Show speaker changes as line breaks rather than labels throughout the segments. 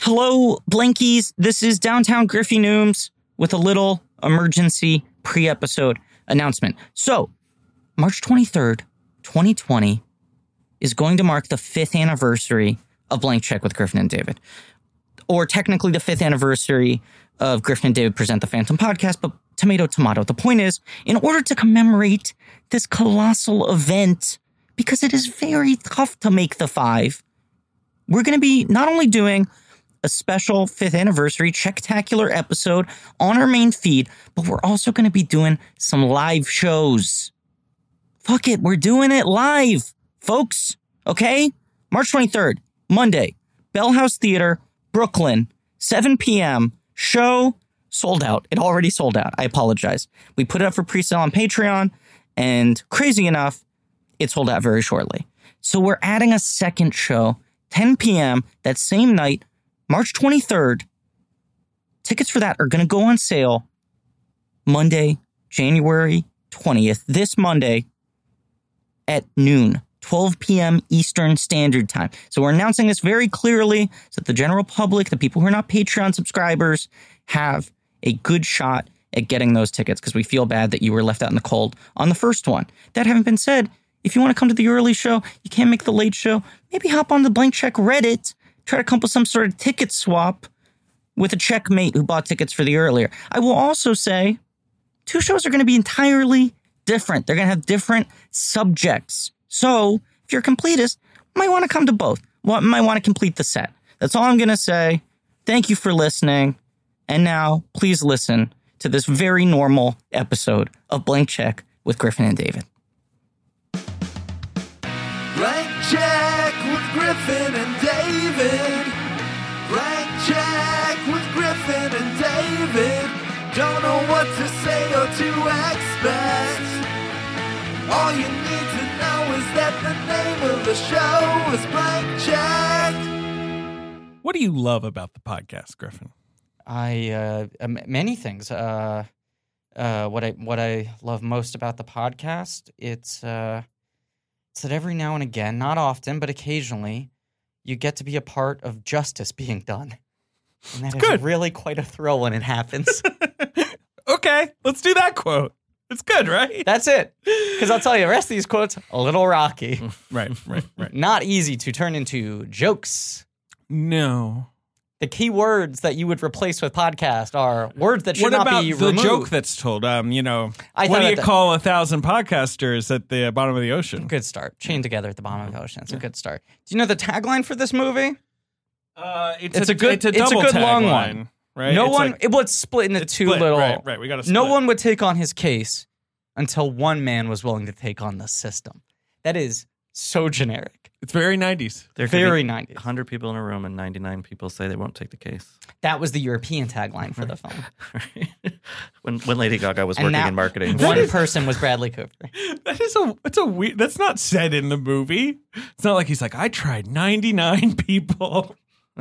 Hello, Blankies. This is Downtown Griffey Nooms with a little emergency pre episode announcement. So, March 23rd, 2020 is going to mark the fifth anniversary of Blank Check with Griffin and David, or technically the fifth anniversary of Griffin and David Present the Phantom podcast, but tomato, tomato. The point is, in order to commemorate this colossal event, because it is very tough to make the five, we're going to be not only doing a special fifth anniversary checktacular episode on our main feed, but we're also going to be doing some live shows. Fuck it, we're doing it live, folks. Okay? March 23rd, Monday, Bell House Theater, Brooklyn, 7 p.m. Show sold out. It already sold out. I apologize. We put it up for pre sale on Patreon, and crazy enough, it sold out very shortly. So we're adding a second show, 10 p.m. that same night, March 23rd. Tickets for that are going to go on sale Monday, January 20th, this Monday at noon, 12 p.m. Eastern Standard Time. So we're announcing this very clearly so that the general public, the people who are not Patreon subscribers, have a good shot at getting those tickets because we feel bad that you were left out in the cold on the first one. That having been said, if you want to come to the early show, you can't make the late show, maybe hop on the blank check Reddit, try to come up with some sort of ticket swap with a checkmate who bought tickets for the earlier. I will also say two shows are going to be entirely different. They're going to have different subjects. So if you're a completist, you might want to come to both. Wa- Might want to complete the set. That's all I'm going to say. Thank you for listening. And now, please listen to this very normal episode of Blank Check with Griffin and David.
Blank check with Griffin and David. Blank check with Griffin and David. Don't know what to say or to expect. All you need to know is that the name of the show is Blank Check.
What do you love about the podcast, Griffin?
I uh, m- many things. Uh, uh, what I what I love most about the podcast it's uh, it's that every now and again, not often, but occasionally, you get to be a part of justice being done, and that is
Good.
really quite a thrill when it happens.
Okay, let's do that quote. It's good, right?
That's it, because I'll tell you, the rest of these quotes a little rocky,
right, right, right.
not easy to turn into jokes.
No.
The key words that you would replace with podcast are words that should
What
not
about
be
the
removed.
joke that's told? Um, you know,
I
what
thought
do you
about that.
call a thousand podcasters at the bottom of the ocean?
Good start.
Mm-hmm.
Chained together at the bottom of the ocean. It's a good start. Do you know the tagline for this movie?
Uh,
It's a good- it's a good long
tagline,
one.
right?
no
It's
one.
like
it was split into two
split,
little.
Right, right. We got to.
No one would take on his case until one man was willing to take on the system. That is so generic.
It's very nineties.
There could
Very
be
90s.
100 people in a room and 99 people say they won't take the case.
That was the European tagline for the film.
when when Lady Gaga was
And
working
that-
in marketing.
One person was Bradley Cooper.
That is a. That's a weird. That's not said in the movie. It's not like he's like I tried ninety nine people.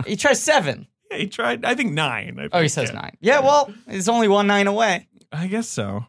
He tries seven.
Yeah, he tried. I think nine. I
Oh, he
think,
says
yeah.
nine. Yeah, well, it's only one nine away.
I guess so.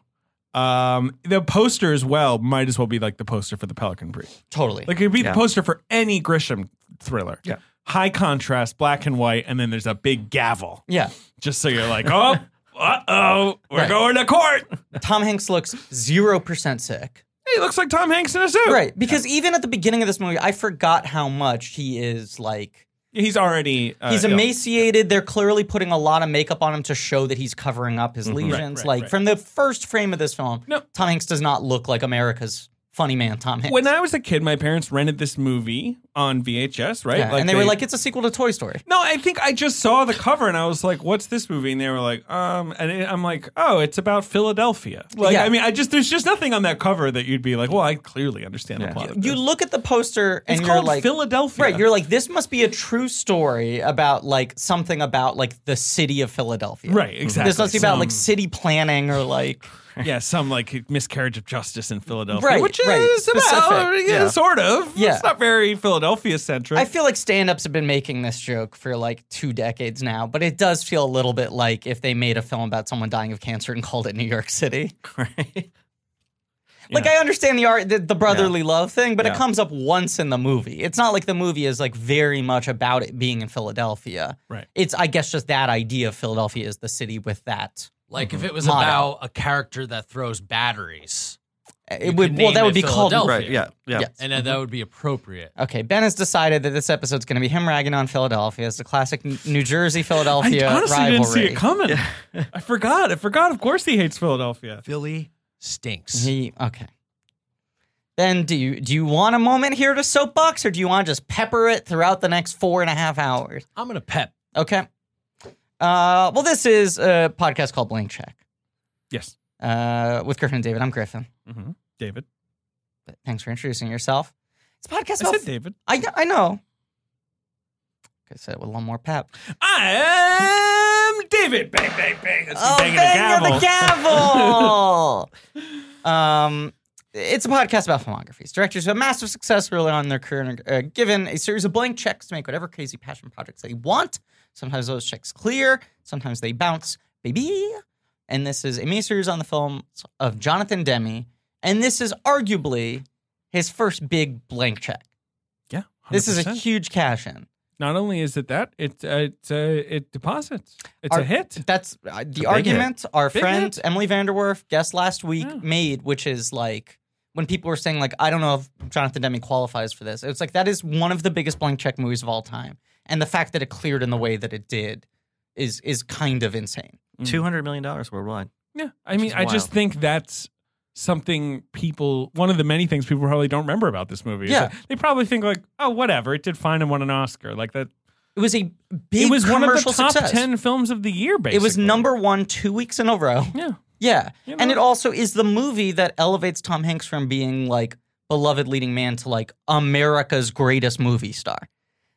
Um, the poster as well might as well be like the poster for the Pelican Brief.
Totally.
Like it'd be
Yeah.
the poster for any Grisham thriller.
Yeah.
High contrast, black and white, and then there's a big gavel.
yeah.
Just so you're like, oh, uh oh, we're
Right.
going to court.
Tom Hanks looks 0% sick.
He looks like Tom Hanks in a suit.
Right, because even at the beginning of this movie, I forgot how much he is like.
He's already. Uh,
He's
ill.
emaciated. They're clearly putting a lot of makeup on him to show that he's covering up his
Mm-hmm. Right,
lesions.
right,
like
right.
from the first frame of this film,
No.
Tom Hanks does not look like America's funny man Tom Hanks.
When I was a kid, my parents rented this movie on VHS, right?
Yeah, and they, were like, "It's a sequel to Toy Story."
No, I think I just saw the cover and I was like, "What's this movie?" And they were like, "Um," and it, I'm like, "Oh, it's about Philadelphia." Like,
Yeah.
I mean, I just there's just nothing on that cover that you'd be like, "Well, I clearly understand the
Yeah.
plot." of
You
this."
look at the poster and
it's
you're
called
like,
Philadelphia,
"Right," you're like, "This must be a true story about like something about like the city of Philadelphia."
right, exactly.
This must be about like
Some-
city planning or like
yeah, some like miscarriage of justice in Philadelphia,
Right,
which
right,
is about
specific.
yeah,
Yeah.
sort of.
Yeah.
it's not very Philadelphia centric.
I feel like stand ups have been making this joke for like two decades now, but it does feel a little bit like if they made a film about someone dying of cancer and called it New York City.
Right?
Like I understand the art, the, the brotherly love thing, but it
Yeah.
comes up once in the movie. It's not like the movie is like very much about it being in Philadelphia.
Right.
It's I guess just that idea of Philadelphia is the city with that.
Like if it was
Motto.
about a character that throws batteries,
It
You
would
could
well that
name
would be
it
called
Philadelphia.
Right. Yeah. Yeah.
Oh, Yeah.
and then that would be appropriate.
Okay, Ben has decided that this episode's going to be him ragging on Philadelphia. It's the classic N- New Jersey
I
Philadelphia
honestly
rivalry.
didn't see it coming. I forgot. I forgot. Of course, he hates Philadelphia.
Philly stinks.
He okay. Ben, do you do you want a moment here to soapbox, or do you want to just pepper it throughout the next four and a half hours?
I'm gonna pep.
Okay. Uh, well, this is a podcast called Blank Check
Yes,
uh, with Griffin and David. I'm Griffin.
hmm David.
But thanks for introducing yourself. It's a podcast.
I
About
said David.
I kn- I know. I said it with a little more pep.
I am David. Bang, bang, bang. That's me
Oh,
banging
bang
the
of the gavel. um, it's a podcast about filmographies. Directors who have massive success early on in their career and are uh, given a series of blank checks to make whatever crazy passion projects they want. Sometimes those checks clear, sometimes they bounce, baby. And this is a miniseries on the films of Jonathan Demi. And this is arguably his first big blank check.
Yeah,
This is a
100%.
huge cash in.
Not only is it that, it uh, it's uh, it deposits. It's
Are-
a hit.
That's uh, the
hit.
argument our
Big
friend
hit.
Emily Vanderwerf, guest last week,
Yeah.
made, which is like when people were saying like I don't know if Jonathan Demme qualifies for this. It's like that is one of the biggest blank check movies of all time, and the fact that it cleared in the way that it did is is kind of insane.
Two hundred million dollars worldwide.
Yeah, I
Which
mean,
is
I just
wild.
think that's something people. One of the many things people probably don't remember about this movie. is
Yeah.
that they probably think like, oh, whatever, it did fine and won an Oscar. Like that.
It was a big
it was one of the
commercial
top
success.
ten films of the year. Basically,
It was number one two weeks in a row.
Yeah,
Yeah.
You
And
know?
it also is the movie that elevates Tom Hanks from being like beloved leading man to like America's greatest movie star.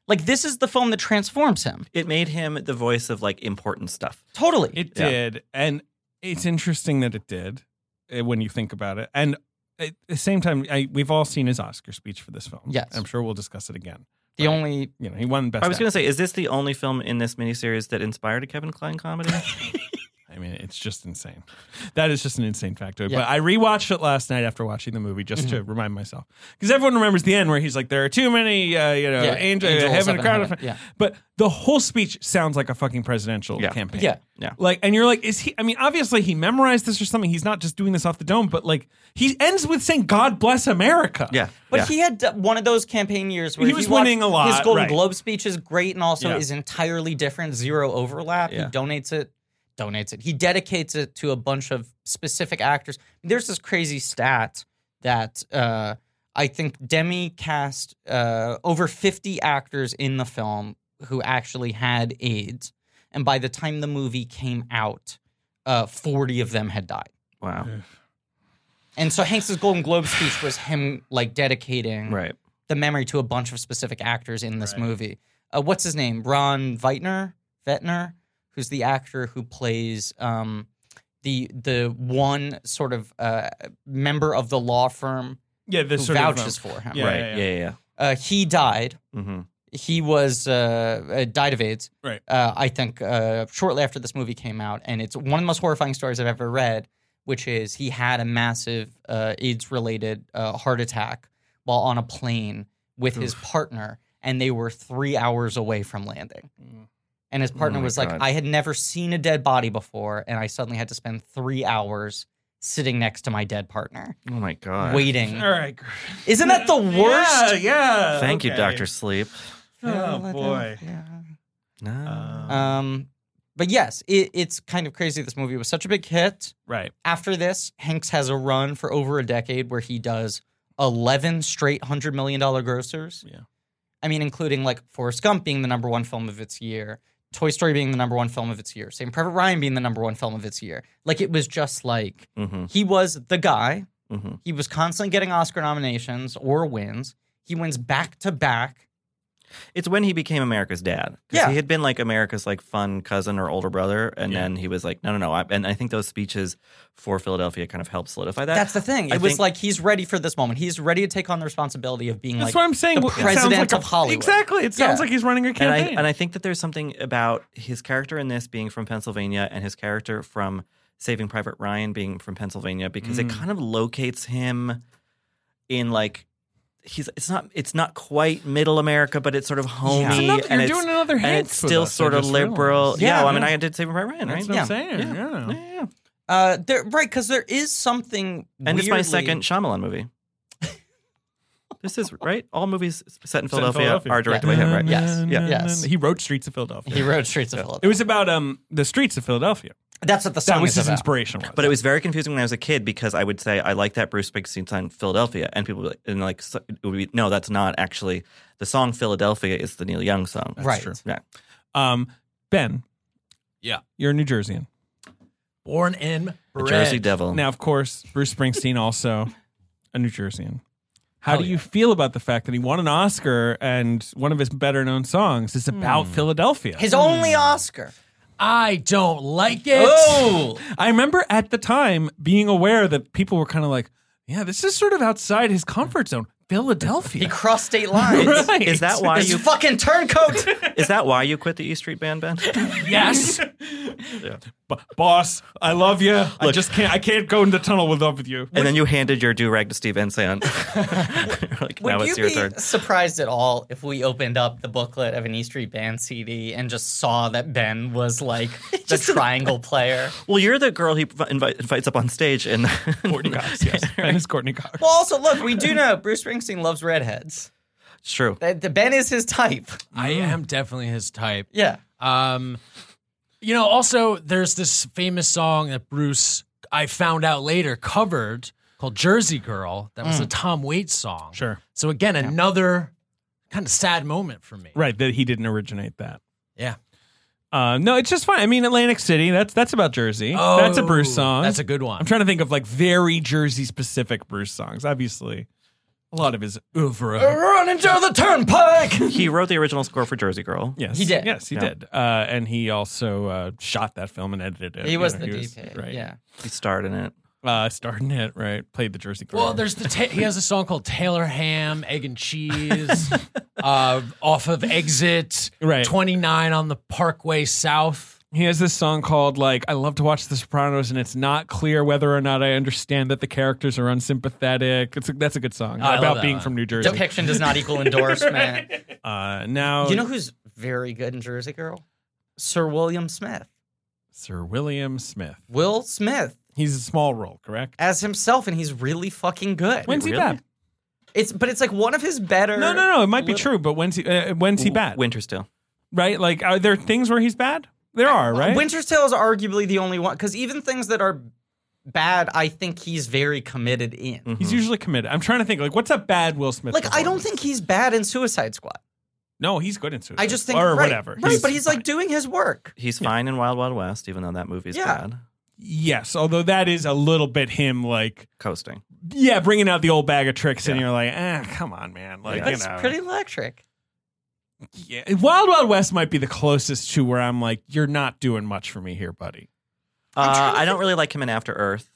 Like this is the film that transforms him.
It made him the voice of like important stuff.
Totally.
it
Yeah.
did, and it's interesting that it did eh, when you think about it. And at the same time, I, we've all seen his Oscar speech for this film.
Yes.
I'm sure we'll discuss it again.
the only
You know, he won best.
I was going to
Actor.
say, is this the only film in this miniseries that inspired a Kevin Klein comedy?
I mean, it's just insane. That is just an insane factoid.
Yeah. Mm-hmm.
But I rewatched it last night after watching the movie just to remind myself because everyone remembers the end where he's like, "There are too many, uh, you know,
Yeah,
angel,
angels
heaven,
up in
crowd." of-
heaven, yeah.
But the whole speech sounds like a fucking presidential
Yeah.
campaign.
Yeah.
Yeah.
Like, and you're like, is he? I mean, obviously he memorized this or something. He's not just doing this off the dome. But like, he ends with saying, "God bless America."
yeah.
But
yeah.
he had d- one of those campaign years where
He was
watched-
winning a lot,
His Golden
right.
Globe speech is great and also
Yeah.
is entirely different, zero overlap.
Yeah.
He donates it, donates it. He dedicates it to a bunch of specific actors. There's this crazy stat that uh, I think Demi cast uh, over 50 actors in the film who actually had AIDS, and by the time the movie came out, uh, 40 of them had died.
Wow.
And so Hanks's Golden Globe speech was him like dedicating
Right.
the memory to a bunch of specific actors in this movie. Uh, what's his name? Ron Veitner, Vetner, who's the actor who plays um, the the one sort of uh, member of the law firm
yeah. This
who
sort
vouches
of um,
for him.
Yeah,
right.
yeah,
Yeah.
yeah.
Yeah. Yeah.
Uh, he died.
hmm
He was uh, uh, died of AIDS.
Right.
Uh, I think uh, shortly after this movie came out, and it's one of the most horrifying stories I've ever read. Which is he had a massive uh, AIDS-related uh, heart attack while on a plane with his partner, and they were three hours away from landing.
Mm.
And his partner
Oh my
was like,
God.
"I had never seen a dead body before, and I suddenly had to spend three hours sitting next to my dead partner,
Oh my God.
waiting."
All right, Griffin.
Isn't that the
Yeah,
worst?
yeah.
Thank you,
Uh, okay.
Doctor Sleep.
Oh boy.
Yeah.
No.
Uh-huh.
Um, but yes, it, it's kind of crazy. This movie was such a big hit.
Right.
After this, Hanks has a run for over a decade where he does eleven straight hundred million dollar grossers.
Yeah.
I mean, including like Forrest Gump being the number one film of its year, Toy Story being the number one film of its year, Same Private Ryan being the number one film of its year. Like it was just like
mm-hmm.
he was the guy.
Mm-hmm.
He was constantly getting Oscar nominations or wins. He wins back to back.
It's when he became America's dad. 'Cause
Yeah.
he had been like America's like fun cousin or older brother, and
Yeah.
then he was like, no, no, no. I, and I think those speeches for Philadelphia kind of helped solidify that.
That's the thing. It
I
was
think-
like he's ready for this moment. He's ready to take on the responsibility of being
That's
like
what I'm saying.
the
It sounds
president
like a-
of Hollywood.
Exactly. It sounds
Yeah.
like he's running a
and I
campaign.
and I think that there's something about his character in this being from Pennsylvania and his character from Saving Private Ryan being from Pennsylvania because
Mm.
it kind of locates him in like he's it's not it's not quite middle America, but it's sort of
It's
homey
another-
and
you're
it's
doing another
and
hint
it's
with
still
us, I
sort of
just
liberal.
realized.
Yeah, well, I mean,
yeah.
I did Saving Private Ryan,
That's
right?
what
Yeah.
I'm saying.
Yeah.
Yeah.
yeah.
Uh, there, right, because there is something.
And it's my
weirdly-
second Shyamalan movie. this is right. All movies set in
Set in
Philadelphia,
Philadelphia.
are directed by him, right?
Yeah. Yes.
Yeah.
Yes.
He wrote Streets of Philadelphia.
He wrote Streets of Philadelphia.
It was about um the streets of Philadelphia.
That's what the song
That was
is
his
about.
inspiration. was.
But it was very confusing when I was a kid because I would say I like that Bruce Springsteen song Philadelphia, and people would be like, and like so- it would be, no, that's not actually the song Philadelphia is the Neil Young song.
right.
true.
Yeah.
um Ben.
Yeah.
You're a New Jerseyan.
Born in
The
bred.
Jersey Devil.
Now, of course, Bruce Springsteen also a New Jerseyan. How
Hell
do you
yeah.
feel about the fact that he won an Oscar and one of his better known songs is
Hmm.
about Philadelphia?
His only Oscar.
I don't like it.
Oh,
I remember at the time being aware that people were kind of like, yeah, this is sort of outside his comfort zone.
he
Philadelphia.
crossed state lines.
Right.
is that why
This
you
fucking turncoat.
is that why you quit the E Street Band, Ben?
Yes.
B- boss, I love you. I just can't I can't go in the tunnel with love with you.
and then you handed your do rag to Steve Ensan. like
Would
now
you
it's your
be
turn.
surprised at all if we opened up the booklet of an E Street Band CD and just saw that Ben was like the triangle player?
Well, you're the girl he invite, invites up on stage, and
Courtney Cox, yes. That is Courtney Cox.
Well, also look, we do know Bruce Springsteen loves redheads.
it's true.
That that Ben is his type.
I am definitely his type.
Yeah.
Um, you know, also there's this famous song that Bruce I found out later covered called Jersey Girl. That was a Tom Waits song.
Sure.
So again, another kind of sad moment for me.
Right, that he didn't originate that.
Yeah.
Uh, no, it's just fine. I mean, Atlantic City. That's that's about Jersey. that's a Bruce
Oh,
song.
That's a good one.
I'm trying to think of like very Jersey specific Bruce songs. Obviously, a lot of his oeuvre.
Run into the turnpike.
He wrote the original score for Jersey Girl.
Yes,
He did.
Yes, he
Yeah.
did. Uh, and he also uh, shot that film and edited it.
He
You
was
know,
the DP.
right?
Yeah.
He starred in it.
uh, starred in it. Right, played the Jersey girl.
Well, there's the ta- he has a song called Taylor Ham, Egg and Cheese, uh, off of Exit,
Right.
29 on the Parkway South.
he has this song called like I love to watch The Sopranos, and it's not clear whether or not I understand that the characters are unsympathetic. It's a, that's a good song
I love
about
that
being
one.
from New Jersey.
Depiction does not equal endorsement.
Uh, now
You know who's very good in Jersey Girl? Oh, Sir William Smith.
Sir William Smith.
Will Smith
He's a small role, correct?
as himself, and he's really fucking good.
When's he
really?
bad?
It's but it's like one of his better.
No, no, no. It might be true, but when's he? Uh, when's he bad?
Winter's Tale.
Right? Like, are there things where he's bad? There are, right?
Winter's Tale is arguably the only one because even things that are bad, I think he's very committed in.
he's usually committed. I'm trying to think. Like, what's a bad Will Smith?
Like I don't
performance?
think he's bad in Suicide Squad.
No, he's good in Suicide.
I just think
or
right,
whatever.
Right, but he's
fine.
like doing his work.
He's fine in Wild Wild West, even though that movie's
Yeah.
bad.
yes. Although that is a little bit him, like,
Coasting.
yeah, bringing out the old bag of tricks, and
Yeah.
you're like, ah, come on, man. Like,
Yeah.
But
you
it's
know.
pretty electric.
Yeah. Wild Wild West might be the closest to where I'm like, you're not doing much for me here, buddy.
Uh, I don't really like him in After Earth.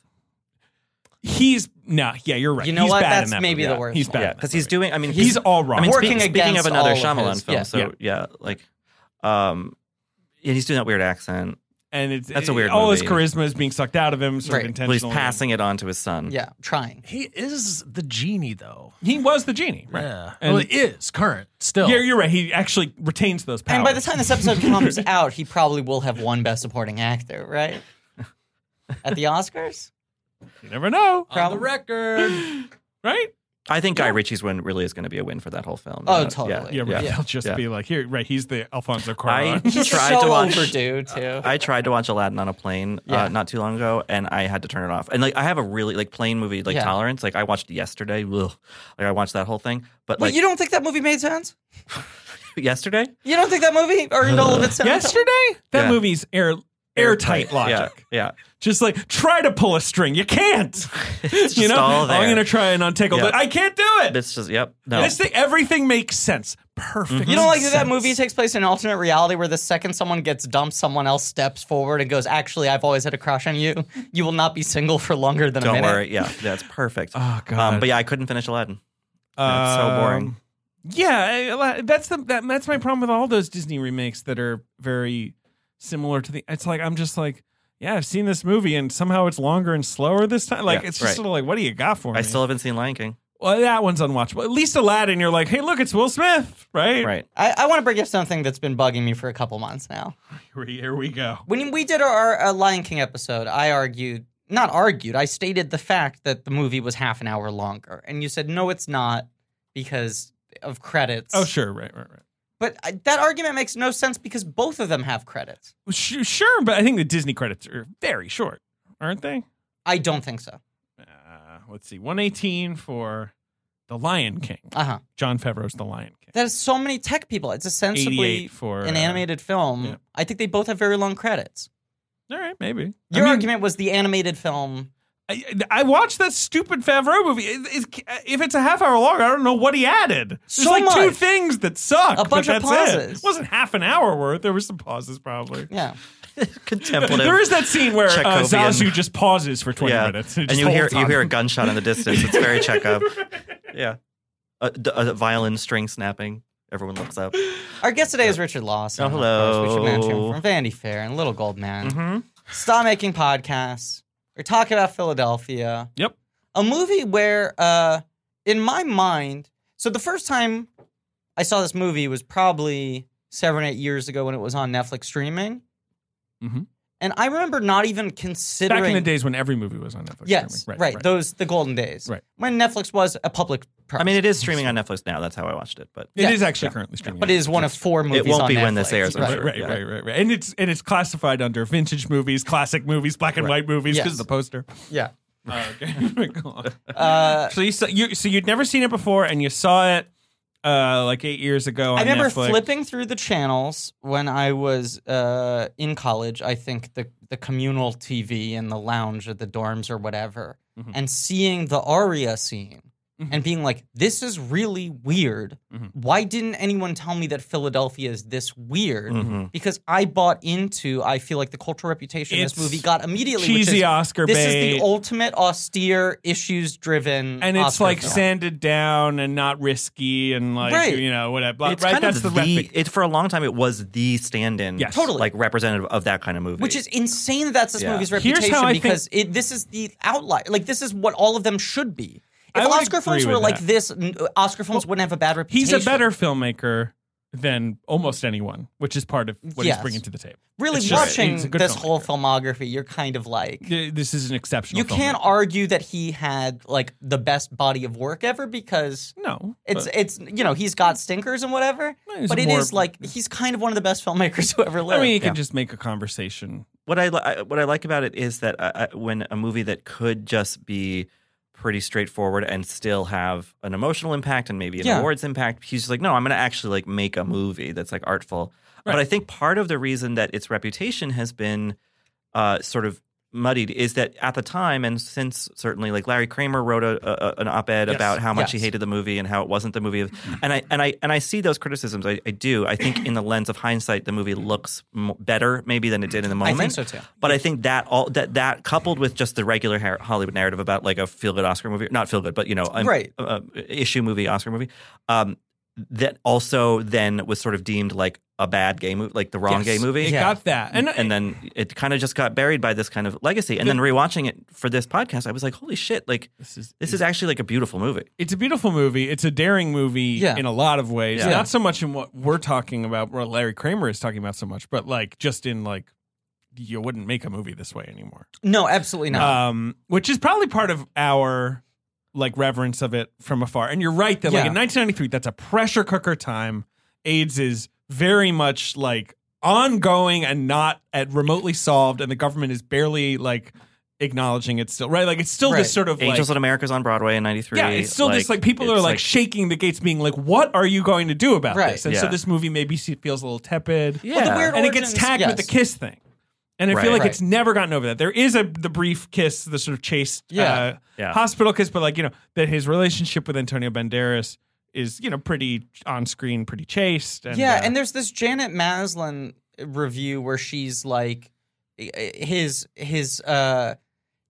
He's no, yeah, you're right.
You know
he's
what?
Bad in
That's
that
maybe
movie.
the worst
He's
one.
bad
Yeah, because he's doing. I mean,
He's all wrong.
I mean,
Working
speaking, speaking of
against
another
all of
Shyamalan
his-
film,
yeah.
so
Yeah.
yeah. like, um, yeah, he's doing that weird accent.
and it's
That's a weird
All his
movie.
charisma is being sucked out of him, sort
Right.
of
But he's
intentionally.
passing it on to his son.
Yeah, trying.
He is the genie, though.
He was the genie, right?
Yeah.
And-
well, it is current still.
Yeah, you're right. He actually retains those powers.
And by the time this episode comes out, he probably will have won Best Supporting Actor, right? At the Oscars?
you never know,
on
Problem.
the record.
right?
I think Guy Ritchie's win really is going to be a win for that whole film.
Oh,
you know?
totally.
Yeah,
Yeah,
right.
yeah.
They'll just
Yeah.
be like, here, right? He's the Alfonso
I
Cuarón.
He's
tried
so
to watch. Uh,
overdue too.
I tried to watch Aladdin on a plane
Yeah.
uh, not too long ago, and I had to turn it off. And like, I have a really like plane movie like
Yeah.
tolerance. Like, I watched yesterday. Ugh. Like, I watched that whole thing. But
But
like
you don't think that movie made sense?
yesterday,
You don't think that movie earned all of its sense?
Yesterday, that
Yeah.
movie's air airtight logic.
Yeah, yeah.
Just like try to pull a string, you can't.
It's
you
just
know,
all there.
I'm gonna try and untangle,
Yeah.
but I can't do it.
It's just yep. No, Mm-hmm.
This thing, everything makes sense. Perfect.
You don't like that that
sense.
movie takes place in an alternate reality where the second someone gets dumped, someone else steps forward and goes, Actually, I've always had a crush on you. You will not be single for longer than a
don't
minute.
worry. Yeah, that's perfect.
Oh god.
Um, but yeah, I couldn't finish Aladdin.
Um,
It's so boring.
Yeah, I- that's the that, that's my problem with all those Disney remakes that are very similar to the. It's like I'm just like yeah, I've seen this movie and somehow it's longer and slower this time. Like
Yeah,
it's just
right.
sort of like, what do you got for me?
I still haven't seen Lion King.
well, that one's unwatchable. At least Aladdin, you're like, hey, look, it's Will Smith, right?
Right.
I, I want to bring up something that's been bugging me for a couple months now.
Here we, here we go.
When we did our, our uh, Lion King episode, I argued, not argued, I stated the fact that the movie was half an hour longer. And you said, no, it's not because of credits.
Oh, sure, right, right, right.
But I, that argument makes no sense because both of them have credits.
Well, sh- Sure, but I think the Disney credits are very short, aren't they?
I don't think so.
Uh, let's see, 118 for The Lion King.
Uh huh.
John Favreau's The Lion King.
There's so many tech people. It's
88
ostensibly
for
an
uh,
animated film.
yeah.
I think they both have very long credits.
All right, maybe. I
Your
mean,
argument was the animated film.
I, I watched that stupid Favreau movie. It, it, if it's a half hour long, I don't know what he added. There's
So
like two
much.
things that suck.
A
but
bunch of
that's it. It.
pauses.
wasn't half an hour worth. There were some pauses probably.
Yeah.
Contemplative.
There is that scene where uh,
Chekhovian.
Zazu just pauses for 20
yeah.
minutes.
And
just
you hear
holds
you
on.
hear a gunshot in the distance. It's very Chekhov. yeah. A, d- a violin string snapping. Everyone looks up.
Our guest today is Richard Lawson.
Oh,
of course. We should mention
hello.
from Vandy Fair and Little Gold Man.
Mhm.
Mm-hmm.
Stop making podcasts. We're talking about Philadelphia.
Yep.
A movie where, uh, in my mind, so the first time I saw this movie was probably seven, eight years ago when it was on Netflix streaming.
Mhm.
And I remember not even considering.
Back in the days when every movie was on Netflix.
Yes, right,
streaming.
Those, the golden days.
Right.
When Netflix was a public
I mean, it is streaming on Netflix now. That's how I watched it. But
It
Yeah.
is actually currently streaming.
but it is one of four movies
won't
on
be when this
Netflix.
airs, I'm
Right.
Right, right,
Yeah.
right, right, right, and it's and it's classified under vintage movies, classic movies, black and white movies because
Yes.
of the poster.
Yeah.
Oh, okay, Go on.
Uh,
So you saw, you so you'd never seen it before, and you saw it uh, like eight years ago. On
I remember
Netflix.
flipping through the channels when I was uh, in college. I think the the communal TV in the lounge at the dorms or whatever,
Mhm.
and seeing the Aria scene
Mm-hmm.
and being like, "This is really weird.
Mhm.
Why didn't anyone tell me that Philadelphia is this weird?"
Mm-hmm.
Mhm.
Because I bought into. I feel like the cultural reputation
It's
this movie got immediately. which
cheesy
is,
Oscar
This
bait,
is the ultimate austere, issues driven,
and it's like sanded down and not risky, and like
Right.
you know whatever.
it's
right,
kind
that's
of
the,
the,
rep-
it for a long time it was the stand-in,
Yes.
Totally.
like representative of that kind of movie.
Which is insane that that's this
Yeah.
movie's
Here's how I
reputation
think-
because it, this is the outlier. Like, this is what all of them should be. If
I would
Oscar
agree
films were
with
like
that.
this, n- uh, Oscar films wouldn't have a bad reputation.
he's a better filmmaker than almost anyone, which is part of what
Yes.
he's bringing to the table.
Really
it's just-
watching
he's a good
this whole
filmmaker.
filmography, you're kind of like.
Th- This is an exceptional.
You can't
filmmaker.
argue that he had like the best body of work ever because
No,
it's
but-
it's you know he's got stinkers and whatever,
he's
but it
more-
is like he's kind of one of the best filmmakers who ever
I
lived.
mean, you can just make a conversation.
what I, li- I- what I like about it is that I, I, when a movie that could just be pretty straightforward and still have an emotional impact and maybe an
Yeah.
awards impact, he's just like, no, I'm going to actually like make a movie that's like artful. But I think part of the reason that its reputation has been uh, sort of muddied is that at the time and since certainly like Larry Kramer wrote a, a, an op-ed
Yes.
about how much he
Yes. Mm.
hated the movie and how it wasn't the movie of, and I and I and I see those criticisms I, I do I think in the lens of hindsight the movie looks m- better maybe than it did in the
I
moment
think so too.
but I think that all that that coupled with just the regular har- Hollywood narrative about like a feel good Oscar movie, not feel good, but you know, um,
Right.
uh, uh, issue movie, Oscar movie, um, that also then was sort of deemed like a bad gay movie, like the wrong gay movie.
It
Yeah.
got that, and,
And then it kind of just got buried by this kind of legacy. And then rewatching it for this podcast, I was like, holy shit, like
this is
this is actually like a beautiful movie.
it's a beautiful movie. It's a daring movie
Yeah.
in a lot of ways.
Yeah.
Not so much in what we're talking about, what Larry Kramer is talking about so much, but like just in like you wouldn't make a movie this way anymore.
no, absolutely not.
Um, which is probably part of our like reverence of it from afar. And you're right that like
Yeah.
in 1993, that's a pressure cooker time. AIDS is very much like ongoing and not at remotely solved, and the government is barely like acknowledging it still. Right, like it's still
Right.
this sort of
Angels
like,
in America's on Broadway in '93.
yeah, it's still just like people are
it's
like, shaking the gates, being like, "What are you going to do about
Right.
this?" And so
Yeah.
this movie maybe se- feels a little tepid.
yeah.
Well, the weird
and it gets
origins-
tagged
yes.
with the kiss thing. And I feel
Right.
like
Right.
it's never gotten over that. There is a the brief kiss, the sort of chaste
Yeah.
uh,
Yeah.
hospital kiss, but like you know that his relationship with Antonio Banderas is you know pretty on screen, pretty chaste. And,
yeah,
uh,
and there's this Janet Maslin review where she's like, his his uh,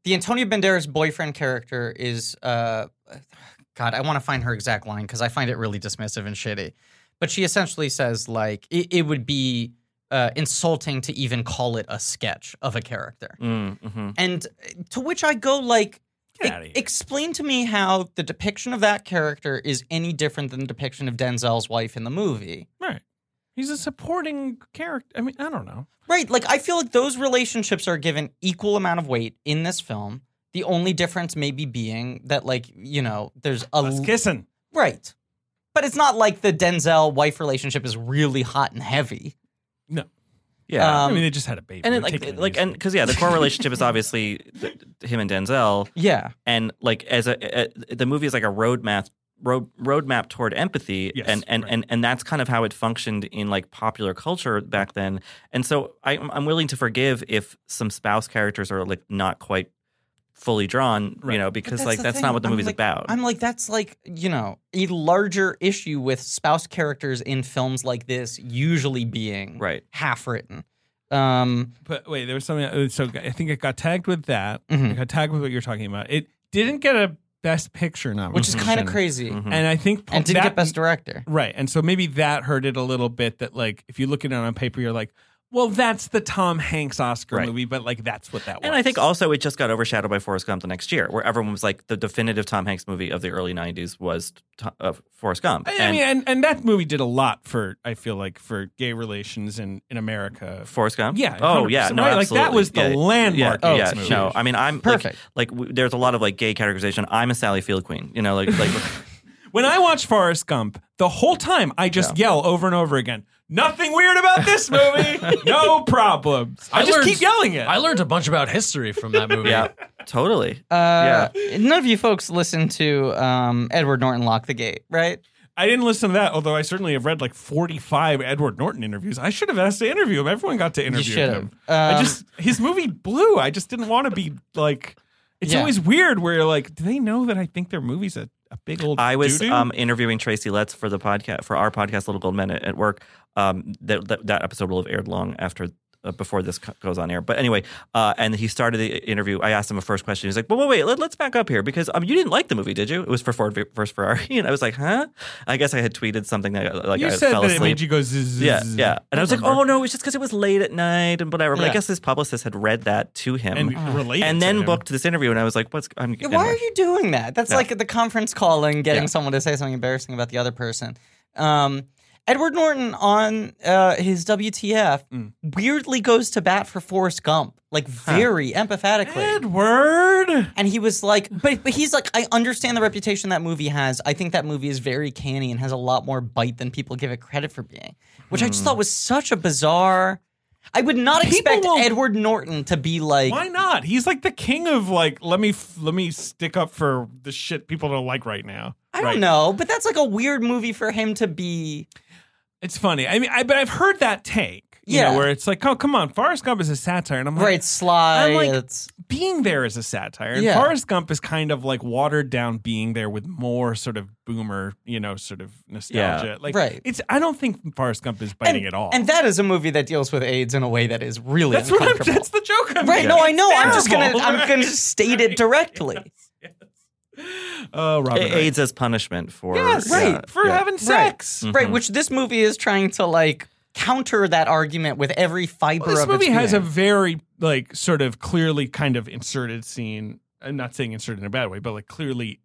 the Antonio Banderas boyfriend character is uh, God, I want to find her exact line because I find it really dismissive and shitty. But she essentially says like it, it would be uh, insulting to even call it a sketch of a character.
Mm, mhm.
And uh, to which I go, like, e,
Get outta here.
explain to me how the depiction of that character is any different than the depiction of Denzel's wife in the movie.
Right. He's a supporting character. I mean, I don't know.
Right. Like, I feel like those relationships are given equal amount of weight in this film. The only difference maybe being that, like, you know, there's a.
Us
l-
kissing.
right. But it's not like the Denzel wife relationship is really hot and heavy.
No.
Yeah.
Um,
I mean, they just had a baby.
and
They're
it, like
taking it
like
easy.
and because yeah, the core relationship is obviously th- him and Denzel,
Yeah.
and like as a, a the movie is like a roadmap road roadmap toward empathy,
Yes,
and and,
right.
and and that's kind of how it functioned in like popular culture back then. And so I, I'm willing to forgive if some spouse characters are like not quite fully drawn,
Right.
you know, because
that's
like
the
that's
thing.
not what the
I'm
movie's
like-
about.
I'm like, that's like, you know, a larger issue with spouse characters in films like this usually being
Right.
half written. Um,
But wait, there was something. uh, So I think it got tagged with that.
Mhm.
It got tagged with what you're talking about. It didn't get a best picture nomination,
which is kind of crazy.
Mhm.
And I think
And didn't
that-
get best director.
Right. And so maybe that hurt it a little bit that like if you look at it on paper, you're like, well, that's the Tom Hanks Oscar
Right.
movie, but like that's what that was.
And I think also it just got overshadowed by Forrest Gump the next year, where everyone was like, the definitive Tom Hanks movie of the early '90s was to- uh, Forrest Gump.
I, I
and
mean, and, and that movie did a lot for I feel like for gay relations in in America.
Forrest Gump.
Yeah,
Oh yeah.
100%.
No,
Right, like,
absolutely.
that was the
yeah,
landmark
Yeah.
of
yeah
this movie.
no, I mean, I'm
Perfect.
Like, like w- there's a lot of like gay categorization. I'm a Sally Field queen. You know, like like
When I watch Forrest Gump, the whole time I just yell over and over again, nothing weird about this movie, no problems. I, just
learned-
keep yelling it.
I learned a bunch about history from that movie.
yeah, totally.
Uh, None of you folks listen to um, Edward Norton Lock the Gate, right?
I didn't listen to that, although I certainly have read like 45 Edward Norton interviews. I should have asked to interview him. Everyone got to interview
should
him. I
have. Um,
just his movie blew. I just didn't want to be like. It's
Yeah.
always weird where you're like, do they know that I think their movie's a, a big old?
I was
doo-doo?
um, interviewing Tracy Letts for the podcast for our podcast, Little Gold Men at, at Work. Um, that, that that episode will have aired long after. Uh, before this co- goes on air, but anyway, uh, and he started the interview. I asked him a first question. He's like, "Well, wait, wait let, us back up here because um, you didn't like the movie, did you?" It was for Ford v- versus Ferrari, and I was like, "Huh?" I guess I had tweeted something that like
you
I
said
fell
that it
asleep.
made you go zzz.
Yeah,
zzz,
yeah.
zzz.
And I was like,
remember.
oh no, it's just because it was late at night and whatever. But
Yeah.
I guess this publicist had read that to him
and
and,
Mm.
related to
then
him.
booked this interview, and I was like, what's? I'm,
Yeah, Why are you doing that? That's
Yeah.
like the conference call and getting
Yeah.
someone to say something embarrassing about the other person. Um, Edward Norton on uh, his WTF
Mm.
weirdly goes to bat for Forrest Gump, like very empathetically.
Edward.
and he was like, but, but he's like, I understand the reputation that movie has. I think that movie is very canny and has a lot more bite than people give it credit for being, which I
Hmm.
just thought was such a bizarre. I would not
People
expect
will-
Edward Norton to be like,
Why not? He's like the king of like. Let me f- let me stick up for the shit people don't like right now.
I
right?
don't know, but that's like a weird movie for him to be.
It's funny. I mean, I but I've heard that take. You
Yeah.
know, where it's like, oh come on, Forrest Gump is a satire, and I'm like,
Right, sly.
I'm like-
it's,
being there is a satire. And
Yeah.
Forrest Gump is kind of like watered down being there with more sort of boomer, you know, sort of nostalgia. Like
Right.
it's I don't think Forrest Gump is biting
and,
at all.
And that is a movie that deals with AIDS in a way that is really
that's what I'm
uncomfortable.
that's the joke I'm
right? No, I know. I'm just gonna
Terrible,
I'm gonna
right?
state it directly.
uh Robert.
AIDS as punishment for
Yes,
yeah,
right. For
yeah.
having sex.
Right, which this movie is trying to like counter that argument with every fiber
Well, this
of
movie
its
has a
being.
very like sort of clearly kind of inserted scene. I'm not saying inserted in a bad way, but like clearly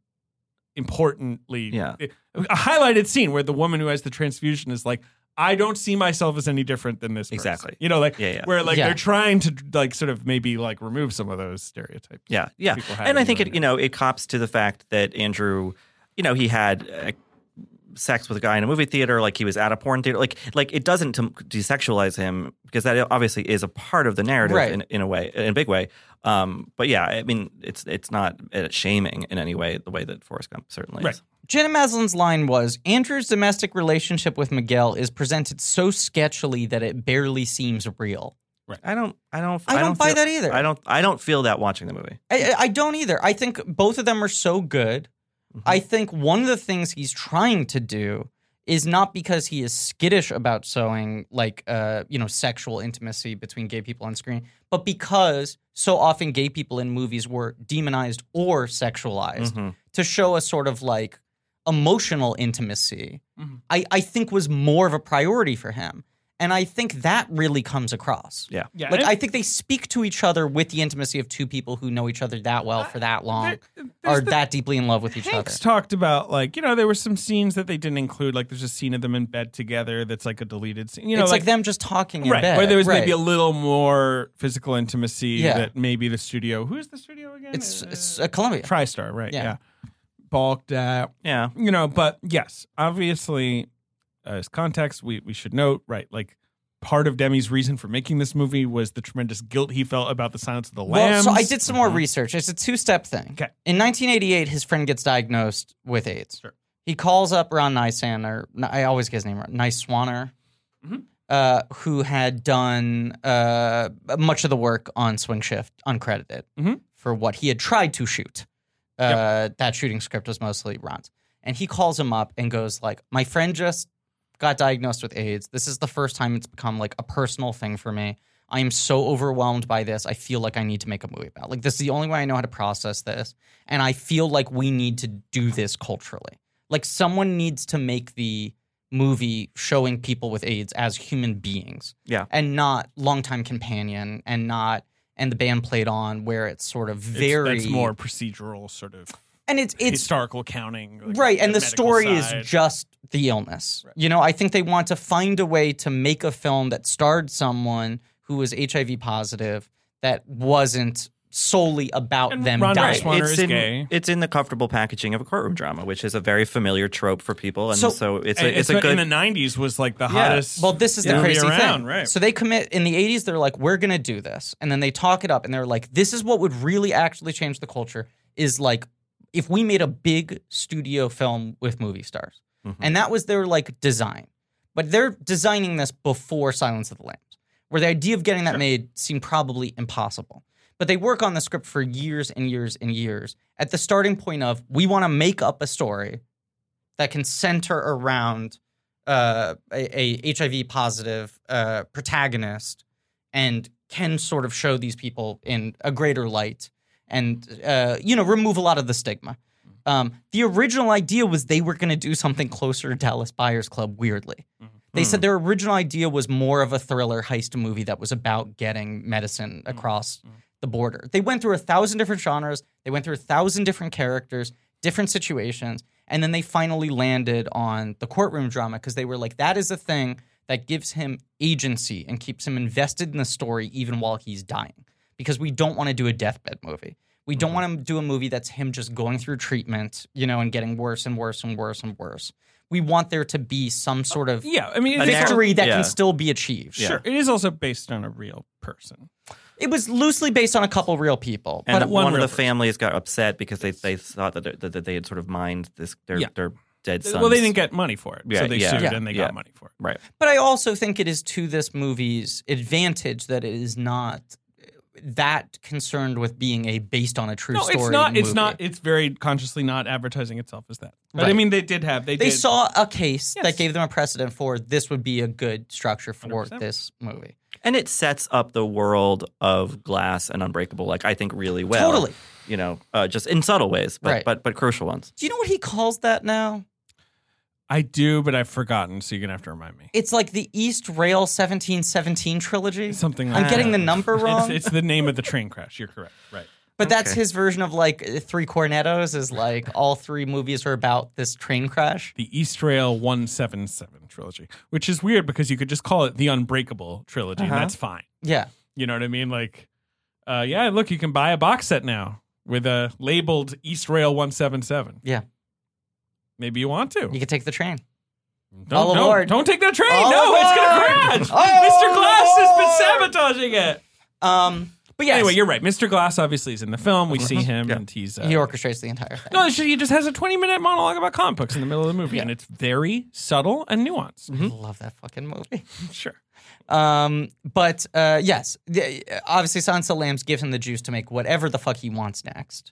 importantly
Yeah.
a highlighted scene where the woman who has the transfusion is like I don't see myself as any different than this person."
Exactly.
You know like
Yeah, yeah.
where like
Yeah.
they're trying to like sort of maybe like remove some of those stereotypes.
Yeah, yeah.
People had
And I
it
think
right
it, you know, it cops to the fact that Andrew, you know, he had uh, sex with a guy in a movie theater, like he was at a porn theater, like like it doesn't t- desexualize him because that obviously is a part of the narrative
Right.
in, in a way, in a big way. Um, but yeah, I mean, it's it's not uh, shaming in any way the way that Forrest Gump certainly
Right.
is.
Jenna Maslin's line was Andrew's domestic relationship with Miguel is presented so sketchily that it barely seems real.
I don't, I don't,
I don't buy
feel-
that either.
I don't, I don't feel that watching the movie.
I, I- I don't either. I think both of them are so good. I think one of the things he's trying to do is not because he is skittish about sewing like uh, you know sexual intimacy between gay people on screen, but because so often gay people in movies were demonized or sexualized
Mhm.
to show a sort of like emotional intimacy,
Mhm.
I, I think was more of a priority for him. And I think that really comes across.
Yeah.
Yeah,
Like
and-
I think they speak to each other with the intimacy of two people who know each other that well for that long,
Uh, There- there's
are
the-
that deeply in love with each
Hanks
other.
talked about like you know there were some scenes that they didn't include. Like there's a scene of them in bed together that's like a deleted scene. You know,
it's like, them just talking in
right
bed.
where there was
right.
maybe a little more physical intimacy
Yeah.
that maybe the studio. Who's the studio again?
it's
Uh,
it's a Columbia.
TriStar, right?
Yeah.
Yeah. Balked at
Yeah.
you know, but yes, obviously, uh, as context, we we should note right like. Part of Demi's reason for making this movie was the tremendous guilt he felt about the Silence of the
Well,
Lambs. Mm-hmm. Uh-huh.
so I did some more research. It's a two-step thing.
Okay.
In 1988, his friend gets diagnosed with AIDS.
Sure.
He calls up Ron Nysan, or I always get his name wrong, Nyswaner,
Mm-hmm.
uh, who had done uh, much of the work on Swing Shift, uncredited,
Mhm.
for what he had tried to shoot. Uh, That shooting script was mostly Ron's. And he calls him up and goes like, "My friend just got diagnosed with AIDS. This is the first time it's become like a personal thing for me. I am so overwhelmed by this. I feel like I need to make a movie about. it. Like this is the only way I know how to process this, and I feel like we need to do this culturally. Like someone needs to make the movie showing people with AIDS as human beings.
Yeah.
And not longtime companion and not and the band played on where it's sort of
It's-
very
that's more procedural sort of
and it's it's
historical counting. like,
right and the
medical
story
side.
is just the illness you know i think they want to find a way to make a film that starred someone who was hiv positive that wasn't solely about
And
them
Ron
dying
Reis Swanner
it's
is
in
gay.
it's in the comfortable packaging of a courtroom drama, which is a very familiar trope for people, and
So-
so, it's
And
a, it's
what
a good.
in the '90s was like the hottest.
Well, this is the
Yeah.
crazy
Around,
thing.
right.
So they commit in the 80s, they're like, we're going to do this. And then they talk it up and they're like, this is what would really actually change the culture is like if we made a big studio film with movie stars.
Mm-hmm.
And that was their like design. But they're designing this before Silence of the Lambs, where the idea of getting that made seemed probably impossible. But they work on the script for years and years and years at the starting point of we want to make up a story that can center around uh, a, a HIV positive uh, protagonist and can sort of show these people in a greater light and uh, you know remove a lot of the stigma. Um, the original idea was they were going to do something closer to Dallas Buyers Club. Weirdly, they said their original idea was more of a thriller heist movie that was about getting medicine across the border. They went through a thousand different genres. They went through a thousand different characters, different situations, and then they finally landed on the courtroom drama because they were like, that is a thing that gives him agency and keeps him invested in the story even while he's dying. Because we don't want to do a deathbed movie. We don't want to do a movie that's him just going through treatment, you know, and getting worse and worse and worse and worse. We want there to be some sort of
yeah, I mean,
A
it's
narrative.
victory that
Yeah.
can still be achieved.
Yeah.
sure, it is also based on a real person.
It was loosely based on a couple real people.
and
but
one,
one
of the
river.
families got upset because they, they thought that, they- that that they had sort of mined this their
Yeah.
their dead son.
Well, they didn't get money for it,
Yeah,
so they
yeah.
sued
Yeah.
and they
Yeah.
got money for it.
right.
but I also think it is to this movie's advantage that it is not uh, that concerned with being a based on a true
No,
story.
it's not. It's
movie.
not. It's very consciously not advertising itself as that. But I
Right.
mean, they did have. They,
They
did.
saw a case that
Yes.
gave them a precedent for this would be a good structure for this movie.
and it sets up the world of glass and unbreakable like i think really well
Totally.
you know uh, just in subtle ways but,
Right.
but but crucial ones
Do you know what he calls that now?
I do, but I've forgotten. So you're gonna have to remind me.
It's like the East Rail 1717 trilogy.
Something. like
I'm getting the
that.
number wrong,
It's, it's the name of the train crash. You're correct. Right.
but that's
okay.
his version of like uh, Three Cornettos is like all three movies are about this train crash.
The East Rail 177 trilogy, which is weird because you could just call it the Unbreakable trilogy,
Uh-huh.
and that's fine.
Yeah.
You know what I mean? Like, uh, yeah, look, you can buy a box set now with a labeled East Rail 177.
Yeah.
Maybe you want to.
You could take the train.
Don't,
All
don't,
aboard.
don't take that train.
All
no, it's going
aboard.
to crash.
All
Mr. Glass
aboard.
has been sabotaging it.
Um, but yeah,
Anyway, you're right. Mr. Glass obviously is in the film. We
Mm-hmm.
see him, and he's. Uh,
he orchestrates the entire thing.
no, it's just- he just has a 20 minute monologue about comic books in the middle of the movie, and it's very subtle and nuanced.
I love that fucking movie.
Sure.
Um, but uh, yes, the, obviously, Sansa Lambs gives him the juice to make whatever the fuck he wants next,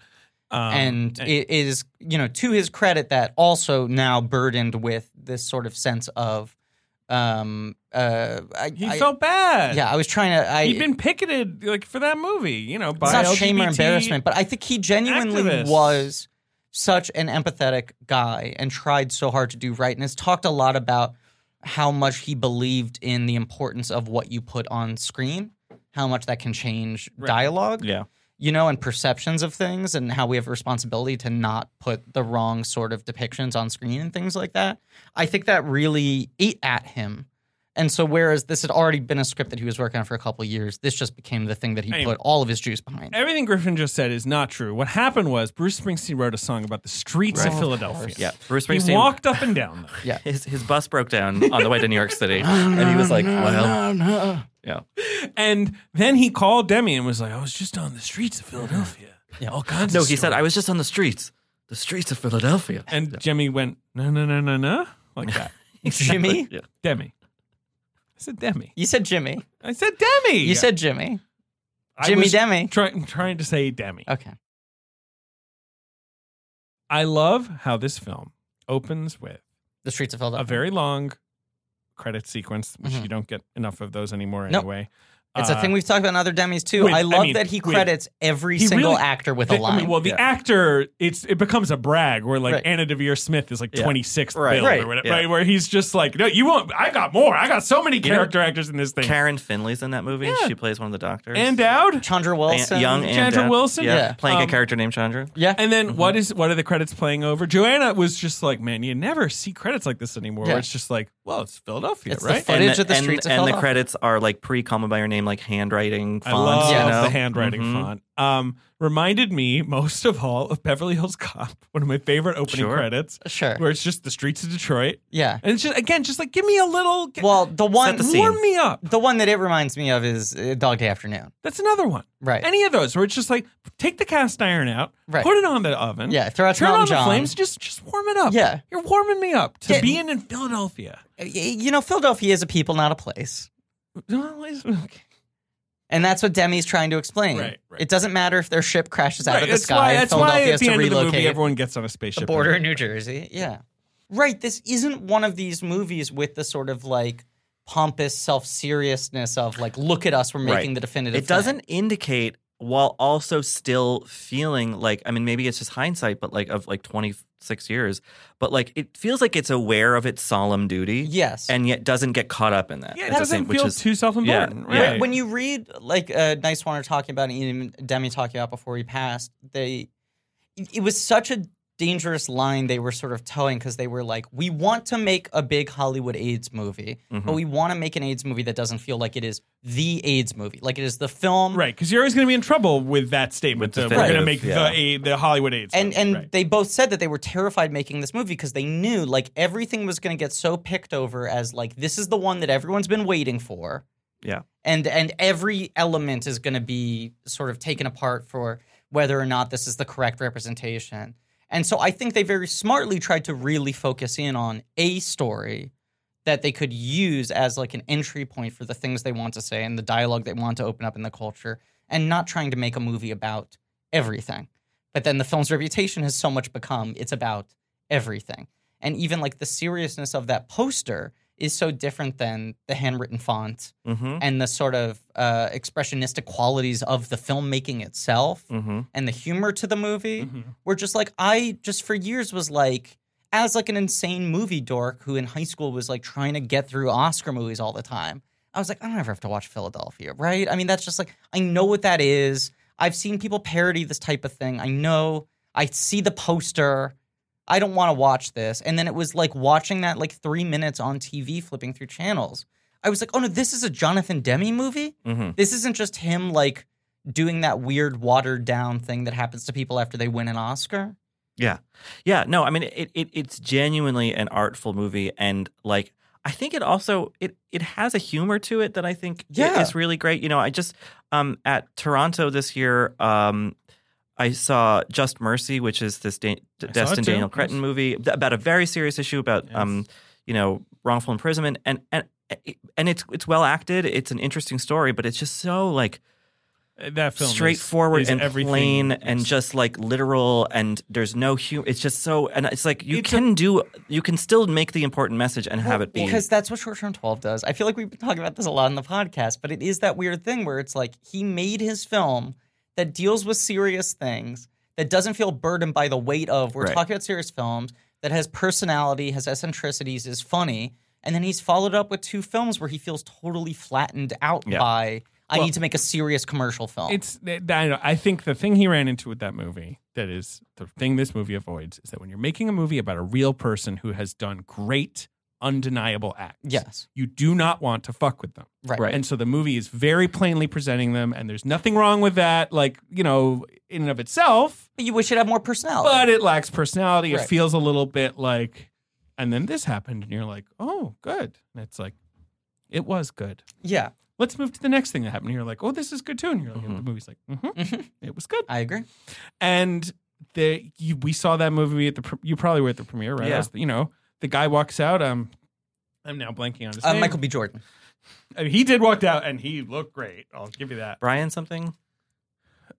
Um,
and it is you know to his credit that also now burdened with this sort of sense of, um, uh, I,
He
I-
felt bad.
yeah, I was trying to, I
He'd been picketed like for that movie, you know, by
it's not
LGBT
shame or embarrassment, but I think he genuinely
activists.
was such an empathetic guy and tried so hard to do right and has talked a lot about how much he believed in the importance of what you put on screen, how much that can change dialogue,
Yeah.
you know, and perceptions of things, and how we have a responsibility to not put the wrong sort of depictions on screen and things like that. I think that really ate at him. And so, whereas this had already been a script that he was working on for a couple of years, this just became the thing that he
Anyway.
put all of his juice behind.
Everything Griffin just said is not true. What happened was Bruce Springsteen wrote a song about the streets of Philadelphia.
Yeah. Bruce
He
Springsteen
walked up and down them.
his his bus broke down on the way to New York City, and he was like, "Well, yeah,
And then he called Demi and was like, I was just on the streets of Philadelphia.
Yeah.
All kinds
no."
of
He said,
stories."
"I was just on the streets, the streets of Philadelphia."
And Jimmy went, no, no, no, no, no, like that.
Jimmy?
Yeah.
Demi. I said Demi.
You said Jimmy.
I said Demi.
You said Jimmy.
I
Jimmy
was
Demi. Oh.
try- trying to say Demi.
Okay.
I love how this film opens with
The streets of
a
Philadelphia.
very long credit sequence, which
Mhm.
you don't get enough of those anymore
Nope.
anyway.
It's
Uh,
a thing we've talked about in other Demis too.
wait, I
I love
mean,
that he
wait.
credits every
He
single
really-
actor with
the-
a
I
line.
mean, well, the
Yeah.
actor, it's it becomes a brag where like
Right.
Anna Devere Smith is like
Yeah.
26th
Right.
build or
Right.
whatever,
Yeah.
right? Where he's just like, no, you won't. I got more. I got so many
know-
character actors in this thing.
Karen Finley's in that movie.
Yeah.
She plays one of the doctors.
and Dowd.
Chandra Wilson,
An- young and
Chandra
Dowd.
Wilson?
yeah,
Yeah.
playing
Um,
a character named Chandra.
yeah,
And
Mm-hmm.
then what is what are the credits playing over? Joanna was just like, man, you never see credits like this anymore. Where
Yeah.
it's just like, well, it's Philadelphia,
It's the
right?
fu- Footage
and
of the
and,
streets of
and the
Philadelphia.
credits are like pre-comma by your name, like handwriting fonts.
I love
you know?
the handwriting
Mhm.
font. Um, reminded me most of all of Beverly Hills Cop, one of my favorite opening
Sure.
credits,
sure,
where it's just the streets of Detroit,
yeah.
and it's just again, just like give me a little, get,
Well, the one,
the
the,
scene.
warm me up.
one that it reminds me of is uh, Dog Day Afternoon.
That's another one.
Right.
Any of those where it's just like take the cast iron out,
Right.
put it on the oven,
yeah, throw out
turn on
Elton
the
John.
flames, just just warm it up.
Yeah.
you're warming me up to
Get-
being in Philadelphia.
Y- You know, Philadelphia is a people, not a place,
No, it's- okay.
and that's what Demi's trying to explain.
Right, right.
It doesn't matter if their ship crashes out
Right,
of the
that's
sky.
Why, that's why
Philadelphia
at
has
the
to
end of the
relocate.
movie, everyone gets on a spaceship.
the
and-
border of New Jersey. Yeah. Right. This isn't one of these movies with the sort of like pompous self seriousness of like, look at us, we're making
Right.
the definitive.
It
thing.
doesn't indicate while also still feeling like I mean maybe it's just hindsight but like of like 26 years but like it feels like it's aware of its solemn duty
Yes.
and yet doesn't get caught up in that
Yeah,
At
it
the
doesn't
same- which
feel
is-
too self-important.
yeah, yeah.
right?
When you read like uh, Nice Warner talking about it, and even Demi talking about before he passed, they it- it was such a dangerous line they were sort of towing because they were like, we want to make a big Hollywood AIDS movie,
Mm-hmm.
but we want to make an AIDS movie that doesn't feel like it is the AIDS movie, like it is the film
Right, because you're always going to be in trouble with that statement.
With the
that we're going to make
definitive, yeah.
the aid, the Hollywood AIDS.
and
movie,
and
right.
they both said that they were terrified making this movie because they knew like everything was going to get so picked over as like this is the one that everyone's been waiting for
Yeah.
and and every element is going to be sort of taken apart for whether or not this is the correct representation and so i think they very smartly tried to really focus in on a story that they could use as like an entry point for the things they want to say and the dialogue they want to open up in the culture and not trying to make a movie about everything but then the film's reputation has so much become it's about everything and even like the seriousness of that poster is so different than the handwritten font
Mhm.
and the sort of uh, expressionistic qualities of the filmmaking itself
Mhm.
and the humor to the movie
Mhm.
were just like I just for years was like as like an insane movie dork who in high school was like trying to get through Oscar movies all the time. I was like, I don't ever have to watch Philadelphia, right? I mean, that's just like I know what that is. I've seen people parody this type of thing. I know. I see the poster. I don't want to watch this. And then it was like watching that like three minutes on TV, flipping through channels. I was like, oh no, this is a Jonathan Demi movie.
Mhm.
This isn't just him like doing that weird watered down thing that happens to people after they win an Oscar.
Yeah. Yeah. No, I mean it, it it's genuinely an artful movie and like I think it also it it has a humor to it that I think i-
Yeah.
is really great. You know, I just um at Toronto this year, um I saw Just Mercy, which is this Dan-
it
Destin
too.
Daniel Cretton
Yes.
movie th- about a very serious issue about
Yes.
um you know wrongful imprisonment and and and it's it's well acted. It's an interesting story, but it's just so like
that film is-
straightforward
is
and
everything.
plain and just like literal and there's no humor. It's just so and it's like you
It's a-
can do you can still make the important message and have it be
Because that's what Short Term 12 does. I feel like we've been talking about this a lot in the podcast, but it is that weird thing where it's like he made his film that deals with serious things, that doesn't feel burdened by the weight of we're
Right.
talking about serious films, that has personality, has eccentricities, is funny, And then he's followed up with two films where he feels totally flattened out
Yeah.
by I
Well-
need to make a serious commercial film.
It's I, don't- I think the thing he ran into with that movie that is the thing this movie avoids is that when you're making a movie about a real person who has done great undeniable acts
yes.
you do not want to fuck with them
Right.
Right.
and so the movie is very plainly presenting them and there's nothing wrong with that like you know in and of itself
But you wish it had more personality.
but it lacks personality it
Oh. Right.
feels a little bit like and then this happened and you're like oh good and it's like it was good
yeah,
let's move to the next thing that happened. And you're like, oh, this is good too. And you're like,
Mhm.
the movie's like, hmm
Mhm.
it was good.
I agree.
And the you, we saw that movie at the pre- you probably were at the premiere, right? I
Yeah.
was- you know, the guy walks out. Um, I'm now blanking on his
Uh,
name.
Michael B. Jordan.
Uh, he did walk out, and he looked great. I'll give you that.
Brian something?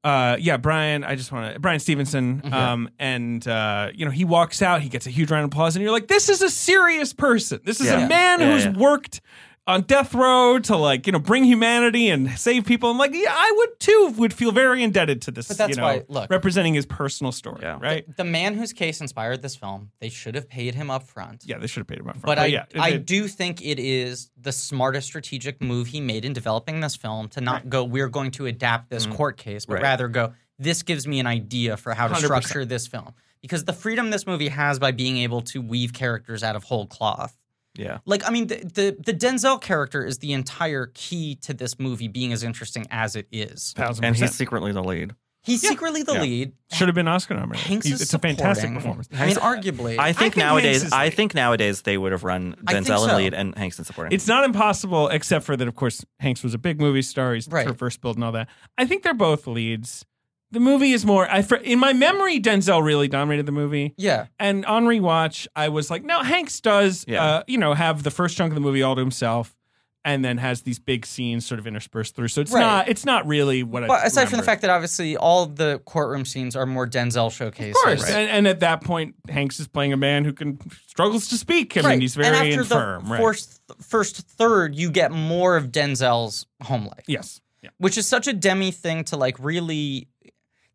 Uh, yeah, Brian. I just want to Brian Stevenson.
Mm-hmm.
Um, and uh, you know, he walks out. He gets a huge round of applause, and you're like, this is a serious person. This is
Yeah.
a man
Yeah,
who's
yeah.
worked on death row to like you know bring humanity and save people. I'm like, yeah, I would too. Would feel very indebted to this.
But that's
you know,
why- look.
representing his personal story,
Yeah.
right?
The man whose case inspired this film, they should have paid him up front.
Yeah, they should have paid him up front.
But I,
yeah, it-
I
it-
do think it is the smartest strategic move he made in developing this film to not go, we're going to adapt this court case, but
Right.
rather go, this gives me an idea for how to structure this film. Because the freedom this movie has by being able to weave characters out of whole cloth.
Yeah.
Like, I mean, the, the, the Denzel character is the entire key to this movie being as interesting as it is.
thousand
And
percent.
he's secretly the lead.
He's secretly the lead.
should have been Oscar nominated.
Hanks
He's-
is
it's a fantastic
supporting.
performance.
I mean, arguably.
I
think
think,
Hanks
nowadays
is
I
lead.
think nowadays they would have run
I think
Denzel in
so.
lead and Hanks in supporting.
It's not impossible, except for that, of course, Hanks was a big movie star. He's
Right.
her first build and all that. I think they're both leads. The movie is more. I for, in my memory, Denzel really dominated the movie.
yeah.
And on rewatch, I was like, no, Hanks does.
Yeah.
Uh, you know, have the first chunk of the movie all to himself, and then has these big scenes sort of interspersed through. So it's
Right.
not. It's not really what. I
But aside from the
remember.
fact that obviously all the courtroom scenes are more Denzel showcases.
Of course, and, and at that point, Hanks is playing a man who can struggles to speak. I mean, he's very
and after
infirm.
The
right.
first, first third, you get more of Denzel's home life,
yes. Yeah.
which is such a demi thing to like really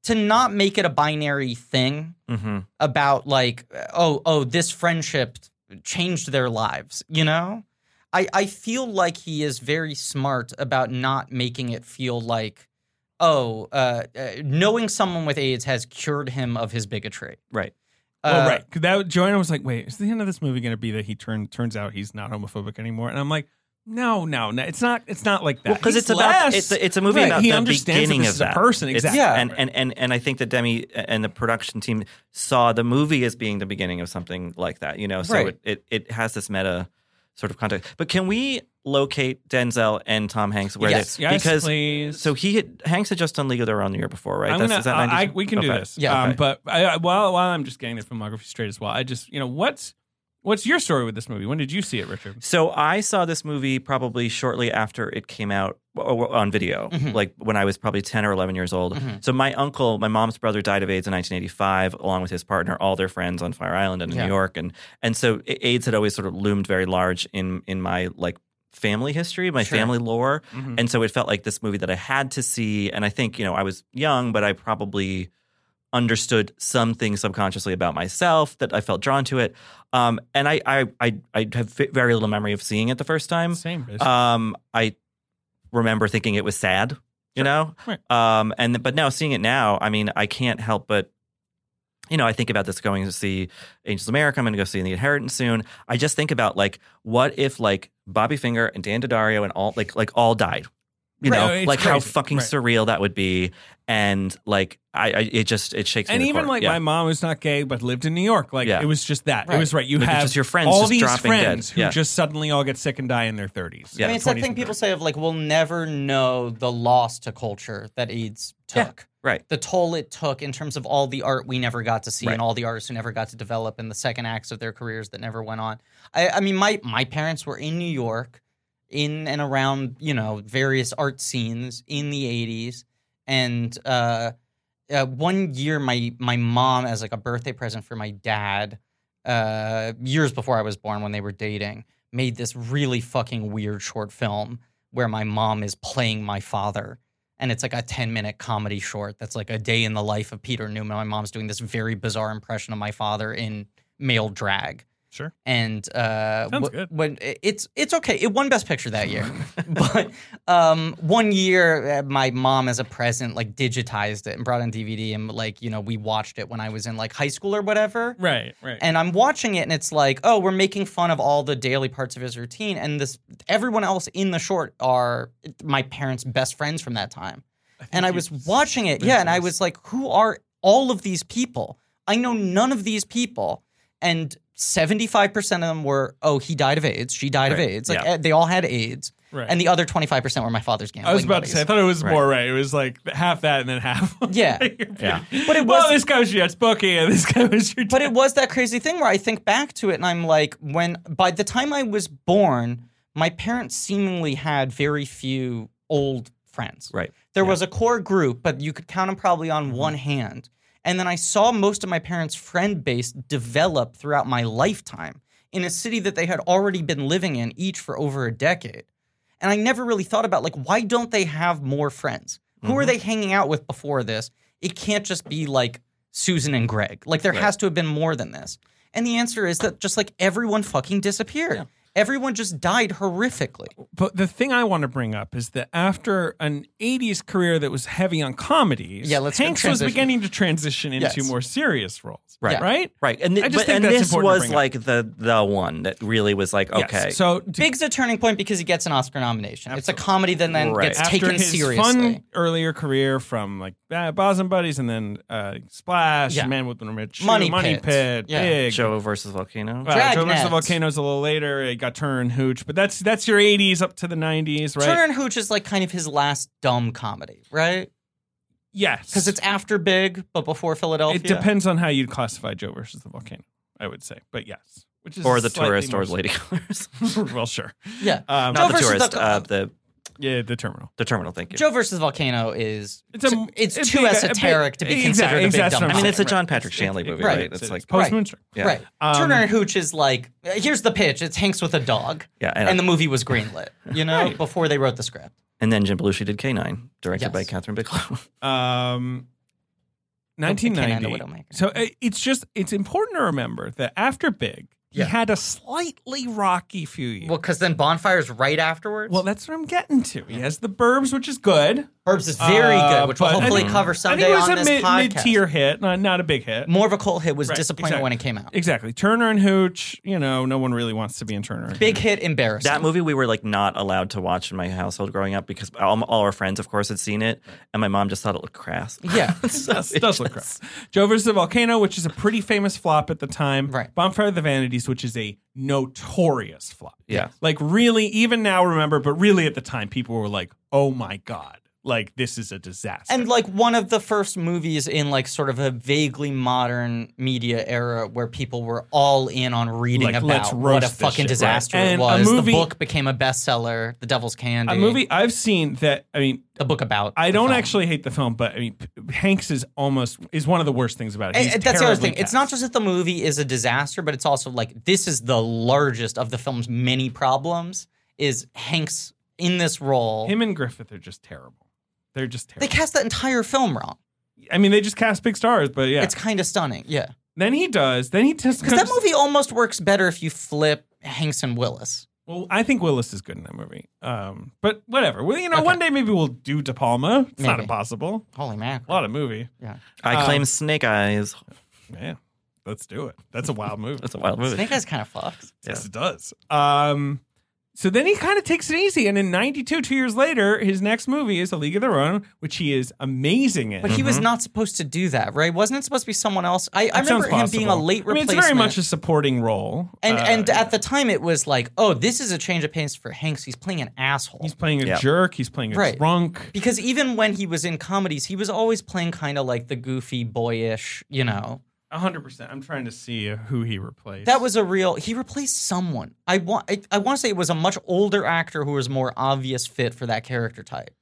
to not make it a binary thing
hmm
about like oh oh this friendship changed their lives you know i i feel like he is very smart about not making it feel like oh uh, uh knowing someone with aids has cured him of his bigotry
Right.
Well,
Uh,
right. 'Cause that Joanna was like, "Wait, is the end of this movie going to be that he turn, turns out he's not homophobic anymore?" And I'm like, "No, no, no. It's not. It's not like that.
because
He's
it's about
less-
it's a, it's a movie
Right,
about
he
the
understands that
beginning
this
of
is a
that
person,
It's-
exactly.
and, and and and I think that Demi and the production team saw the movie as being the beginning of something like that. You know, so
Right.
it, it it has this meta sort of context. But can we locate Denzel and Tom Hanks where
Yes.
they
yes,
because
please.
so he had, Hanks had just done League of Their Own the year before, right?
I'm
That's-
gonna,
is that
uh,
92?
I, we can do
Okay.
this.
Yeah,
Um,
okay.
but I, I- while while I'm just getting the filmography straight as well, I just you know what's what's your story with this movie? When did you see it, Richard?
So I saw this movie probably shortly after it came out o- o- on video,
Mhm.
like when I was probably 10 or 11 years old.
Mhm.
So my uncle, my mom's brother died of AIDS in 1985 along with his partner, all their friends on Fire Island and in
Yeah.
New York and and so a- AIDS had always sort of loomed very large in in my like family history, my
Sure.
family lore.
Mhm.
And so it felt like this movie that I had to see and I think, you know, I was young, but I probably understood something subconsciously about myself that I felt drawn to it. Um, and I, I, I, I have fi- very little memory of seeing it the first time.
Same. bitch.
Um, I remember thinking it was sad, you know.
Right.
Um, and but now seeing it now, I mean, I can't help but. You know, I think about this going to see Angels of America. I'm going to go see The Inheritance soon. I just think about like, what if like Bobby Finger and Dan Daddario and all like like all died, you
Right.
know,
No, it's
like how
crazy.
fucking
Right.
surreal that would be. And like, I, I it just it shakes me.
and
to the
even
core.
like
Yeah.
my mom was not gay but lived in New York. Like
Yeah.
it was just that. It
Right.
was right. You
Like, it's
have
just your friends
all
just
these
dropping dead.
friends who
Yeah.
just suddenly all get sick and die in their thirties.
I
Yeah,
mean, it's that thing people say of like, we'll never know the loss to culture that AIDS
Yeah,
took.
right.
The toll it took in terms of all the art we never got to see
Right.
and all the artists who never got to develop and the second acts of their careers that never went on. I, I mean, my, my parents were in New York, in and around, you know, various art scenes in the 80s. And uh, uh, one year, my, my mom, as like a birthday present for my dad, uh, years before I was born when they were dating, made this really fucking weird short film where my mom is playing my father. And it's like a 10 minute comedy short that's like a day in the life of Peter Newman. My mom's doing this very bizarre impression of my father in male drag.
Sure.
and uh,
Sounds
wh-
good.
when it's it's okay. It won Best Picture that year, but um, one year uh, my mom, as a present, like digitized it and brought it on DVD, and like you know we watched it when I was in like high school or whatever.
Right, right.
And I'm watching it, and it's like, oh, we're making fun of all the daily parts of his routine, and this everyone else in the short are my parents' best friends from that time. and I
you
was watching it, yeah, and I was like, who are all of these people? I know none of these people, and 75 percent of them were, oh, he died of AIDS, she died of
Right,
AIDS, like
yeah.
eh, they all had AIDS,
Right.
and the other 25 percent were my father's gambling.
I was about to
buddies.
say, I thought it was more right. It was like half that and then half.
Yeah.
Yeah.
But it was. Well, this guy was your bookie and this guy was your.
But it was that crazy thing where I think back to it and I'm like, when by the time I was born, my parents seemingly had very few old friends.
Right.
There was a core group, but you could count them probably on one hand. And then I saw most of my parents' friend base develop throughout my lifetime in a city that they had already been living in each for over a decade. And I never really thought about like why don't they have more friends? Who are they hanging out with before this? It can't just be like Susan and Greg. Like there has to have been more than this. And the answer is that just like everyone fucking disappeared. Everyone just died horrifically.
But the thing I want to bring up is that after an 80s career that was heavy on comedies,
Yeah, let's get
Hanks was
transition.
beginning to transition into
Yes.
more serious roles.
Right.
Yeah.
Right?
Right. And, th-
I just
but-
think
and
that's
this
important to
was
bring up.
like the the one that really was like,
Yes.
okay.
So d-
Big's a turning point because he gets an Oscar nomination. It's a comedy that then
Right.
gets
after
taken
his
seriously.
fun earlier career from like uh, Bosom Buddies and then uh, Splash,
Yeah.
Man with the Rich,
Money
Money
Pit.
Pit,
Yeah.
Big,
Joe versus Volcano.
Uh, Joe versus
Dragnet.
the Volcanoes a little later. It got Turner and Hooch, but that's that's your 80s up to the 90s, right?
Turner and Hooch is like kind of his last dumb comedy, right?
yes,
Because it's after Big, but before Philadelphia.
it depends on how you'd classify Joe versus the Volcano. I would say, but yes, which is
Or the
slightly
tourist
more-
or the lady killers.
well, sure.
Yeah.
Um,
Joe
Not the
versus
tourist,
the-
uh, the
yeah, the terminal.
the terminal, thank you.
Joe versus Volcano is
It's a-
it's,
it's
too
a- a bit-
esoteric to be
Exactly,
considered a big
exactly what
dumb
I'm
I mean,
comedy.
saying.
it's a John Patrick Stanley movie,
right,
right?
It's,
It's,
it's
like,
post
right.
Moonstruck.
yeah.
Right.
Um,
Turner and Hooch is like, here's the pitch. It's Hanks with a dog.
Yeah, I know.
And the movie was greenlit, you know, before they wrote the script.
And then Jim Belushi did K9, directed
Yes.
by Catherine Bigelow.
Um,
Okay, Kenan the
1990.
Widowmaker.
So uh, it's just it's important to remember that after Big,
Yeah.
he had a slightly rocky few years.
Well,
Well,
because then Bonfire's right afterwards. Well,
that's what I'm getting to. He has the Burbs, which is good.
Herbs is very
Uh,
good, which we'll
but I
hopefully
Hmm.
think-
cover
I think
someday
it was
on
a
this
mid,
podcast.
mid-tier hit, not, not a big hit.
More of a cult hit was
Right,
disappointed when it came out.
Exactly. Turner and Hooch. You know, no one really wants to be in Turner. and
Big hit, embarrassing.
That movie we were like not allowed to watch in my household growing up because all, all our friends, of course, had seen it, and my mom just thought it looked crass.
Yeah.
does, does look rough. Joe versus the Volcano, which is a pretty famous flop at the time.
Right.
Bonfire of the Vanities, which is a notorious flop.
Yeah.
Like really, even now remember, but really at the time, people were like, "Oh my god, like this is a disaster."
and like one of the first movies in like sort of a vaguely modern media era where people were all in on reading
Like,
about
let's
what a
roast this
fucking
shit, right?
disaster it
And a
was.
movie-
the book became a bestseller. The Devil's Candy.
a movie I've seen that I mean.
The book about.
I
the
don't
film.
actually hate the film, but I mean, P- Hanks is almost is one of the worst things about it.
And-
He's
and that's the other
terribly
thing. It's not
cast.
just that the movie is a disaster, but it's also like this is the largest of the film's many problems. Is Hanks in this role?
him and Griffith are just terrible. They're just
they
terrible.
cast that entire film wrong.
I mean, they just cast big stars, but yeah.
It's kind of stunning. Yeah,
then he does. Then he just
because that movie almost works better if you flip Hanks and Willis.
Well, I think Willis is good in that movie. Um, but whatever. Well, you know, one day maybe we'll do De Palma. It's not
Maybe.
impossible.
Holy
A
mackerel!
lot of movie.
Yeah.
um,
I claim Snake Eyes.
Man, let's do it. That's a wild movie.
That's a wild movie.
Snake Eyes kind of fucked.
yes, it does. Um, so then he kind of takes it easy, and in '92, two years later, his next movie is A League of Their Own, which he is amazing in.
But he was not supposed to do that, right? Wasn't it supposed to be someone else? I, I
That sounds
remember him being a
possible.
late
I mean,
replacement.
it's very much a supporting role,
and
Uh,
and at the time it was like, oh, this is a change of pace for Hanks. He's playing an asshole.
he's playing a
Yeah.
jerk. He's playing a
Right.
drunk.
because even when he was in comedies, he was always playing kind of like the goofy, boyish, you know.
100. percent I'm trying to see who he replaced.
That was a real. He replaced someone. I want. I, I want to say it was a much older actor who was more obvious fit for that character type.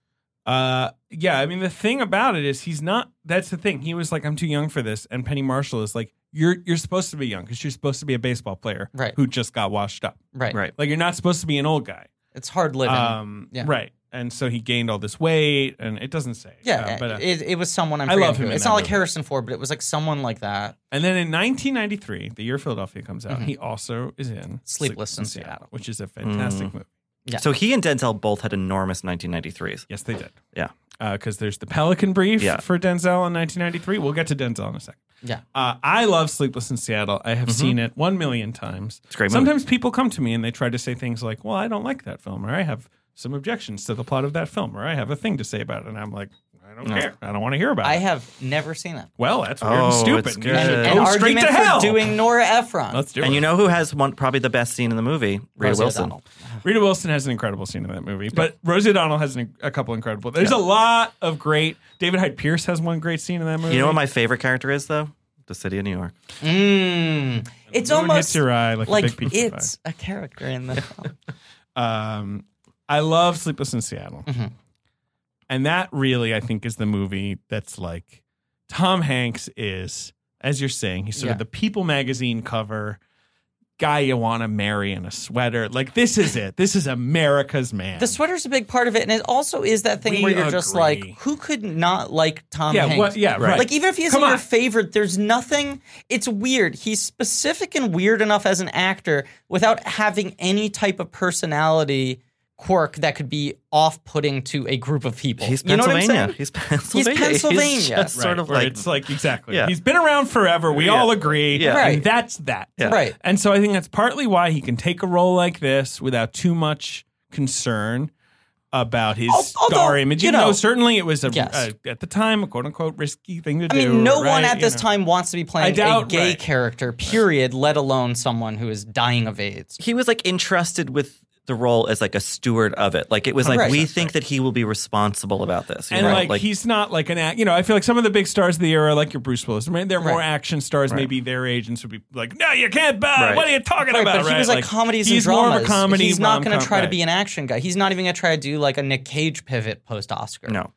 Uh, yeah, I mean the thing about it is he's not. That's the thing. He was like, "I'm too young for this," and Penny Marshall is like, "You're you're supposed to be young because you're supposed to be a baseball player
Right.
who just got washed up.
Right.
Right.
Like you're not supposed to be an old guy.
It's hard living.
Um,
Yeah.
right. Uh, and so he gained all this weight, and it doesn't say.
Yeah,
Uh, but, uh,
it, it was someone I'm
I love him
forgetting who.
in
It's
that
not like
movie.
Harrison Ford, but it was like someone like that.
and then in 1993, the year Philadelphia comes out, he also is in
Mm-hmm. Sleepless in Seattle. Mm.
which is a fantastic movie.
Yeah.
So he and Denzel both had enormous 1993s.
Yes, they did.
Yeah.
Because there's the Pelican Brief
Yeah.
for Denzel in 1993. We'll get to Denzel in a second.
Yeah.
Uh, I love Sleepless in Seattle. I have seen it one million times.
It's a Mm-hmm. great movie.
Sometimes people come to me and they try to say things like, well, I don't like that film, or I have some objections to the plot of that film, or I have a thing to say about it. And I'm like, I don't care. I don't want to hear about
I
it.
have never seen it.
Well, that's weird and
Oh,
stupid.
it's
You
good.
should
And-
go
An
Uh, straight
argument
to hell.
for doing Nora Ephron.
Let's do it.
And you know who has one probably the best scene in the movie? Rita
Rosie
Wilson.
O'Donnell.
Rita Wilson has an incredible scene in that movie, but Rosie O'Donnell has an, a couple incredible. There's a lot of great. David Hyde Pierce has one great scene in that movie.
You know what my favorite character is though? The city of New York.
Mm. It's
Moon
almost
hits your eye like a
like
big pizza
it's a character in the film.
um, I love Sleepless in Seattle.
Mm-hmm.
And that really, I think, is the movie that's like Tom Hanks is, as you're saying, he's sort
Yeah.
of the People magazine cover guy you want to marry in a sweater. Like, this is it. This is America's man.
the sweater's a big part of it, and it also is that thing
We
where you're just like,
agree.
who could not like Tom
yeah,
Hanks?
what, yeah, right.
Like even if he isn't
Come on.
your favorite, there's nothing. It's weird. He's specific and weird enough as an actor without having any type of personality quirk that could be off-putting to a group of people.
He's
You know what I'm
Pennsylvania.
saying?
He's Pennsylvania.
Pennsylvania.
just
Right,
sort of
where
like
it's like exactly.
Yeah.
He's been around forever. We
Yeah.
all agree.
Yeah.
Right.
And that's that.
Yeah.
Right.
And so I think that's partly why he can take a role like this without too much concern about his
Al- although,
star image.
you
Even though
know-
certainly it was a,
Yes.
a- at the time a quote unquote risky thing to
I
do.
mean, no
right?
one at
You
this
know.
time wants to be playing a
doubt-
gay
right.
character, period, let alone someone who is dying of AIDS.
he was like entrusted with the role as like a steward of it. Like it was like
Right.
we think that he will be responsible about this. you
And
know?
like, he's not like an act, you know. I feel like some of the big stars of the era, like your Bruce Willis, I mean, they're more
Right.
action stars, maybe their agents would be like, "No, you can't buy. it.
Right.
What are you talking
Right,
about?"
but he
right?
was like, comedies and
he's
dramas.
more of a comedy.
he's not going to
rom-com,
try to
right.
be an action guy. He's not even going to try to do like a Nick Cage pivot post Oscar.
no.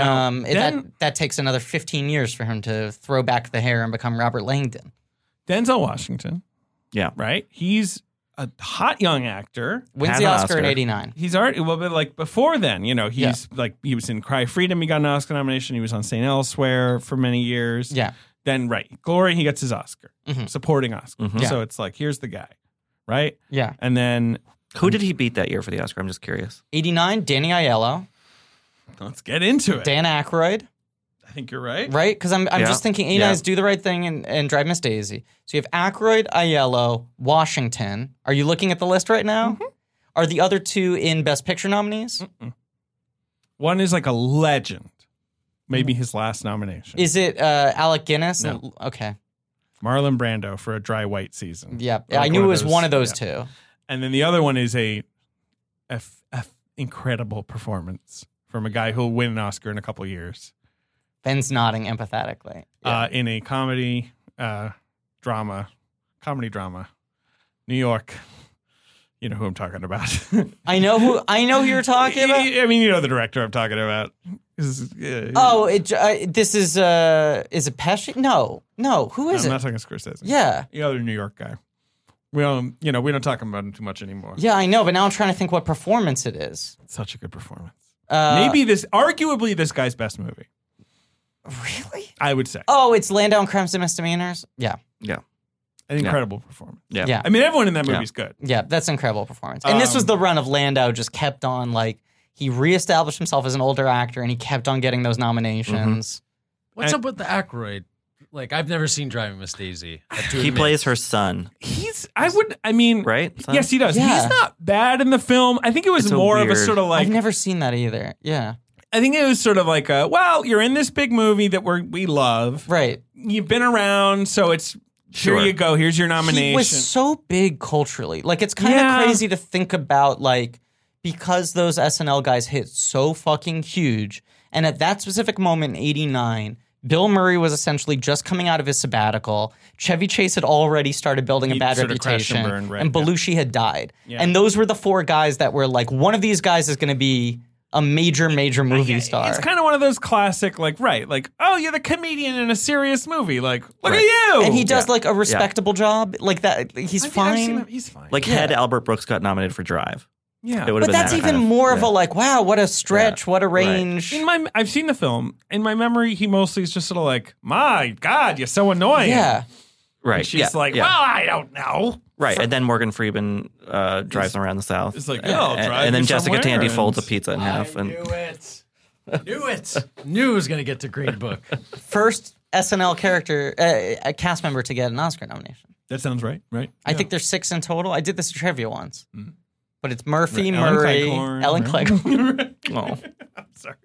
Um,
then-
that that takes another 15 years for him to throw back the hair and become Robert Langdon.
Denzel Washington,
Yeah.
right? He's a hot young actor.
Wins
Had
the
an
Oscar, in
Oscar.
89.
He's already well, but like before then, you know, he's like he was in Cry Freedom. He got an Oscar nomination. He was on St. Elsewhere for many years.
Yeah.
Then right, Glory, he gets his Oscar,
Mhm.
supporting Oscar.
Mhm.
So it's like here's the guy, right?
Yeah.
And then
Who did he beat that year for the Oscar? I'm just curious.
89, Danny Aiello,
let's get into it.
Dan Aykroyd,
I think you're right.
right? Because I'm, I'm
Yeah.
just thinking 89 is Do the Right Thing and, and Drive Miss Daisy. So you have Aykroyd, Aiello, Washington. Are you looking at the list right now? Are the other two in Best Picture nominees?
Mm-hmm. One is like a legend. Maybe his last nomination.
Mm-hmm. Is it uh, Alec Guinness?
No.
Okay.
Marlon Brando for a dry white season.
Yeah.
Or like
I knew it was one of
yeah.
those two.
And then the other one is a, a f- a f- incredible performance from a guy who'll win an Oscar in a couple years
Ben's nodding empathetically.
uh, in a comedy uh, drama, comedy drama, New York. You know who I'm talking about.
I know who I know who you're talking about.
I mean, you know the director I'm talking about. This is, uh,
Oh, it, uh, this is uh, is it Pesci? No, no. Who
I'm
is it?
not talking Scorsese.
yeah,
the other New York guy. We don't, you know, we don't talk about him too much anymore.
yeah, I know. But now I'm trying to think what performance it is.
Such a good performance.
Uh,
Maybe this, arguably, this guy's best movie.
really?
I would say
Oh, it's Landau and Crimes and Misdemeanors. Yeah,
Yeah.
an incredible performance.
Yeah.
Yeah.
I mean, everyone in that movie's good.
yeah. That's incredible performance. And this was
Um,
the run of Landau just kept on like he reestablished himself as an older actor, and he kept on getting those
Mm-hmm.
nominations.
What's
And-
up with the Ackroyd? Like I've never seen Driving Miss Daisy. I have to
He
admit.
plays her son,
He's, I would, I mean,
right? Son?
Yes, he does.
Yeah.
He's not bad in the film. I think it was
It's a
more of a
weird-
sort of like
I've never seen that either. Yeah,
I think it was sort of like a well, you're in this big movie that we we love.
right.
You've been around, so it's
Sure.
here you go. Here's your
He
nomination.
was so big culturally. Like it's kind of
Yeah.
crazy to think about like because those SNL guys hit so fucking huge and at that specific moment in 89 Bill Murray was essentially just coming out of his sabbatical. Chevy Chase had already started building a
He
bad
sort of crashed
reputation,
and burned, right, yeah.
Belushi had died. And those were the four guys that were like, one of these guys is going to be a major, major movie star.
it's kind of one of those classic, like right, like oh, you're the comedian in a serious movie. Like look at you.
and he does like a respectable job, like that. He's
I think I've seen
fine.
him. He's fine.
Like had Albert Brooks got nominated for Drive.
Yeah.
It
But
would have been
that's
that
even
kind of-
more of a
yeah.
like, wow, what a stretch, what a range.
In my, I've seen the film. In my memory, he mostly is just sort of like, "My God, you're so annoying."
yeah.
right.
And she's
yeah,
like,
yeah.
"Well, I don't know."
right. And then Morgan Freeman uh, drives around the south.
It's like,
and,
"Yeah, I'll
and-
drive
and then
you
Jessica
somewhere
Tandy
and-
folds a pizza in half,
I
and
knew it. knew it. Knew it was going to get to Green Book.
First SNL character, uh, a cast member to get an Oscar nomination.
That sounds right, right?
I think there's six in total. I did this trivia once, but it's Murphy,
Mm-hmm. Ellen
Murray,
Cleghorn.
Ellen Cleghorn,
oh.
Sorry,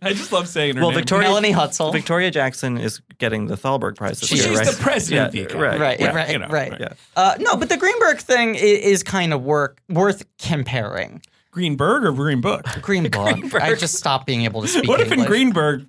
I just love saying her
well,
name.
Victoria
Melanie Hutzel.
Victoria Jackson is getting the Thalberg Prize this
She's
year, right?
the president.
Yeah,
Vika.
right.
right,
yeah,
right,
you know,
right.
right.
Yeah.
Uh, no, but the Greenberg thing is, is kind of work worth comparing.
Greenberg or Green Book.
Greenberg. I just stopped being able to speak.
What if in
English.
Greenberg,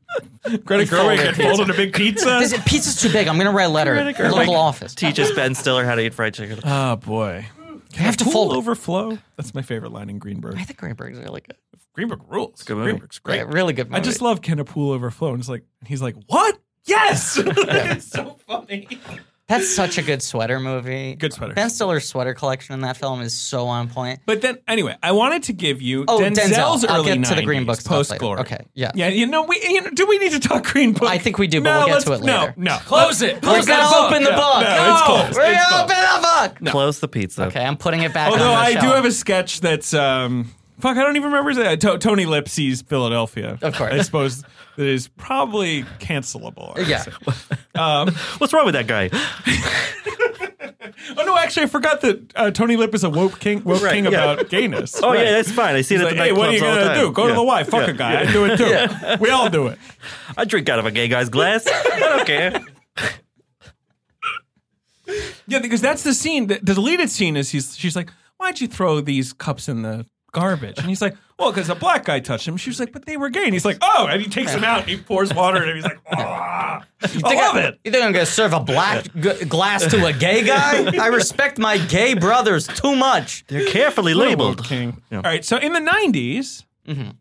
Greta Gerwig had folded a big pizza?
This pizza's too big. I'm gonna write a letter.
Greenberg.
Local office.
Teaches Ben Stiller how to eat fried chicken.
Oh boy. Can
have
a
to
pool
fold it.
overflow? That's my favorite line in Greenberg.
I think Greenberg's really good.
Greenberg rules.
good movie.
Greenberg's great.
Yeah, really good.
I
Movie.
just love can a pool overflow? And it's like and he's like, What? Yes. it's so funny.
That's such a good sweater movie.
Good sweater.
Ben Stiller's sweater collection in that film is so on point.
But then anyway, I wanted to give you
Oh,
Denzel's
Denzel.
early
I'll get to the
90s,
Green Book stuff
post
later.
glory.
Okay, yeah.
Yeah, you know, we you know, do we need to talk Green Book?
I think we do, but
no,
we'll get
let's-
to it later.
No, no.
Close it.
We're
Close that
gonna
book.
open the
Yeah.
book.
No, it's closed.
We're
It's
gonna
closed.
open the book.
Close the pizza.
Okay, I'm putting it back.
Although
on
Oh, I
the
do
shelf.
have a sketch that's um, fuck, I don't even remember his name. To- Tony Lipsy's Philadelphia.
Of course.
I suppose that is probably
Uh,
cancelable. I would
Yeah.
say. Um,
What's wrong with that guy?
oh no, actually, I forgot that uh, Tony Lip is a woke king, woke
Right,
king
yeah.
about gayness.
Oh
Right.
yeah, that's fine. I see it
He's
at
like,
the
hey, what are you
nightclubs all the
gonna
time.
do? Go to
Yeah.
the Y, fuck a guy. I do it too. We all do it.
I drink out of a gay guy's glass. I don't care.
Yeah, because that's the scene. The, the deleted scene is he's she's like, "Why'd you throw these cups in the garbage?" And he's like, "Well, because a black guy touched him." She was like, "But they were gay." And he's like, "Oh!" And he takes them out. And he pours water, and he's like, "Ah!" I
Think
love it.
You think I'm gonna serve a black g- glass to a gay guy? I respect my gay brothers too much.
They're carefully labeled.
King.
Yeah.
All right, so in the '90s,
Mhm.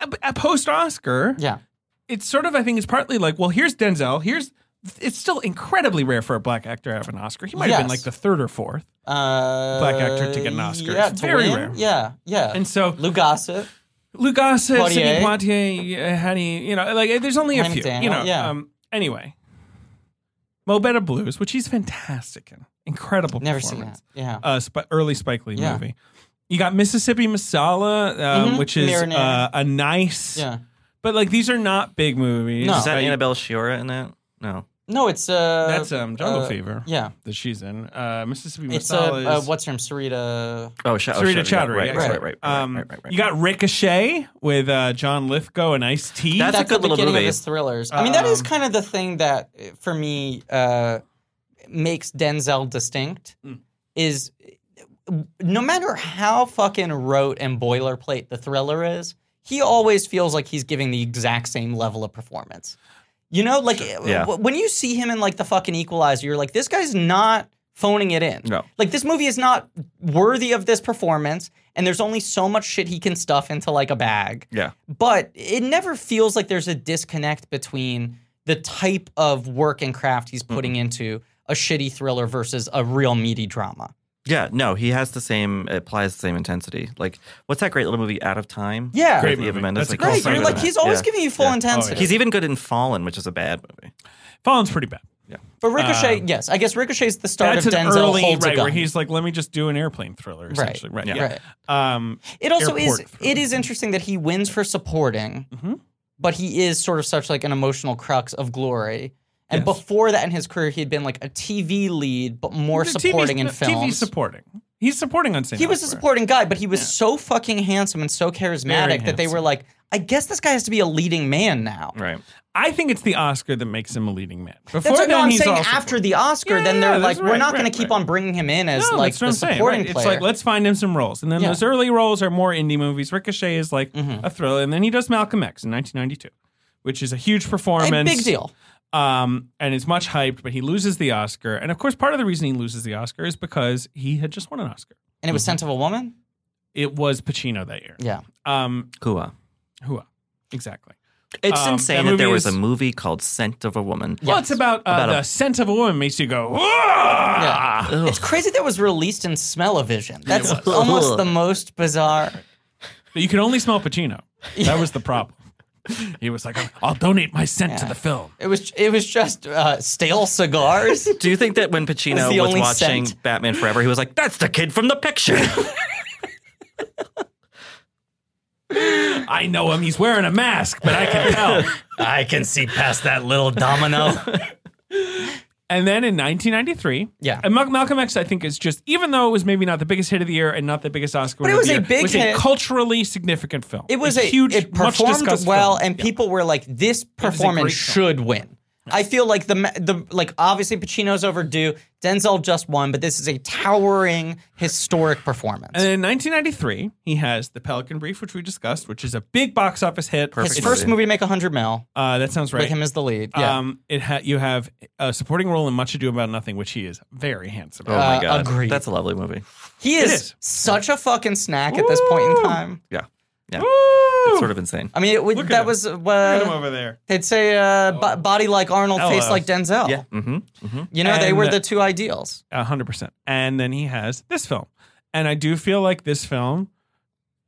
a, a post Oscar,
Yeah,
it's sort of I think it's partly like, well, here's Denzel. Here's it's still incredibly rare for a black actor to have an Oscar. He might have been
Yes.
like the third or fourth.
uh,
Black actor to get an Oscar.
Yeah,
It's
to
very
win?
rare.
Yeah, yeah.
And so
Lou Gossett.
Lou Gossett,
Poitier.
Sidney Poitier, uh, Honey, you know, like there's only a
Hank
few, you
Daniel,
know.
yeah.
Um, anyway, Mo Better Blues, which he's fantastic in, incredible.
Never seen
performance.
that. Yeah.
Uh, sp- early Spike Lee
Yeah.
movie. You got Mississippi Masala, um,
Mhm.
which is
Marinara.
uh, a nice,
yeah.
but like these are not big movies.
No.
Is that
Uh,
Annabelle Shiora in that? No.
No, it's uh.
That's um, Jungle
uh,
Fever
Yeah.
that she's in. Uh, Mississippi
It's uh,
Masala
uh,
is
what's her name? Sarita.
Oh, Sh- oh,
Sarita
Shiora, yeah,
Chowdhury.
Right,
yeah.
right, right, right, right,
Um,
right, right, right.
You got Ricochet with uh, John Lithgow and Ice T.
That's a
the
good little
beginning
movie.
of his thrillers. I mean, that is
Um,
kind of the thing that uh, for me uh, makes Denzel distinct
Hmm.
is uh, no matter how fucking rote and boilerplate the thriller is, he always feels like he's giving the exact same level of performance. You know, like
Yeah.
w- when you see him in like the fucking Equalizer, you're like, this guy's not phoning it in.
No.
Like this movie is not worthy of this performance, and there's only so much shit he can stuff into like a bag
yeah.
but it never feels like there's a disconnect between the type of work and craft he's putting
Mm-hmm.
into a shitty thriller versus a real meaty drama.
Yeah, no, he has the same it applies the same intensity. Like what's that great little movie Out of Time?
Yeah.
Great
With Eva
movie.
Mendes,
That's a
like,
cool
Right,
also
you're
Simon
like
good.
he's always
Yeah.
giving you full
Yeah.
intensity.
He's even good in Fallen, which is a bad movie.
Fallon's pretty bad.
but Ricochet, yes, I guess Ricochet's the start of
um, That's an
Denzel
early
holds a
right
gun.
where he's like, let me just do an airplane thriller, essentially. Right.
Right.
yeah. Um,
It also is
Airport
it is interesting that he wins for supporting,
Mhm.
but he is sort of such like an emotional crux of glory. And before that in his career, he had been like a TV lead, but more
the TV's
supporting in
TV
films.
supporting. He's supporting on St.
he was a
Elsewhere.
supporting guy, but he was so fucking handsome and so
Very
charismatic that they were
handsome.
like, I guess this guy has to be a leading man now.
Right.
I think it's the Oscar that makes him a leading man. Before
That's what
then,
no, I'm
he's
saying.
also-
After the Oscar,
Yeah,
then
yeah,
they're
that's
like, we're
right,
not
right,
going to keep
right.
on bringing him in as
no,
like
that's what
the
I'm saying.
supporting
Right.
player.
It's like let's find him some roles, and then
Yeah. Mm-hmm.
those early roles are more indie movies. Ricochet is like a thriller, and then he does Malcolm X in 1992, which is a huge performance,
a big deal.
um, and it's much hyped. But he loses the Oscar, and of course, part of the reason he loses the Oscar is because he had just won an Oscar.
And it was sent of a woman.
It was Pacino that year.
Yeah.
Um,
Kua.
Hua. Exactly.
It's
Um,
insane
that
that, there
movie
was
is-
a movie called Scent of a Woman.
Well, it's about, uh,
About a-
the scent of a woman makes you go, "Whoa!"
Ugh.
It's crazy that it was released in Smell-O-Vision. That's
was.
almost the most bizarre.
But you can only smell Pacino. That was the problem. He was like, I'll donate my scent to the film.
It was it was just uh, stale cigars.
Do you think that when
That's
Pacino
the
was
only
watching
scent.
Batman Forever, he was like, "That's the kid from the picture."
I know him. He's wearing a mask, but I can tell.
I can see past that little domino.
Oh
And then in 1993,
Yeah.
and Mal- Malcolm X, I think, is just even though it was maybe not the biggest hit of the year and not the biggest Oscar,
But
winner
it
of
was
the
a
year,
big
it was
hit.
a culturally significant film.
It was
a,
a,
huge,
It
much
performed
discussed
well,
film.
and people were like, "This
was a
performance
great film.
should win." I feel like the ma- the like obviously Pacino's overdue. Denzel just won, but this is a towering historic performance.
And then in 1993, he has The Pelican Brief, which we discussed, which is a big box office hit.
His
Perfect
first
movie.
movie to make 100 mil
Uh, that sounds right.
with him as the lead. Yeah.
Um, it ha- you have a supporting role in Much Ado About Nothing, which he is very handsome.
Oh my
Uh,
god,
agreed.
that's a lovely movie.
he is,
is.
such a fucking snack at this point in time.
Yeah, yeah,
Woo!
it's sort of insane.
I mean, it, would
Look at
that
him.
was uh,
Look at him
well,
over there. Oh.
they'd say uh, bo- body like Arnold, face
Hello.
like Denzel.
Yeah, hmm hmm
You know, they were
And-
the two ideals.
A hundred percent. And then he has this film, and I do feel like this film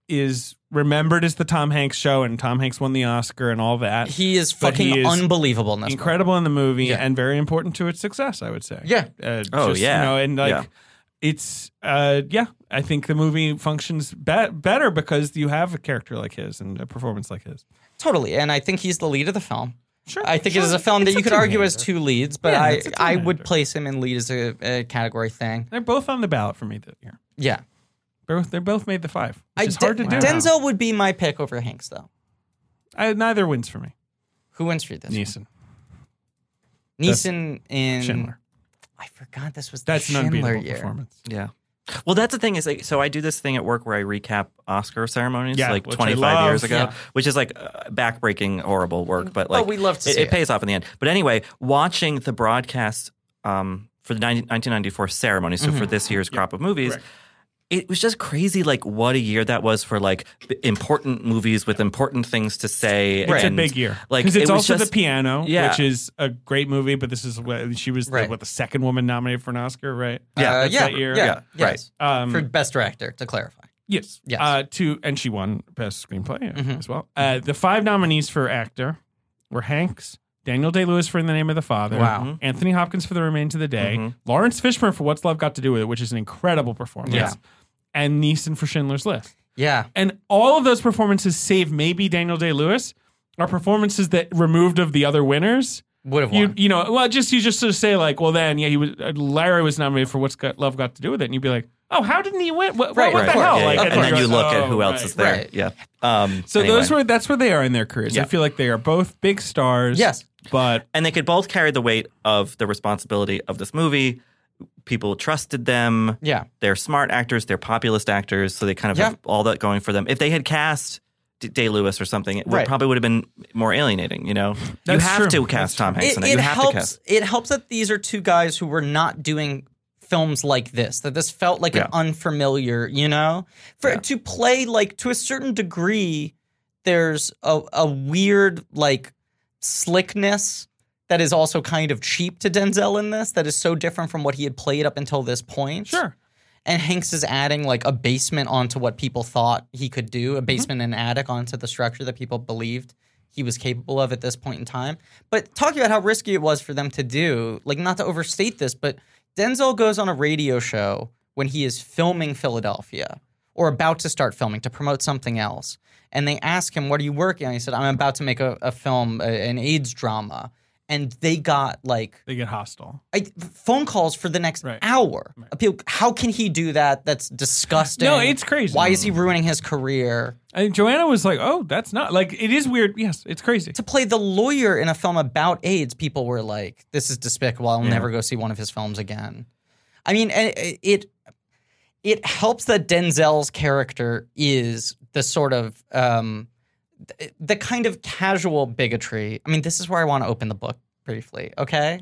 is remembered as the Tom Hanks show, and Tom Hanks won the Oscar and all that.
He is
But he
fucking
is
unbelievable in this. movie.
Incredible in the movie
Yeah.
and very important to its success, I would say.
Yeah.
Uh,
Oh,
just,
yeah.
You know, and like
Yeah.
it's uh yeah, I think the movie functions be- better because you have a character like his and a performance like his.
Totally, and I think he's the lead of the film.
Sure.
I think it is a film that
It's
you
a
could argue
two-hander.
as two leads, but
Yeah,
I
it's a
I
two-hander.
would place him in lead as a, a category thing.
They're both on the ballot for me that year.
Yeah,
They're, they're both made the five.
I
Which is hard to
Den-
do.
Denzel would be my pick over Hanks though.
I, neither wins for me.
Who wins for this?
Neeson.
Neeson in
Schindler.
I forgot this was the
That's an
Schindler
unbeatable
year.
performance.
Yeah. Well, that's the thing is like, so I do this thing at work where I recap Oscar ceremonies
Yeah,
like
which I
25 years
love.
ago,
Yeah.
which is like uh, backbreaking, horrible work, but like
we love to
it,
see
it
it.
pays off in the end. But anyway, watching the broadcast um, for the 90, 1994 ceremony, so
Mm-hmm.
for this year's crop of movies. It was just crazy, like what a year that was for like b- important movies with important things to say.
It's a
and,
big year.
like,
because
it
it's
was
also
just-
the piano,
Yeah.
which is a great movie. But this is what she was the-
Right.
what the second woman nominated for an Oscar, right?
Yeah,
Uh,
that's
yeah,
that year.
yeah,
Yeah,
yes.
Um,
for best director to clarify.
yes,
Yes.
Uh, to and she won best screenplay
Mm-hmm.
as well. Uh, the five nominees for actor were Hanks, Daniel Day Lewis for In the Name of the Father,
Wow.
Anthony Hopkins for The Remains of the Day,
Mhm.
Lawrence Fishburne for What's Love Got to Do with It, which is an incredible performance,
Yeah.
and Neeson for Schindler's List.
Yeah,
And all of those performances, save maybe Daniel Day Lewis, are performances that removed of the other winners.
would have
You
won.
you know, well, just you just sort of say like, well, then yeah, he was uh, Larry was nominated for what's got love got to do with it, and you'd be like, oh, how didn't he win? What,
Right,
what,
of
the
course.
hell?
Yeah,
like,
yeah.
of
and then
course.
you look at
Oh,
who else
right.
is there.
right.
Yeah. Um,
So
anyway.
those were that's where they are in their careers. I
Yeah.
feel like they are both big stars.
Yes.
but
and they could both carry the weight of the responsibility of this movie. People trusted them.
Yeah,
They're smart actors. They're populist actors. So they kind of
Yeah.
have all that going for them. If they had cast D- Day Lewis or something, it would-
Right.
probably would have been more alienating. You know,
That's
you have
true.
to
That's
cast Tom Hanks.
it,
in it. You
it
have to
helps.
cast.
It helps that these are two guys who were not doing films like this. That this felt like an
Yeah.
unfamiliar, you know, for to play like to a certain degree. There's a, a weird like slickness that is also kind of cheap to Denzel in this. That is so different from what he had played up until this point.
sure,
And Hanks is adding like a basement onto what people thought he could do, a basement and attic onto the structure that people believed he was capable of at this point in time. But talking about how risky it was for them to do, like not to overstate this, but Denzel goes on a radio show when he is filming Philadelphia or about to start filming to promote something else. And they ask him, What are you working on? He said, I'm about to make a, a film, a- an AIDS drama. And they got like
they get hostile.
I, phone calls for the next
Right.
hour. People, how can he do that? That's disgusting.
No, it's crazy.
Why is he ruining his career
And Joanna was like, "Oh, that's not like it is weird. Yes, it's crazy."
to play the lawyer in a film about AIDS? People were like, "This is despicable. I'll never go see one of his films again." I mean, and it, it it helps that Denzel's character is the sort of um, th- the kind of casual bigotry. I mean, this is where I want to open the book briefly. Okay.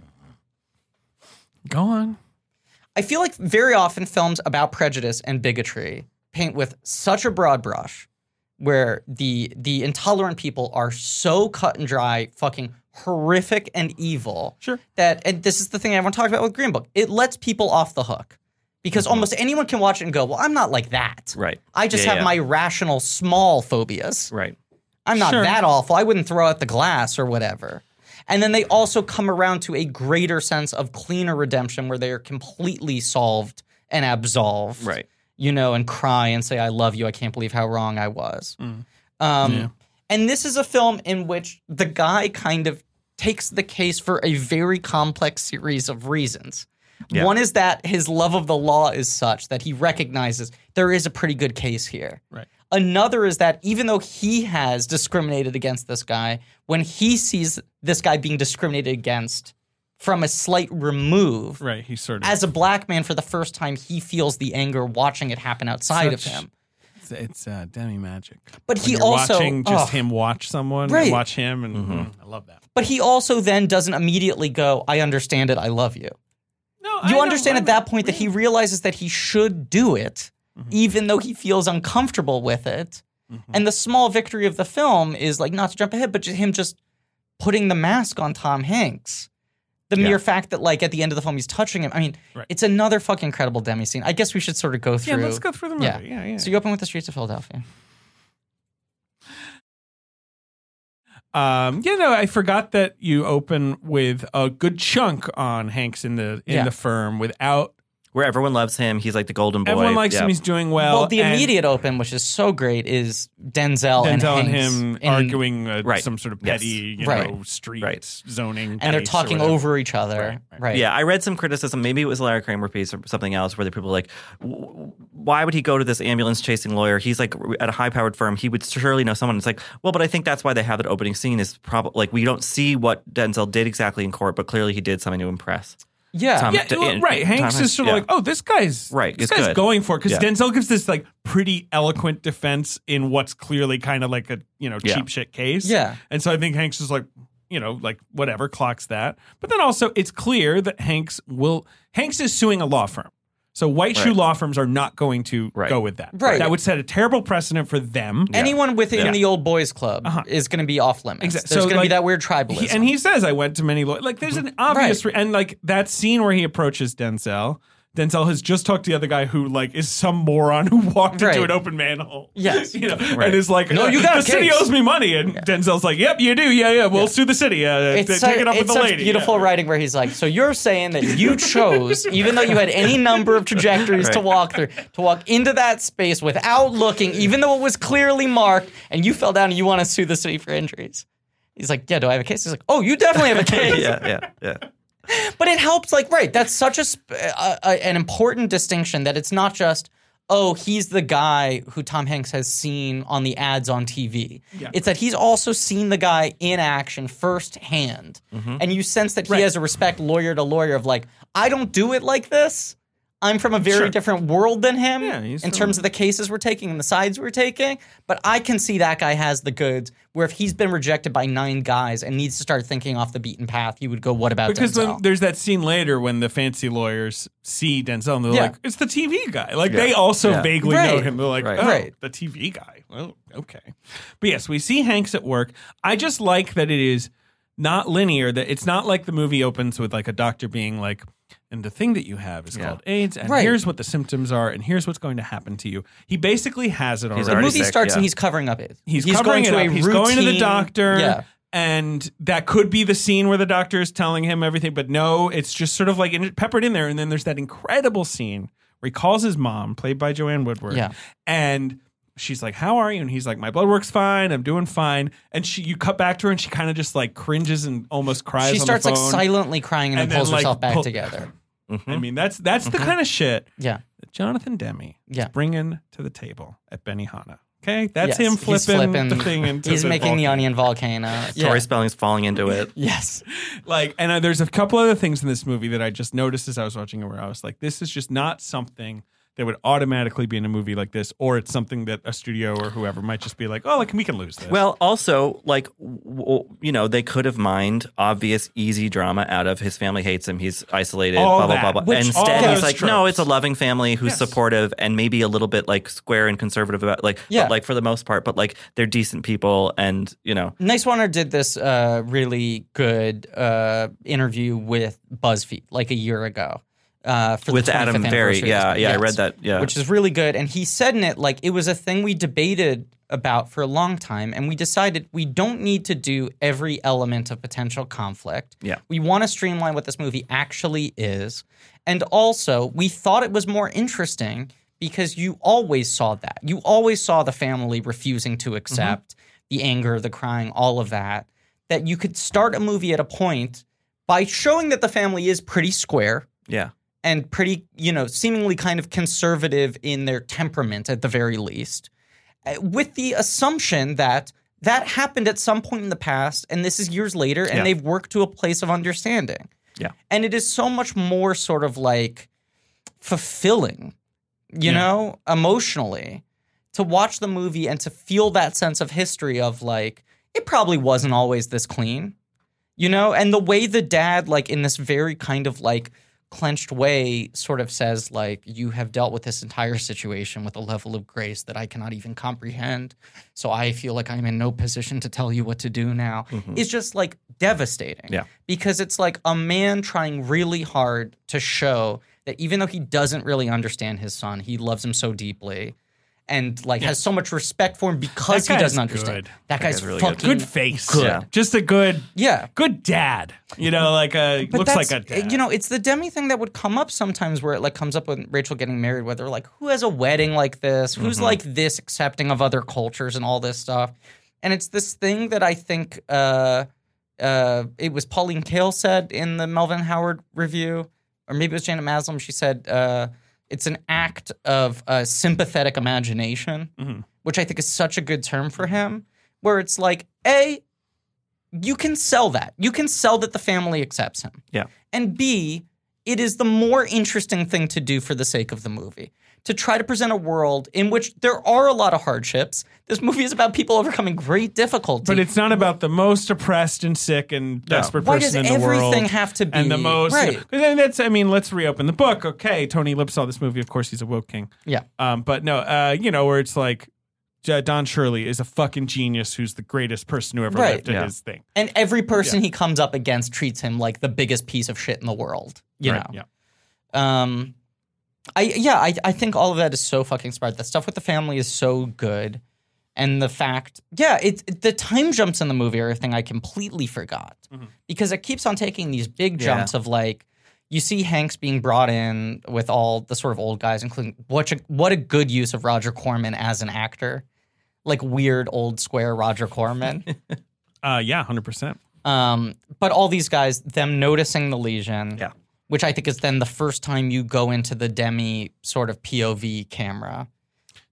Go on.
I feel like very often films about prejudice and bigotry paint with such a broad brush where the the intolerant people are so cut and dry, fucking horrific and evil.
Sure.
That and this is the thing everyone talked about with Green Book. It lets people off the hook. Because almost anyone can watch it and go, Well, I'm not like that.
Mm-hmm. Right.
I just
Yeah,
have
yeah.
my rational small phobias.
Right.
I'm not
Sure.
that awful. I wouldn't throw out the glass or whatever. And then they also come around to a greater sense of cleaner redemption where they are completely solved and absolved.
Right.
You know, and cry and say, I love you. I can't believe how wrong I was.
Mm.
Um, And this is a film in which the guy kind of takes the case for a very complex series of reasons.
Yeah.
One is that his love of the law is such that he recognizes there is a pretty good case here.
Right.
Another is that even though he has discriminated against this guy, when he sees this guy being discriminated against from a slight remove,
Right. He's sort of.
as a black man for the first time, he feels the anger watching it happen outside
Such-
of him.
it's it's uh, demi magic.
But he
you're
also
watching just
Ugh.
him watch someone,
Right.
watch him, and
Mm-hmm.
I love that.
But he also then doesn't immediately go, I understand it, I love you.
No,
You understand at that point that he realizes that he should do it,
Mm-hmm.
even though he feels uncomfortable with it. And the small victory of the film is like not to jump ahead, but just him just putting the mask on Tom Hanks. The
Yeah.
mere fact that like at the end of the film he's touching him. I mean,
Right.
it's another fucking incredible demi scene. I guess we should sort of go
Yeah,
through.
let's go through the movie.
Yeah.
Yeah, yeah. yeah.
So you open with the streets of Philadelphia.
Um, you know, I forgot that you open with a good chunk on Hanks in the in
Yeah.
the firm without
Where everyone loves him, he's like the golden boy.
everyone likes
Yeah.
him. He's doing well.
Well, the
and
immediate open, which is so great, is Denzel, and
Denzel and,
Hanks
him
in-
arguing uh,
Right.
some sort of
Yes.
petty, you
Right.
know, street
Right.
zoning,
and they're
case or
talking
whatever.
over each other. Right.
Right,
Yeah, I read some criticism. Maybe it was a Larry Kramer piece or something else where the people were like, "W- w- why would he go to this ambulance chasing lawyer? He's like r- at a high powered firm. He would surely know someone. It's like, well, but I think that's why they have that opening scene is probably like we don't see what Denzel did exactly in court, but clearly he did something to impress.
Yeah.
Tom-
Yeah,
to-
well,
in-
right.
Tom
Hanks
Hanks,
is sort
yeah.
of like, oh, this guy's
Right,
This
it's
guy's
good.
going for it because
Yeah.
Denzel gives this like pretty eloquent defense in what's clearly kind of like a you know cheap
Yeah.
shit case.
Yeah.
and so I think Hanks is like, you know, like whatever clocks that. But then also, it's clear that Hanks will Hanks is suing a law firm. So white shoe
Right.
law firms are not going to
Right.
go with that.
Right.
That would set a terrible precedent for them.
Anyone within
Yeah.
the old boys club
Uh-huh.
is going to be off limits.
Exact-
There's
so,
going to be
like,
that weird
He-
tribalism.
and he says, "I went to many lawyers." Like, there's an obvious,
Right.
re- and like that scene where he approaches Denzel. Denzel has just talked to the other guy who, like, is some moron who walked
Right.
into an open manhole.
Yes.
you know,
Right.
and is like, "Uh,
No, you got
the
a
city
case."
owes me money." And Denzel's like, "Yep, you do. Yeah, yeah. We'll sue the city. Uh,
it's
th-
su-
take it up
it's
with the
such
lady."
beautiful
Yeah.
writing where he's like, so you're saying that you chose, even though you had any number of trajectories to
Right.
walk through, to walk into that space without looking, even though it was clearly marked, and you fell down and you want to sue the city for injuries. He's like, yeah, do I have a case? He's like, oh, you definitely have a case.
yeah, yeah, yeah.
But it helps, like, right? That's such a, sp- a, a an important distinction that it's not just, oh, he's the guy who Tom Hanks has seen on the ads on TV. It's that he's also seen the guy in action firsthand,
Mm-hmm.
and you sense that he has a respect, lawyer to lawyer, of like, I don't do it like this. I'm from a very
Sure.
different world than him
Yeah,
in
he's from-
terms of the cases we're taking and the sides we're taking, but I can see that guy has the goods. Where if he's been rejected by nine guys and needs to start thinking off the beaten path, he would go, "What about
Because
Denzel?
then there's that scene later when the fancy lawyers see Denzel and they're
Yeah.
like, "It's the TV guy." Like they also
Yeah.
vaguely know
Right.
him. They're like,
Right.
"Oh,
Right.
the TV guy." Well, okay. But yes, we see Hanks at work. I just like that it is not linear. That it's not like the movie opens with like a doctor being like, "And the thing that you have is called AIDS, and
Right.
here's what the symptoms are, and here's what's going to happen to you." He basically has it already.
The
already
movie
sick,
starts
yeah.
and he's covering up it.
He's, covering it up. He's going to the
routine-
doctor.
Yeah.
And that could be the scene where the doctor is telling him everything, but no, it's just sort of like in- peppered in there. And then there's that incredible scene where he calls his mom, played by Joanne Woodward.
Yeah.
And she's like, How are you? And he's like, My blood work's fine. I'm doing fine. And she, you cut back to her and she kind of just like cringes and almost cries.
She
on
starts
the
like
phone.
silently crying and,
And
then pulls
then, like,
herself back
pull-
together. Mm-hmm.
Mhm.
I mean, that's that's the kind of shit
Yeah.
that Jonathan Demi
Yeah.
is bringing to the table at Benihana. Okay, that's
Yes,
him
he's
flipping, the
flipping.
thing into
He's
the
making the
volcano.
onion volcano. Yeah.
Tori Spelling's falling into it.
Yes.
like and uh, I, there's a couple other things in this movie that i just noticed as i was watching it where i was like this is just not something that would automatically be in a movie like this, or it's something that a studio or whoever might just be like, oh, like we can lose this.
Well, also, like, w- w- you know, they could have mined obvious, easy drama out of his family hates him, he's isolated,
All
blah,
that.
blah, blah, blah.
Which- all
Instead,
those
he's like, no,
tropes.
it's a loving family who's
Yes.
supportive and maybe a little bit like square and conservative about, like,
Yeah.
but, like for the most part, but like they're decent people and, you know,
Nice Warner did this uh, really good uh, interview with BuzzFeed like a year ago. Uh, for
with
the 25th
Adam Berry.
anniversary.
Yeah, yeah, I
Yes.
read that. Yeah.
which is really good. And he said in it, like, it was a thing we debated about for a long time. And we decided we don't need to do every element of potential conflict.
Yeah.
We want to streamline what this movie actually is. And also, we thought it was more interesting because you always saw that. You always saw the family refusing to accept the anger, the crying, all of that. That you could start a movie at a point by showing that the family is pretty square
yeah.
Mm-hmm.
and pretty, you know, seemingly kind of conservative in their temperament at the very least, uh, with the assumption that that happened at some point in the past and this is years later and
Yeah.
they've worked to a place of understanding.
Yeah.
And it is so much more sort of like fulfilling, you
Yeah.
know, emotionally to watch the movie and to feel that sense of history of like, it probably wasn't always this clean you know and the way the dad like in this very kind of like clenched way sort of says like you have dealt with this entire situation with a level of grace that i cannot even comprehend so i feel like i'm in no position to tell you what to do now is just like devastating
Yeah.
because it's like a man trying really hard to show that even though he doesn't really understand his son he loves him so deeply and like has so much respect for him because
That
he
guy is
doesn't understand
good.
that guy's,
really good.
fucking
good face.
Good.
Yeah.
Just a good,
yeah
good dad. You know, like a looks like a
that's-
dad.
You know, it's the Demi thing that would come up sometimes where it like comes up with Rachel getting married, where they're like, who has a wedding like this? Who's
Mm-hmm.
like this accepting of other cultures and all this stuff? And it's this thing that I think uh, uh, it was Pauline Kael said in the Melvin Howard review, or maybe it was Janet Maslam. She said, uh, it's an act of uh, sympathetic imagination,
Mm-hmm.
which I think is such a good term for him, where it's like, A, you can sell that. You can sell that the family accepts him.
Yeah.
And B, it is the more interesting thing to do for the sake of the movie. To try to present a world in which there are a lot of hardships. This movie is about people overcoming great difficulty.
But it's not about the most oppressed and sick and desperate
Why does
person in the world.
everything have to be
and the most?
right?
And that's. I mean, let's reopen the book. Okay, Tony Lip saw this movie. Of course, he's a woke king.
Yeah.
Um, but no, uh, you know, where it's like J- Don Shirley is a fucking genius who's the greatest person who ever
Right.
lived at
Yeah.
his thing.
And every person he comes up against treats him like the biggest piece of shit in the world. You
Right,
know.
Yeah.
Um, I yeah, I I think all of that is so fucking smart. The stuff with the family is so good, and the fact, yeah, it, it- the time jumps in the movie are a thing I completely forgot because it keeps on taking these big
Yeah.
jumps of like. You see Hanks being brought in with all the sort of old guys, including what a, what a good use of Roger Corman as an actor, like weird old square Roger Corman.
Uh, yeah, hundred percent.
Um, but all these guys, them noticing the lesion,
Yeah.
which I think is then the first time you go into the demi sort of POV camera.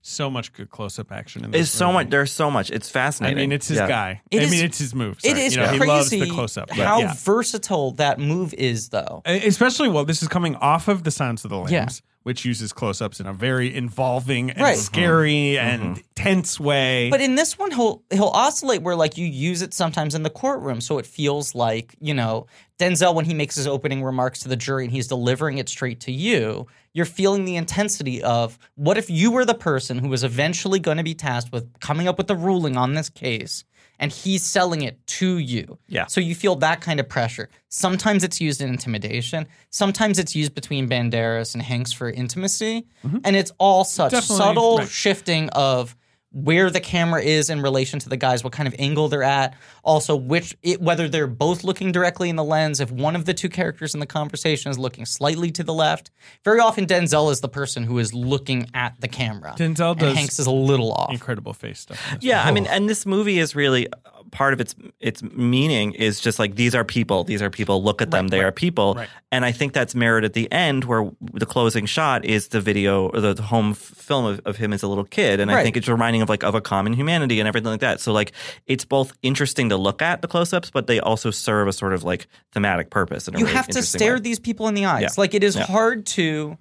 So much good close-up action. in
It's
this
so
movie.
much. There's so much. It's
I
fascinating.
mean, it's his
Yeah.
guy.
It
I
is-
mean, it's his move.
It
sorry.
is
You know,
crazy
He loves the close-up. but
how
yeah.
versatile that move is, though.
especially well this is coming off of the Silence of the lambs
Yeah.
which uses close-ups in a very involving and
Right.
scary and tense way
But in this one, he'll he'll oscillate where like you use it sometimes in the courtroom, so it feels like you know Denzel when he makes his opening remarks to the jury and he's delivering it straight to you. You're feeling the intensity of what if you were the person who was eventually going to be tasked with coming up with the ruling on this case, and he's selling it to you.
Yeah.
So you feel that kind of pressure. Sometimes it's used in intimidation. Sometimes it's used between Banderas and Hanks for intimacy, and it's all such
Definitely,
subtle
right.
shifting of where the camera is in relation to the guys, what kind of angle they're at, also which it, whether they're both looking directly in the lens, if one of the two characters in the conversation is looking slightly to the left. Very often Denzel is the person who is looking at the camera.
Denzel
and
does-
Hanks is a little off.
incredible face stuff in this
Yeah, I mean, and this movie is really uh, part of its its meaning is just like these are people, these are people. Look at them, they are people. And I think that's merit at the end, where the closing shot is the video or the, the home f- film of, of him as a little kid, and I
Right.
think it's reminding of like of a common humanity and everything like that. So like, it's both interesting to look at the close ups, but they also serve a sort of like thematic purpose. In a
you
really
have to
interesting
stare
way.
these people in the eyes.
Yeah.
Like it is
Yeah.
hard to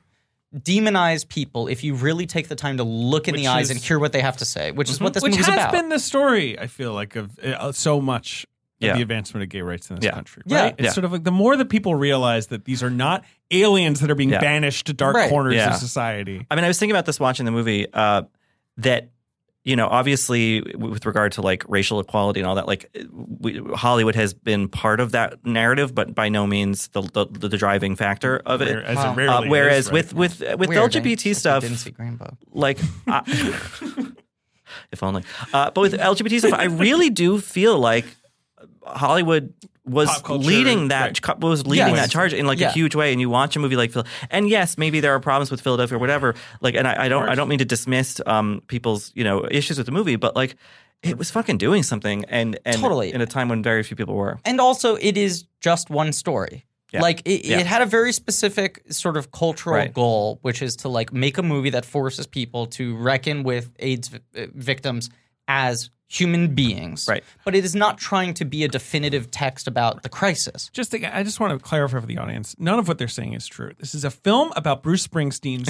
demonize people if you really take the time to look in
Which
the eyes
is- Mm-hmm.
and hear what they have to say, which is what this
Which
movie's
has
about.
been the story, I feel like, of uh, so much of
Yeah.
the advancement of gay rights in this
Yeah.
country. Right?
Yeah.
It's
Yeah.
sort of like the more that people realize that these are not aliens that are being
Yeah.
banished to dark
Right.
corners
Yeah.
of society.
I mean, I was thinking about this watching the movie uh, that you know, obviously, w- with regard to like racial equality and all that, like we, Hollywood has been part of that narrative, but by no means the the, the driving factor of
Where-
it.
as it
Wow. Uh,
Uh,
rarely
whereas
is,
with
right?
with uh, with
Weird, eh?
LGBT
If you
stuff,
Didn't see Green Book.
like I, if only uh, but with lgbt stuff i really do feel like hollywood was
Pop culture,
leading that
right.
co- was leading
Yes.
that charge in like
Yeah.
a huge way and you watch a movie like Phil and yes maybe there are problems with Philadelphia or whatever like and I, I don't I don't mean to dismiss um people's you know issues with the movie but like it was fucking doing something and and
Totally.
in a time when very few people were
and also it is just one story.
Yeah.
Like it,
Yeah.
it had a very specific sort of cultural
Right.
goal, which is to like make a movie that forces people to reckon with AIDS vi- uh, victims as human beings.
Right.
But it is not trying to be a definitive text about the crisis.
just think, I just want to clarify for the audience: none of what they're saying is true. This is a film about Bruce Springsteen's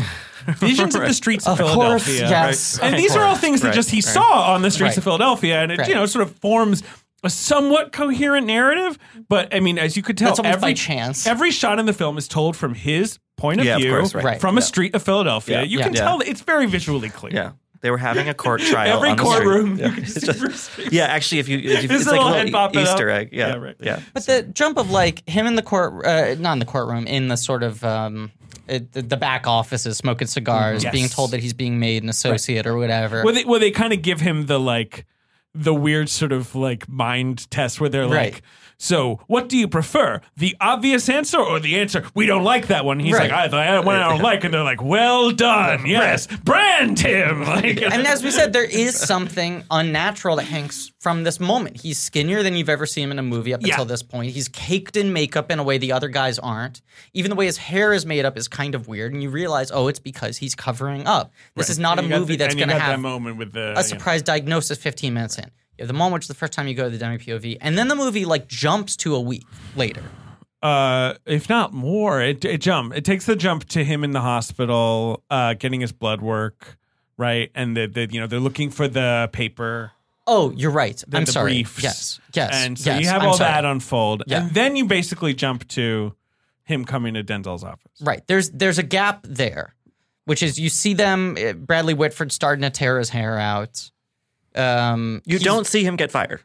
visions of the streets of,
Of course,
Philadelphia,
yes,
and
of
these are all
course.
things that
Right,
just he
right.
saw on the streets
Right.
of Philadelphia, and it
Right.
you know sort of forms a somewhat coherent narrative. But I mean, as you could tell,
That's almost
every
by chance.
every shot in the film is told from his point of
Yeah, of
view
course, right.
Right.
from a street of Philadelphia.
Yeah.
You
Yeah.
can
Yeah.
tell that it's very visually clear.
yeah they were having a court trial
Every
on the street.
courtroom,
yeah.
you can
It's
see
just-
Bruce Springsteen.
yeah, actually if you if you
His
it's like a
little head
little
popping
Easter
up.
egg yeah
Yeah, right.
yeah
But the jump of like him in the court, uh, not in the courtroom, in the sort of um, it, the- the back offices, smoking cigars,
Yes.
being told that he's being made an associate or whatever.
Well, they, well, they kind of give him the like the weird sort of like mind test where they're
Right.
like, so what do you prefer, the obvious answer or the answer we don't like that one? He's
Right.
like, I the one I don't like, and they're like, well done, yes, brand him. Like,
and as we said, there is something unnatural that hangs from this moment. He's skinnier than you've ever seen him in a movie up
Yeah.
until this point. He's caked in makeup in a way the other guys aren't. Even the way his hair is made up is kind of weird, and you realize, oh, it's because he's covering up. This is not
And you
a
got
movie
the-
that's
and you
going to
got that
have
moment with the
a surprise diagnosis 15 minutes in. You have the moment which is the first time you go to the dummy POV, and then the movie like jumps to a week later.
uh, if not more, it, it jump. It takes the jump to him in the hospital, uh, getting his blood work, right? And the, the you know they're looking for the paper.
Oh, you're right.
the,
I'm
the
sorry.
briefs.
Yes, yes,
And so
yes,
you have
I'm
all
sorry.
that unfold,
Yeah.
and then you basically jump to him coming to Denzel's office.
Right. There's there's a gap there, which is you see them. uh, Bradley Whitford starting to tear his hair out. Um,
you
he's-
don't see him get fired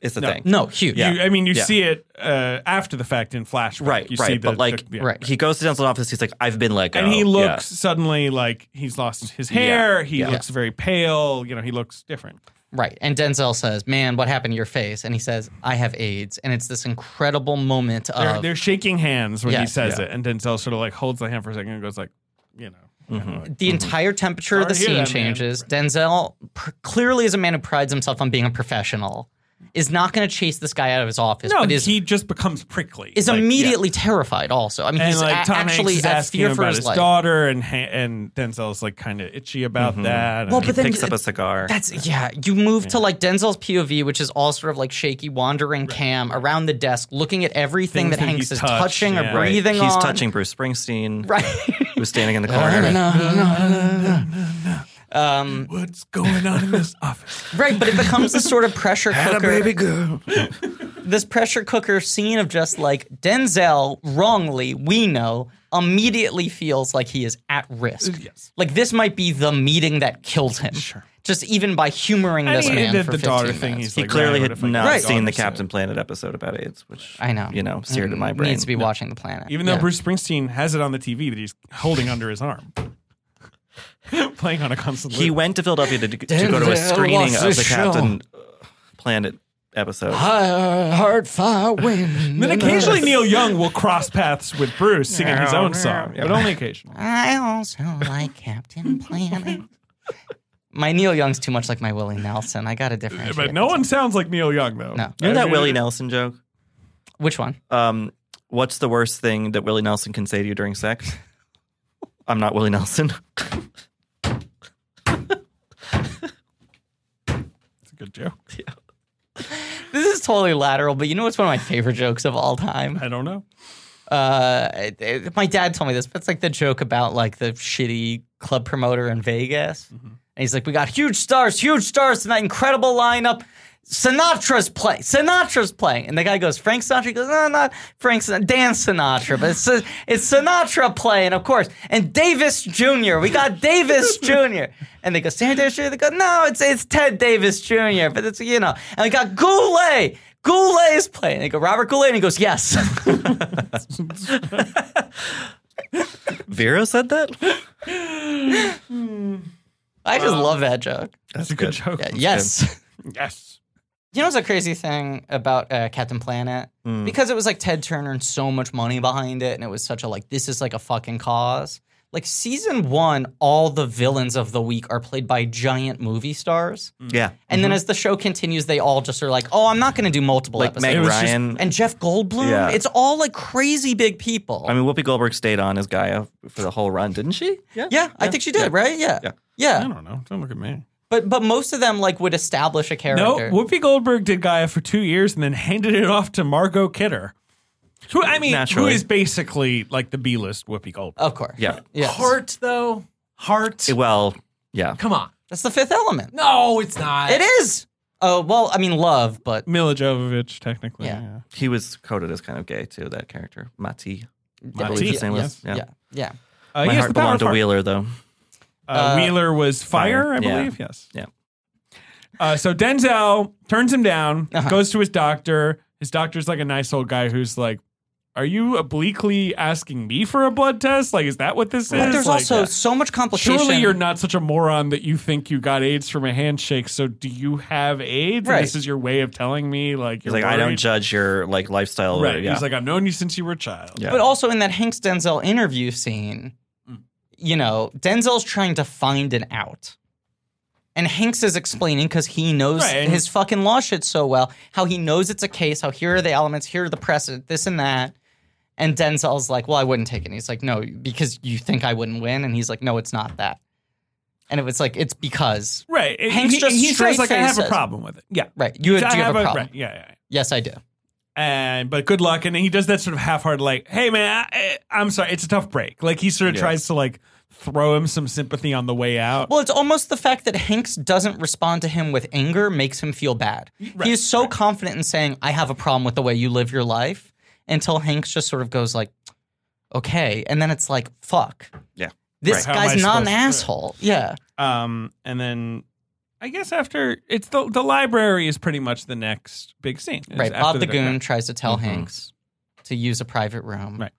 is the
No.
thing
No, huge.
Yeah.
You, I mean, you
Yeah.
see it uh, after the fact in flashback.
Right,
You
right,
see the,
but like-
the- yeah.
Right.
he goes to Denzel's office. He's like, I've been let go.
And he
Yeah.
looks suddenly like he's lost his hair. He
Yeah.
looks very pale. You know, he looks different.
Right. And Denzel says, "Man, what happened to your face?" And he says, "I have AIDS." And it's this incredible moment of
They're, they're shaking hands when
Yeah.
he says
Yeah.
it, and Denzel sort of like holds the hand for a second and goes like, you know, kind of like-
the entire temperature of the
Mm-hmm. Sorry to
scene
hear that, man.
changes. Denzel pr- clearly is a man who prides himself on being a professional. Is not going to chase this guy out of his office,
no,
but is
he just becomes prickly.
is
Like,
immediately terrified. Also, I mean,
and
he's
like
a-
Tom
actually
Hanks is
at
asking
fear
him
for
about
his,
his
life.
daughter, and ha- and Denzel's like kind of itchy about that.
Well,
and-
but then
picks up a cigar.
That's yeah. You move to like Denzel's POV, which is all sort of like shaky, wandering cam around the desk, looking at everything
Things
that
that
Hanks
he's
is
touched,
touching
yeah.
or
Right.
breathing
He's
on.
touching Bruce Springsteen,
Right.
who's standing in the
No, no,
corner.
no, no, no, no. Um,
what's going on in this office?
right, but it becomes this sort of pressure cooker,
girl.
this pressure cooker scene of just like Denzel, wrongly, we know, immediately feels like he is at risk.
Uh, Yes.
Like this might be the meeting that killed him. Sure. Just even by humoring this
And he
man
did
for
the
15
daughter thing.
minutes.
He's
He
like,
clearly
right, what
had
if I got
not
my
seen
daughter
the
sick?
Captain Planet episode about AIDS, which
I know.
you know, seared to my brain.
Needs to be watching the planet.
Even though
Yeah.
Bruce Springsteen has it on the TV that he's holding under his arm, playing on a constant
He
loop.
went to Philadelphia to, to go to a
Denzel
screening
wants
of
this
the
show.
Captain Planet episode.
Hard fire wind.
And then occasionally Neil Young will cross paths with Bruce singing his own song, but only occasionally.
I also like Captain Planet. My Neil Young's too much like my Willie Nelson. I got a different.
But no one sounds like Neil Young though.
No.
You know
I
that
mean,
Willie Nelson joke?
Which one?
Uh-
Um, what's the worst thing that Willie Nelson can say to you during sex? I'm not Willie Nelson.
It's a good joke.
This is totally lateral, but you know what's one of my favorite jokes of all time?
I don't know.
uh, it- it- my dad told me this, but it's like the joke about like the shitty club promoter in Vegas. And he's like, we got huge stars, huge stars tonight, incredible lineup. Sinatra's play. Sinatra's playing, and the guy goes, "Frank Sinatra." He goes, "No, not Frank, Sin- Dan Sinatra, but it's it's Sinatra playing, of course." And Davis Jr. We got Davis Jr. And they go, "Sam Davis Jr." They go, "No, it's it's Ted Davis Jr." But it's you know, and we got Goulet. Goulet is playing. They go, "Robert Goulet," and he goes, "Yes."
Vera said that?
I just
Um,
love that joke.
That's a good, joke.
Yeah, yes.
Yes.
You know what's a crazy thing about uh, Captain Planet?
Mm.
Because it was like Ted Turner and so much money behind it, and it was such a like, this is like a fucking cause. Like season one, all the villains of the week are played by giant movie stars.
Yeah.
And then as the show continues, they all just are like, oh, I'm not going to do multiple
Mm-hmm. Like
episodes.
Meg
was just-
Ryan.
and Jeff Goldblum,
Yeah.
it's all like crazy big people.
I mean, Whoopi Goldberg stayed on as Gaia for the whole run, didn't she?
yeah, I think she did, right? Yeah.
Yeah.
yeah.
I don't know. Don't look at me.
But but most of them like would establish a
No,
character.
Whoopi Goldberg did Gaia for two years and then handed it off to Margot Kidder, who I mean,
Naturally.
who is basically like the B-list Whoopi Goldberg.
of course.
Yeah.
Yes.
Heart though, heart.
Eh, Well, yeah.
Come on,
That's the fifth element.
no, it's not.
It is. Oh well, I mean love, but
Mila Jovovich, technically.
Yeah.
yeah.
He was coded as kind of gay, too, that character. Mati. I
Mati,
believe his name
yeah,
was.
yeah, yeah.
Uh,
My
yes,
heart
the power
belonged to
part.
Wheeler, though.
Uh,
Uh,
Wheeler was fire,
Fire,
I
yeah.
believe. Yes.
Yeah.
Uh, so Denzel turns him down,
Uh-huh.
goes to his doctor. His doctor's like a nice old guy who's like, Are you obliquely asking me for a blood test? Like, is that what this
But
is?
there's
Like,
also so much complication.
Surely you're not such a moron that you think you got AIDS from a handshake. So do you have AIDS?
Right.
And this is your way of telling me, like, you're
He's like, I don't
worried?"
judge your like lifestyle. or-
Right.
Yeah.
He's like, I've known you since you were a child.
Yeah.
But also in that Hanks Denzel interview scene,
Mm.
you know, Denzel's trying to find an out. And Hanks is explaining because he knows
Right, and-
his fucking law shit so well, how he knows it's a case, how here are the elements, here are the precedent, this and that. And Denzel's like, well, I wouldn't take it. And he's like, no, because you think I wouldn't win. And he's like, no, it's not that. And it was like, it's because.
Right.
Hank's
he,
just
he says,
straight
like, I
face
have a
says-
problem with it. Yeah.
Right. You, do you
I
have, a problem?
Right. Yeah, yeah. yeah.
Yes, I do.
and but good luck and he does that sort of half-hearted like hey man I, eh, i'm sorry it's a tough break like he sort of
Yeah.
tries to like throw him some sympathy on the way out
Well, it's almost the fact that Hanks doesn't respond to him with anger makes him feel bad. he is so confident in saying, I have a problem with the way you live your life, until Hanks just sort of goes like, okay. And then it's like, fuck.
Yeah.
This
Right. How am I
guy's not
supposed
an
to-
asshole. Yeah.
um and then i guess after it's the the library is pretty much the next big scene It's
right.
after
Bob the
big-
Goon tries to tell Hanks to use a private room.
Right.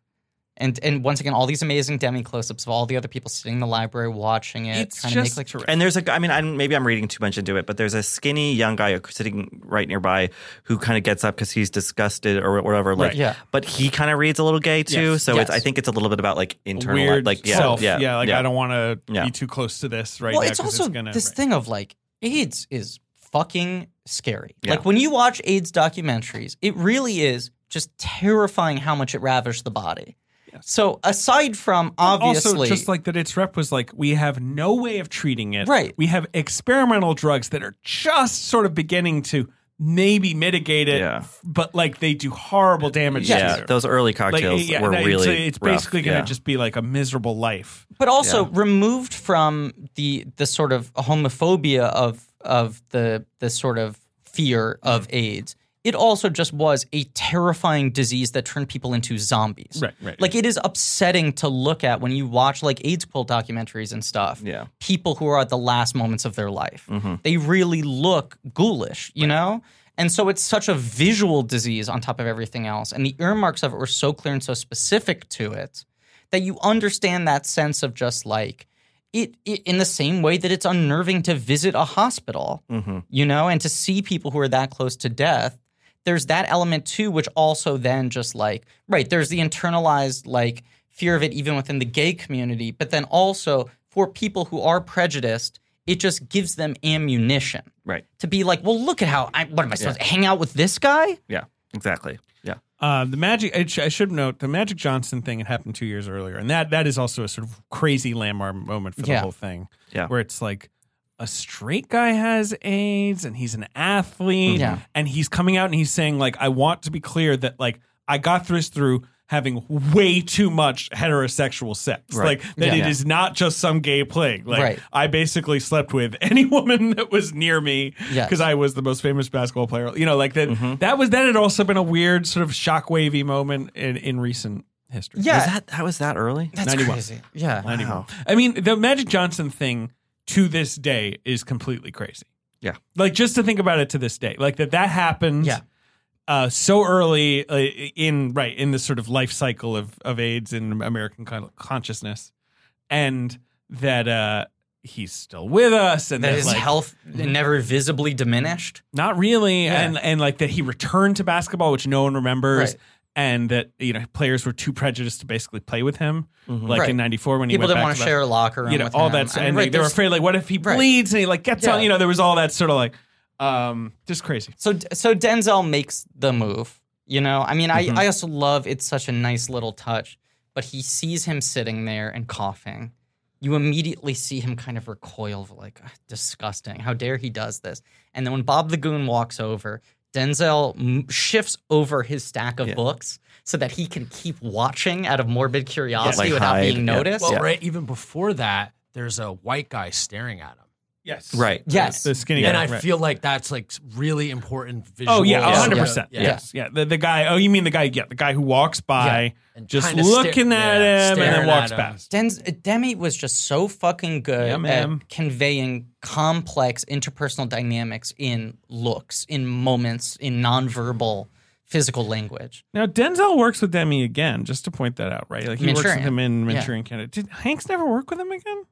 And, and once again, all these amazing demi close ups of all the other people sitting in the library watching it,
it's
trying
just
to make like.
And there's a, I mean, I'm, maybe I'm reading too much into it, but there's a skinny young guy sitting right nearby who kind of gets up because he's disgusted or whatever. Like,
Right.
Yeah.
But he kind of reads a little gay too,
Yes.
so it's,
Yes.
I think it's a little bit about like internal,
weird
like yeah,
self
yeah,
like i don't want to
Yeah.
be too close to this right
well,
now
it's
'cause
also
gonna,
this
right.
thing of like AIDS is fucking scary.
Yeah.
Like when you watch AIDS documentaries, it really is just terrifying how much it ravished the body. So aside from obviously,
also just like that its rep was like we have no way of treating it
Right.
we have experimental drugs that are just sort of beginning to maybe mitigate it
Yeah.
but like they do horrible damage
yeah.
to you.
Those early
like,
cocktails
yeah,
were
that-
really.
so it's
rough,
basically going to
yeah.
just be like a miserable life
but also
yeah.
removed from the the sort of homophobia of of the the sort of fear of
Mm-hmm.
AIDS. It also just was a terrifying disease that turned people into zombies.
Right, right.
Like it is upsetting to look at when you watch like AIDS quilt documentaries and stuff.
Yeah.
people who are at the last moments of their life. They really look ghoulish, you know? And so it's such a visual disease on top of everything else. And the earmarks of it were so clear and so specific to it that you understand that sense of just like, it, it in the same way that it's unnerving to visit a hospital, you know, and to see people who are that close to death. There's that element too, which also then just like, right, there's the internalized like fear of it even within the gay community, but then also for people who are prejudiced, it just gives them ammunition
right.
to be like, well, look at how I, what am I supposed to hang out with this guy?
Yeah. Exactly. Yeah.
Uh, the magic. I, sh- I should note the Magic Johnson thing had happened two years earlier, and that that is also a sort of crazy landmark moment for the
Yeah.
whole thing.
Yeah.
where it's like a straight guy has AIDS and he's an athlete,
Yeah.
and he's coming out and he's saying like, "I want to be clear that like I got through this through." having way too much heterosexual sex.
Right.
Like that it is
Yeah.
not just some gay plague. Like
Right.
I basically slept with any woman that was near me
Yes. Mm-hmm.
because I was the most famous basketball player. You know, like that that was that had also been a weird sort of shockwavy moment in, in recent history.
Yeah.
Was that that was that early?
That's
91.
crazy. Yeah.
Wow.
I mean, the Magic Johnson thing to this day is completely crazy.
Yeah.
Like just to think about it to this day, like that that happened.
Yeah.
Uh, so early uh, in right in the sort of life cycle of of AIDS in American con- consciousness, and that uh, he's still with us, and
That
that,
his
like, Mm-hmm.
health never visibly diminished.
not really,
Yeah.
and and like that he returned to basketball, which no one remembers,
Right.
and that you know players were too prejudiced to basically play with him, like
Right.
in '94 when he
People
went
didn't
back
want to
bas-
share a locker room.
you know,
with
all
him.
that. stuff.
I mean,
and
right,
like, they were
there's-
afraid, like, what if he
Right.
bleeds and he like gets
Yeah.
on? You know, there was all that sort of like, um, just crazy.
So so Denzel makes the move. You know, I mean,
Mm-hmm.
I, I also love it's such a nice little touch, but he sees him sitting there and coughing. You immediately see him kind of recoil, of like, "Ugh, disgusting. How dare he does this? And then when Bob the Goon walks over, Denzel m- shifts over his stack of books so that he can keep watching out of morbid curiosity
like
without
hide,
being
yeah.
noticed.
Well,
Well, right, even before that, there's a white guy staring at him.
Yes.
Right.
Yes.
The skinny
and
guy.
I
right.
feel like that's like really important visual.
Oh yeah,
Yeah.
hundred percent.
Yeah.
Yes, yeah. The, the guy. Oh, you mean the guy? Yeah, the guy who walks by,
And
just
kinda stare-
looking at
yeah,
him, and then
staring
walks
at him.
past.
Denz, uh, Demi was just so fucking good
Yeah, ma'am.
at conveying complex interpersonal dynamics in looks, in moments, in nonverbal physical language.
Now Denzel works with Demi again, just to point that out, right? Like he works with
Manchurian.
him in
Yeah.
Manchurian Candidate. Did Hanks never work with him again?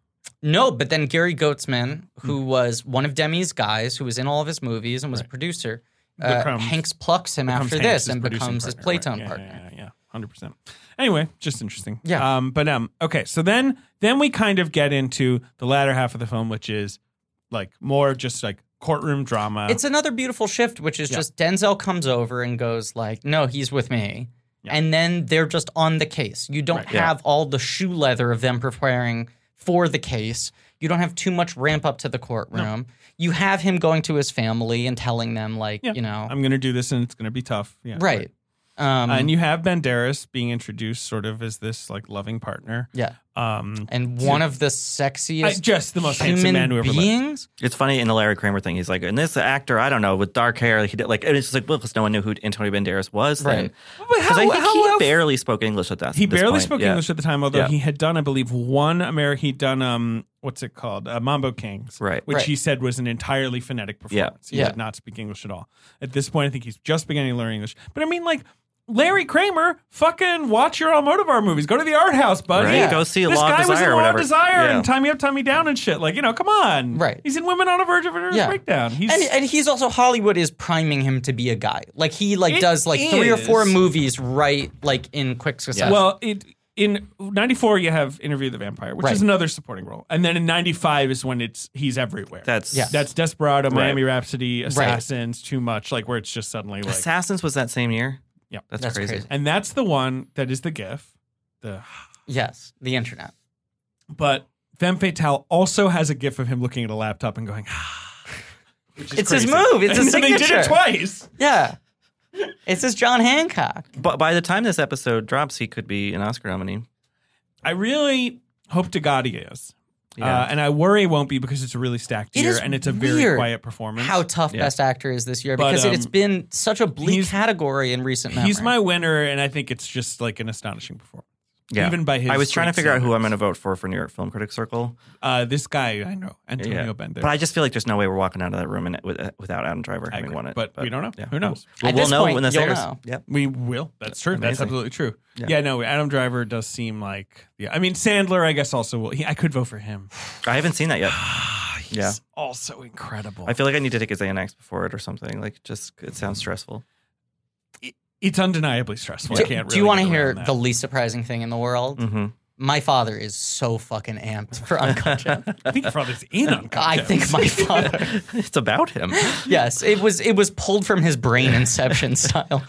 No, but then Gary Goetzman,
Mm.
who was one of Demi's guys, who was in all of his movies and was a producer, uh,
Becomes-
Hanks plucks him
becomes
after
Hanks'
this and
producing
becomes his
partner, right?
playtime
Yeah,
partner.
Yeah, yeah, yeah, hundred percent. Anyway, just interesting.
Yeah.
Um, but um, okay. So then, then we kind of get into the latter half of the film, which is like more just like courtroom drama.
It's another beautiful shift, which is just Denzel comes over and goes like, "No, he's with me," and then they're just on the case. You don't have all the shoe leather of them preparing for the case. You don't have too much ramp up to the courtroom. You have him going to his family and telling them like,
Yeah.
you know,
I'm gonna do this, and it's gonna be tough. Yeah.
right? Um,
Uh, and you have Banderas being introduced sort of as this like loving partner.
yeah,
Um,
and one of the
I-
sexiest
just the most handsome
human
man who ever lived.
beings.
It's funny in the Larry Kramer thing. He's like, and this actor, I don't know, with dark hair, he did like, and it's just like, well, because no one knew who Antonio Banderas was
Right.
then.
But
Because I
how-
think
how
he
else-
barely spoke English at that.
He
this
barely
point.
spoke
Yeah.
English at the time, although
Yeah.
he had done, I believe, one Ameri. He'd done um, what's it called, uh, Mambo Kings,
Right.
Which
Right.
he said was an entirely phonetic performance. He
Yeah.
did not speak English at all. At this point, I think he's just beginning to learn English. But I mean, like Larry Kramer, fucking watch your Almodovar movies. Go to the art house, buddy.
Right. Yeah. Go see
this
Law of
guy was in
Desire or
Law of
whatever.
Desire
Yeah.
and Tie Me Up, Tie Me Down and shit. Like you know, come on.
Right.
He's in Women on a Verge of a
Yeah.
Breakdown. He's
And, and he's also Hollywood is priming him to be a guy. Like he like
It
does like three or four
is.
movies right like in quick succession.
Well, it, in '94 you have Interview with the Vampire, which
Right.
is another supporting role, and then in '95 is when it's he's everywhere.
That's
Yeah.
that's Desperado, Miami Rhapsody, Assassins, Too Much, like where it's just suddenly like,
Assassins was that same year.
Yeah.
that's,
That's
crazy.
crazy.
and that's the one that is the GIF. The
yes, the internet.
but Femme Fatale also has a GIF of him looking at a laptop and going. which is
It's his
crazy.
move. It's
and
his
then They did it
signature.
twice.
Yeah. It's this John Hancock.
But by the time this episode drops, he could be an Oscar nominee.
I really hope to God he is.
Yeah.
Uh, and I worry it won't be because it's a really stacked
It
year
is
and it's a very
weird
quiet performance.
How tough Best Actor is this year
But,
because it, it's
um,
been such a bleak
he's-
category in recent memory.
He's my winner, and I think it's just like an astonishing performance.
Yeah.
Even by his.
I was trying to
straight
figure out who I'm going to
standards.
vote for for New York Film Critics Circle.
Uh, this guy I know, Antonio
Yeah.
Banderas.
But I just feel like there's no way we're walking out of that room and, with, without Adam Driver
I
having
agree,
won it.
but we don't know. Who knows?
Well,
At
we'll
this
know
point,
when this
you'll
airs.
know.
Yep.
we will. That's true. That's
Amazing.
absolutely true. Yeah.
Yeah.
no, Adam Driver does seem like. Yeah, I mean Sandler. I guess also will. He, I could vote for him.
I haven't seen that yet.
He's
yeah.
also incredible.
I feel like I need to take his Xanax before it or something. Like, just it sounds
Mm.
stressful.
it's undeniably stressful.
do,
I can't.
do you
want to
hear the least surprising thing in the world?
Mm.
hmm
My father is so fucking amped for Uncut Gems.
I think your father's in on.
I think my father.
it's about him.
yes, it was it was pulled from his brain inception style.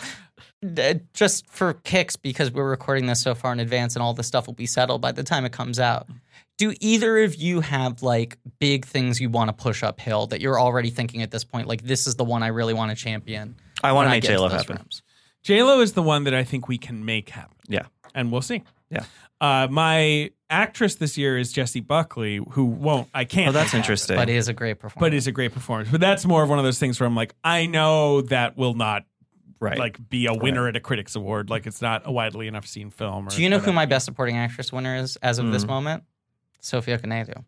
D- Just for kicks, because we're recording this so far in advance and all this stuff will be settled by the time it comes out. Do either of you have like big things you want to push uphill that you're already thinking at this point? Like, this is the one I really want to champion.
I want
when
to
I
make
get
J Lo
those
happen.
realms?
J Lo is the one that I think we can make happen.
Yeah.
and we'll see.
Yeah.
uh, my actress this year is Jessie Buckley, who won't. I can't.
Oh, that's
make happen,
interesting.
but it is a great performance.
But is a great performance. But that's more of one of those things where I'm like, I know that will not
right.
like be a winner at a critics award. Like it's not a widely enough seen film. Or
Do you know who
whatever.
my best supporting actress winner is as of this
Hmm.
moment? Sophia Canedo.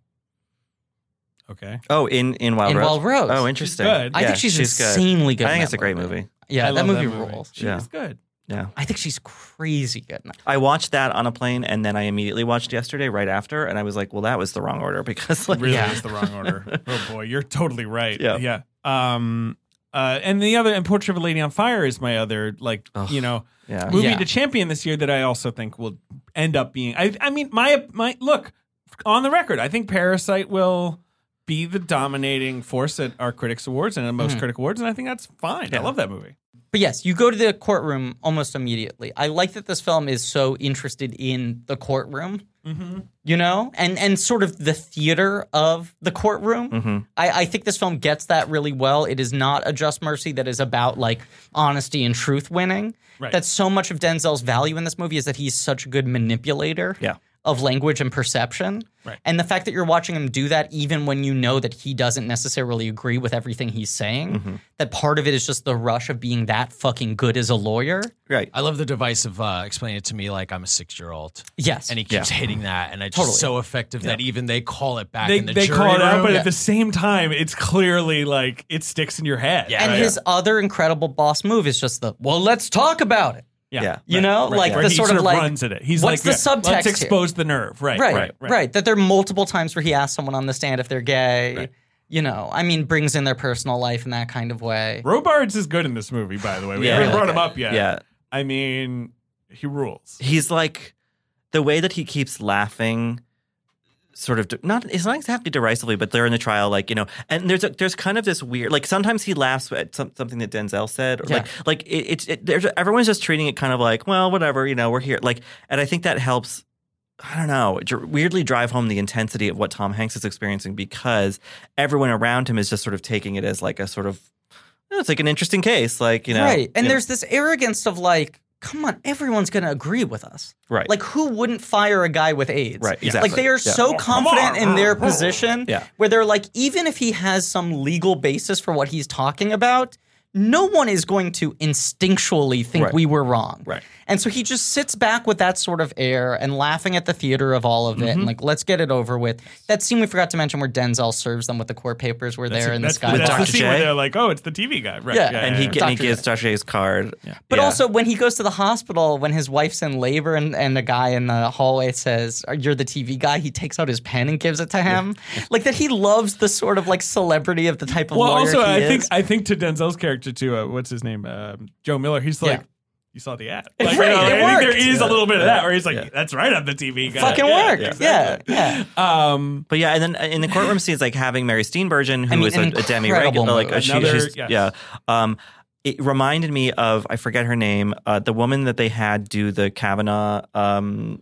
Okay,
oh, in in Wild
In
Rose.
Wild Rose.
Oh, interesting.
She's good.
I
Yeah,
think she's,
she's good.
insanely good.
I
in
think
that
it's a great movie.
Yeah,
I
that
love
movie, rules.
She
Yeah.
is good.
I think she's crazy good. in that.
I watched that on a plane, and then I immediately watched yesterday right after, and I was like, "Well, that was the wrong order because like,
really
Yeah.
is the wrong order. oh boy, you're totally right.
Yeah.
yeah. Um, uh, and the other, and Portrait of a Lady on Fire is my other, like
Ugh.
you know,
yeah,
movie
Yeah.
to champion this year that I also think will end up being. I, I mean, my my look on the record, I think Parasite will be the dominating force at our critics awards and at
Mm-hmm.
most critic awards, and I think that's fine. I love that movie.
But yes, you go to the courtroom almost immediately. I like that this film is so interested in the courtroom, you know, and and sort of the theater of the courtroom. I, I think this film gets that really well. It is not a Just Mercy that is about like honesty and truth winning.
Right.
That's so much of Denzel's value in this movie is that he's such a good manipulator
Yeah.
of language and perception.
Right.
And the fact that you're watching him do that, even when you know that he doesn't necessarily agree with everything he's saying, that part of it is just the rush of being that fucking good as a lawyer.
right,
I love the device of uh, explaining it to me like I'm a six year old.
Yes.
And he keeps hitting that, and it's just
Totally.
so effective that even they call it back
They
in the
they
jury
call it out,
room.
but
Yeah.
at the same time, it's clearly like it sticks in your head.
Yeah.
and his other incredible boss move is just the, well, let's talk about it.
Yeah.
You know, like
Where
the
he
sort of, like,
runs at it. He's
what's
like,
the
yeah,
subtext
Let's
here?
expose the nerve. Right,
Right, right, That there are multiple times where he asks someone on the stand if they're gay. You know, I mean, brings in their personal life in that kind of way.
Robards is good in this movie, by the way. We
Yeah.
haven't brought
Okay.
him up yet.
yeah.
I mean, he rules.
He's like the way that he keeps laughing. Sort of de- not. It's not exactly derisively, but they're in the trial, like you know. And there's a, there's kind of this weird, like sometimes he laughs at some, something that Denzel said, or
Yeah.
like like it, it's it, there's everyone's just treating it kind of like well, whatever, you know, we're here. Like, and I think that helps I don't know, dr- weirdly drive home the intensity of what Tom Hanks is experiencing because everyone around him is just sort of taking it as like a sort of oh, it's like an interesting case, like you know,
right. And
you know,
there's this arrogance of like, come on, everyone's going to agree with us.
right,
Like, who wouldn't fire a guy with AIDS?
Right, exactly.
Like, they are
Yeah.
so confident in their
on.
position
Yeah.
where they're like, even if he has some legal basis for what he's talking about, no one is going to instinctually think
Right.
we were wrong.
Right.
And so he just sits back with that sort of air and laughing at the theater of all of it
Mm-hmm.
and like, let's get it over with. That scene we forgot to mention where Denzel serves them with the court papers where they're in the
that's,
sky.
that's
Dr.
the scene where
J.
they're like, oh, it's the TV guy. Right.
Yeah.
and he,
yeah.
g- and
Dr.
he gives Dr. J's card,
But
Yeah.
also, when he goes to the hospital, when his wife's in labor, and, and the guy in the hallway says, "You're the TV guy," he takes out his pen and gives it to him. Like that, he loves the sort of like celebrity of the type of
Well,
lawyer
also,
he
I
is.
think I think to Denzel's character too. Uh, what's his name? Um Joe Miller. He's like,
Yeah.
you saw the ad. Like,
Right,
you know,
it
I think
worked.
there is a little bit of that where he's like,
Yeah.
that's right, I'm the TV guy.
fucking
Yeah,
work. Yeah, yeah.
yeah. Um,
But yeah, and then uh, in the courtroom scenes, like having Mary Steenburgen,
I
who
mean,
is
an
a, a demi
incredible
regular, like
move.
a, she,
Another-
she's,
yes.
yeah. Um, it reminded me of I forget her name, uh, the woman that they had do the Kavanaugh um,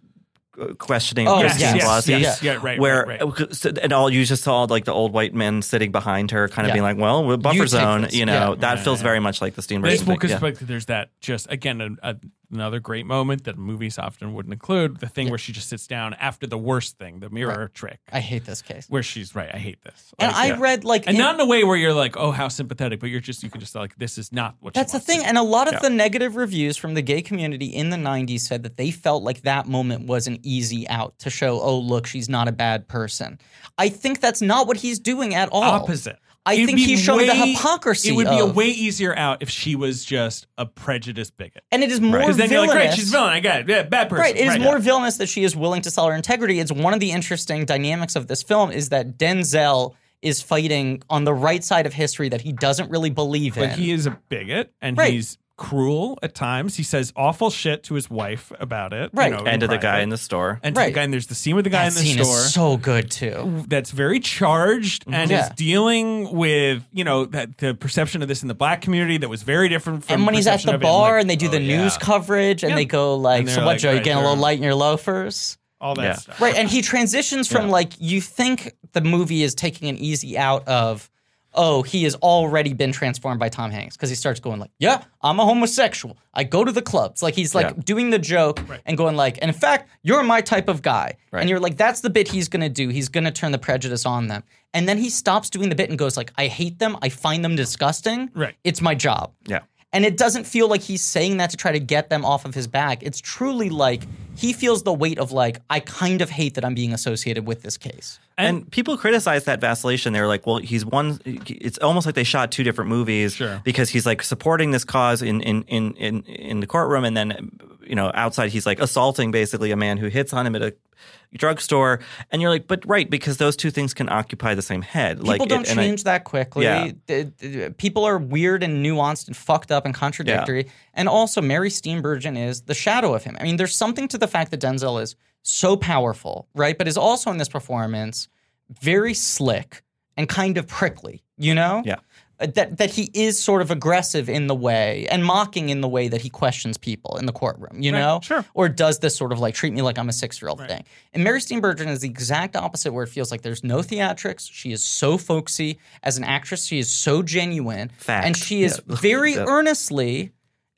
questioning of
Oh,
yes,
Christine
yes, yes,
Blasey,
yes. Yeah, right,
where uh,
right, right.
so- and all you just saw like the old white men sitting behind her, kind of
Yeah.
being like, "Well, we're
You
buffer
take
zone,"
this.
you know.
Yeah.
That feels very much like the Steenburgen.
It's
thing.
cool 'cause,
Yeah.
like, there's that just again an a, another great moment that movies often wouldn't include the thing where she just sits down after the worst thing, the mirror trick,
I hate this case.
where she's right. I hate this.
And
Like,
I
yeah.
read like
and
in-
not in a way where you're like, oh, how sympathetic, but you're just you can just like, this is not what. she
That's the
wants to
thing.
do.
And a lot of the negative reviews from the gay community in the 90s said that they felt like that moment was an easy out to show, oh, look, she's not a bad person. I think that's not what he's doing at all.
opposite.
Oh, I
It'd
think
be
he's showing the hypocrisy
It would be a
of-
way easier out if she was just a prejudiced bigot.
And it is more
Because then you're
villainous.
like, right, she's a villain. I got it. Yeah, bad person.
Right, it is
yeah.
more villainous that she is willing to sell her integrity. It's one of the interesting dynamics of this film is that Denzel is fighting on the right side of history that he doesn't really believe in.
But he is a bigot, and
Right.
he's cruel at times. He says awful shit to his wife about it.
Right.
You know,
and to the guy
private.
in the store.
and to
Right.
the guy. And there's the scene with the guy
that
in the
scene
store.
is so good too.
that's very charged and
Yeah.
is dealing with you know that the perception of this in the black community that was very different from
and when he's at
perception
the
of it in,
bar
like,
and they do
oh,
the news
yeah.
coverage and
Yeah.
they go like,
And
"So
they're
what,
like,
Joe? You
right,
getting a little
they're-
light in your loafers?"
all that
Yeah.
stuff
Right, and he transitions from
Yeah.
like you think the movie is taking an easy out of. oh, he has already been transformed by Tom Hanks because he starts going like, yeah, I'm a homosexual. I go to the clubs. Like he's like
Yeah.
doing the joke and going like, and in fact, you're my type of guy.
Right.
And you're like, that's the bit he's gonna do. He's gonna turn the prejudice on them. And then he stops doing the bit and goes like, I hate them. I find them disgusting.
Right.
It's my job.
Yeah.
And it doesn't feel like he's saying that to try to get them off of his back. It's truly like he feels the weight of like, I kind of hate that I'm being associated with this case.
And, people criticize that vacillation. They're like, well, he's one. It's almost like they shot two different movies because he's like supporting this cause in in in in, in the courtroom, and then you know outside he's like assaulting basically a man who hits on him at a drugstore. And you're like, but right, because those two things can occupy the same head. like
People
it-
don't
and I-
change that quickly.
Yeah.
Th- th- People are weird and nuanced and fucked up and contradictory. And also, Mary Steenburgen is the shadow of him. I mean, there's something to the fact that Denzel is so powerful, right? But is also in this performance very slick and kind of prickly, you know?
Yeah.
Uh, That, that he is sort of aggressive in the way and mocking in the way that he questions people in the courtroom, you know?
sure.
Or does this sort of like treat me like I'm a six year old thing. And Mary Steenburgen is the exact opposite, where it feels like there's no theatrics. She is so folksy. As an actress, she is so genuine.
Fact.
And she is
Yeah.
very
Yeah.
earnestly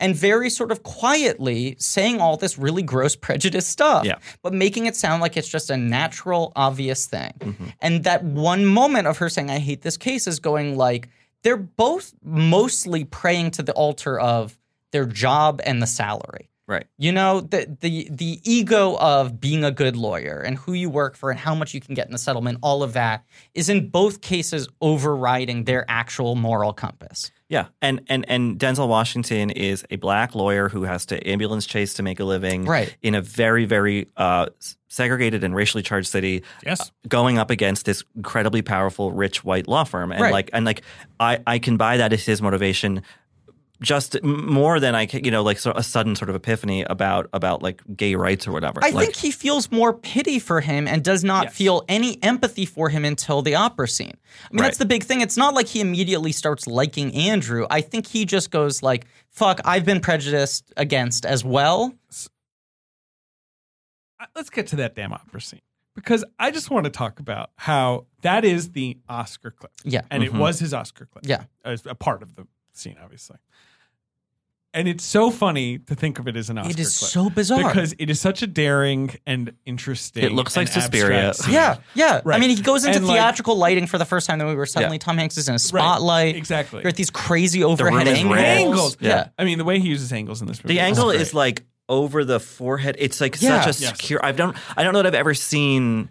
and very sort of quietly saying all this really gross prejudice stuff,
Yeah.
but making it sound like it's just a natural, obvious thing.
Mm-hmm.
And that one moment of her saying, I hate this case, is going like, they're both mostly praying to the altar of their job and the salary.
Right.
You know, the the the ego of being a good lawyer and who you work for and how much you can get in the settlement, all of that is in both cases overriding their actual moral compass.
Yeah, and and and Denzel Washington is a black lawyer who has to ambulance chase to make a living,
Right.
In a very very uh, s- segregated and racially charged city, uh,
Yes.
going up against this incredibly powerful rich white law firm, and
Right.
like and like I I can buy that as his motivation. Just m- more than I can, you know, like so a sudden sort of epiphany about about like gay rights or whatever.
I
like,
think he feels more pity for him and does not feel any empathy for him until the opera scene. I mean, that's
Right.
the big thing. It's not like he immediately starts liking Andrew. I think he just goes like, "Fuck, I've been prejudiced against as well."
Uh, let's get to that damn opera scene because I just want to talk about how that is the Oscar clip.
Yeah.
And
Mhm.
it was his Oscar clip.
Yeah.
As a part of the scene, obviously. And it's so funny to think of it as an Oscar
it is
clip.
so bizarre.
Because it is such a daring and interesting.
It looks like
and abstract
Suspiria.
scene.
Yeah, yeah. I
Right.
mean, he goes into
And, like-
theatrical lighting for the first time. Then we were suddenly Tom Hanks is in a spotlight.
exactly.
You're at these crazy
room
overhead
is
angles.
red.
Angles.
Yeah.
Yeah.
I mean, the way he uses angles in this movie.
The
is
angle
great.
is like over the forehead. It's like
Yeah.
such a
Yes.
secure. I don't. I don't know that I've ever seen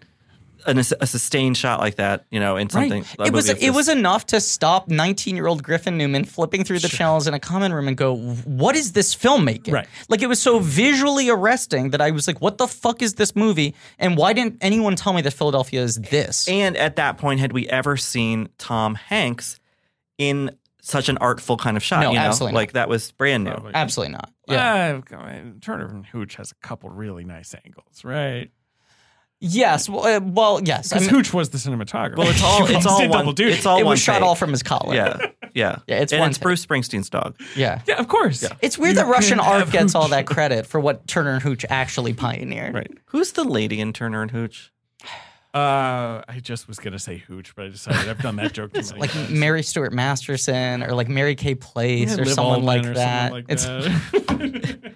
an, a sustained shot like that. You know, in something. a
It was
movie of
it
this.
was enough to stop 19 year old Griffin Newman flipping through the channels in a common room and go, "What is this filmmaking?"
Right.
Like it was so visually arresting that I was like, "What the fuck is this movie?" And why didn't anyone tell me that Philadelphia is this?
And at that point, had we ever seen Tom Hanks in such an artful kind of shot?
No,
you know?
absolutely not.
Like that was brand new.
Absolutely not. Yeah.
Yeah. Ah, Turner and Hooch has a couple really nice angles, right?
yes. Well, uh, well yes. I
Because
mean,
Hooch was the cinematographer.
Well, it's all
He
it's
did
all
double
one.
duty.
It's all
it
one.
was shot
take.
all from his collar.
Yeah, yeah,
Yeah, it's
and
one
it's
take.
Bruce Springsteen's dog.
Yeah.
Yeah, of course.
It's weird
You
that Russian
can
art
have
gets all
Hooch.
that credit for what Turner and Hooch actually pioneered.
Right. Who's the lady in Turner and Hooch?
Uh, I just was gonna say Hooch, but I decided I've done that joke too many
Like
times.
Mary Stuart Masterson or like Mary Kay
Yeah,
Place or
Liv
someone
Ullman
like
or
that.
Something like
it's
that.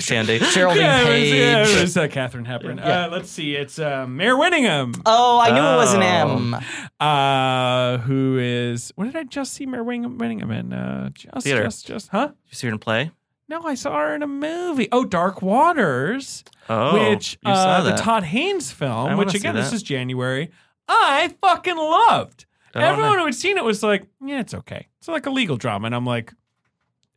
Tandy.
Geraldine
yeah, it was,
Page.
yeah, it was uh, Catherine Hepburn.
Yeah.
Uh, let's see, it's uh, Mayor Winningham,
Oh, I knew it was an
Oh.
M.
uh, who is what did I just see Mayor Winningham, Winningham in? Uh, just,
Theater.
just, just, huh?
You see her in play?
No, I saw her in a movie. Oh, Dark Waters,
Oh,
which
you saw
uh, the
that.
Todd Haynes
I
film,
wanna
which
see
again,
that.
this is January. I fucking loved.
Oh,
Everyone
no.
who had seen it was like, "Yeah, it's okay." It's like a legal drama, and I'm like,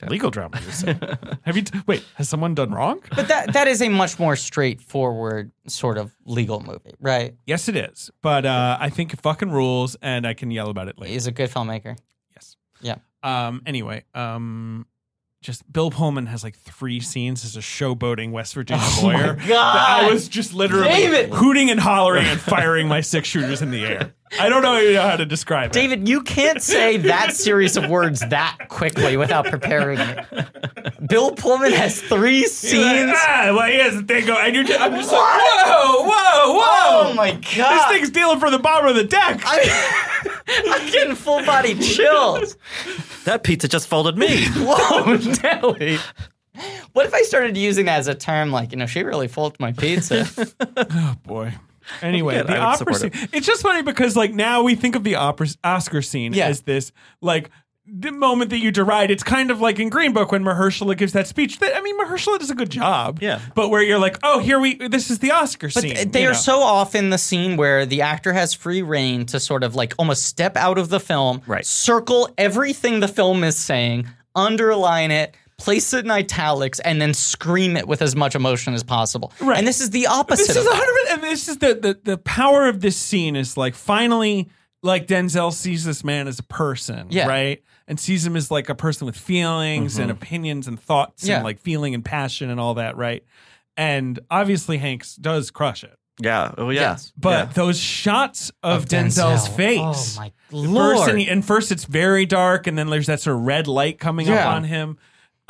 "Legal drama?" You said? Have you? T- Wait, has someone done wrong?
But that that is a much more straightforward sort of legal movie, right?
yes, it is. But uh, I think it fucking rules, and I can yell about it later.
He's a good filmmaker.
Yes.
Yeah.
Um. Anyway. Um. Just Bill Pullman has like three scenes as a showboating West Virginia
Oh
lawyer. that I was just literally
David!
hooting and hollering and firing my six shooters in the air. I don't know even how to describe it.
David, you can't say that series of words that quickly without preparing it. Bill Pullman has three
He's like,
scenes.
ah, well, he has a thing going. And you're just, I'm just like, whoa, whoa, whoa.
Oh my
"Ah!" This
god!
Ah.
thing's dealing for the bottom of the deck.
I- I'm getting full body chills.
That pizza just folded me.
Whoa, Nelly. What if I started using that as a term like, you know, she really folded my pizza?
boy. Anyway,
Yeah,
the
I would
opera scene.
support
It's just funny because like now we think of the opera Oscar scene
Yeah.
as this like the moment that you deride. It's kind of like in Green Book when Mahershala gives that speech. That I mean, Mahershala does a good job.
Yeah.
but where you're like, oh, here we. This is the Oscar
But
scene.
th- they
you
are
know?
so often the scene where the actor has free reign to sort of like almost step out of the film,
Right.
circle everything the film is saying, underline it, place it in italics, and then scream it with as much emotion as possible.
Right.
And this is the opposite.
This is
of
a
that.
hundred, and this is the, the the power of this scene is like finally, like Denzel sees this man as a person,
Yeah. Mm-hmm.
right, and sees him as like a person with feelings and opinions and thoughts
Yeah.
and like feeling and passion and all that, right? And obviously, Hanks does crush it,
yeah. Oh, yeah.
Yes.
but
Yeah.
those shots of, Denzel's
Denzel.
face.
Oh my
First
lord!
and, and first, it's very dark, and then there's that sort of red light coming
Yeah.
up on him.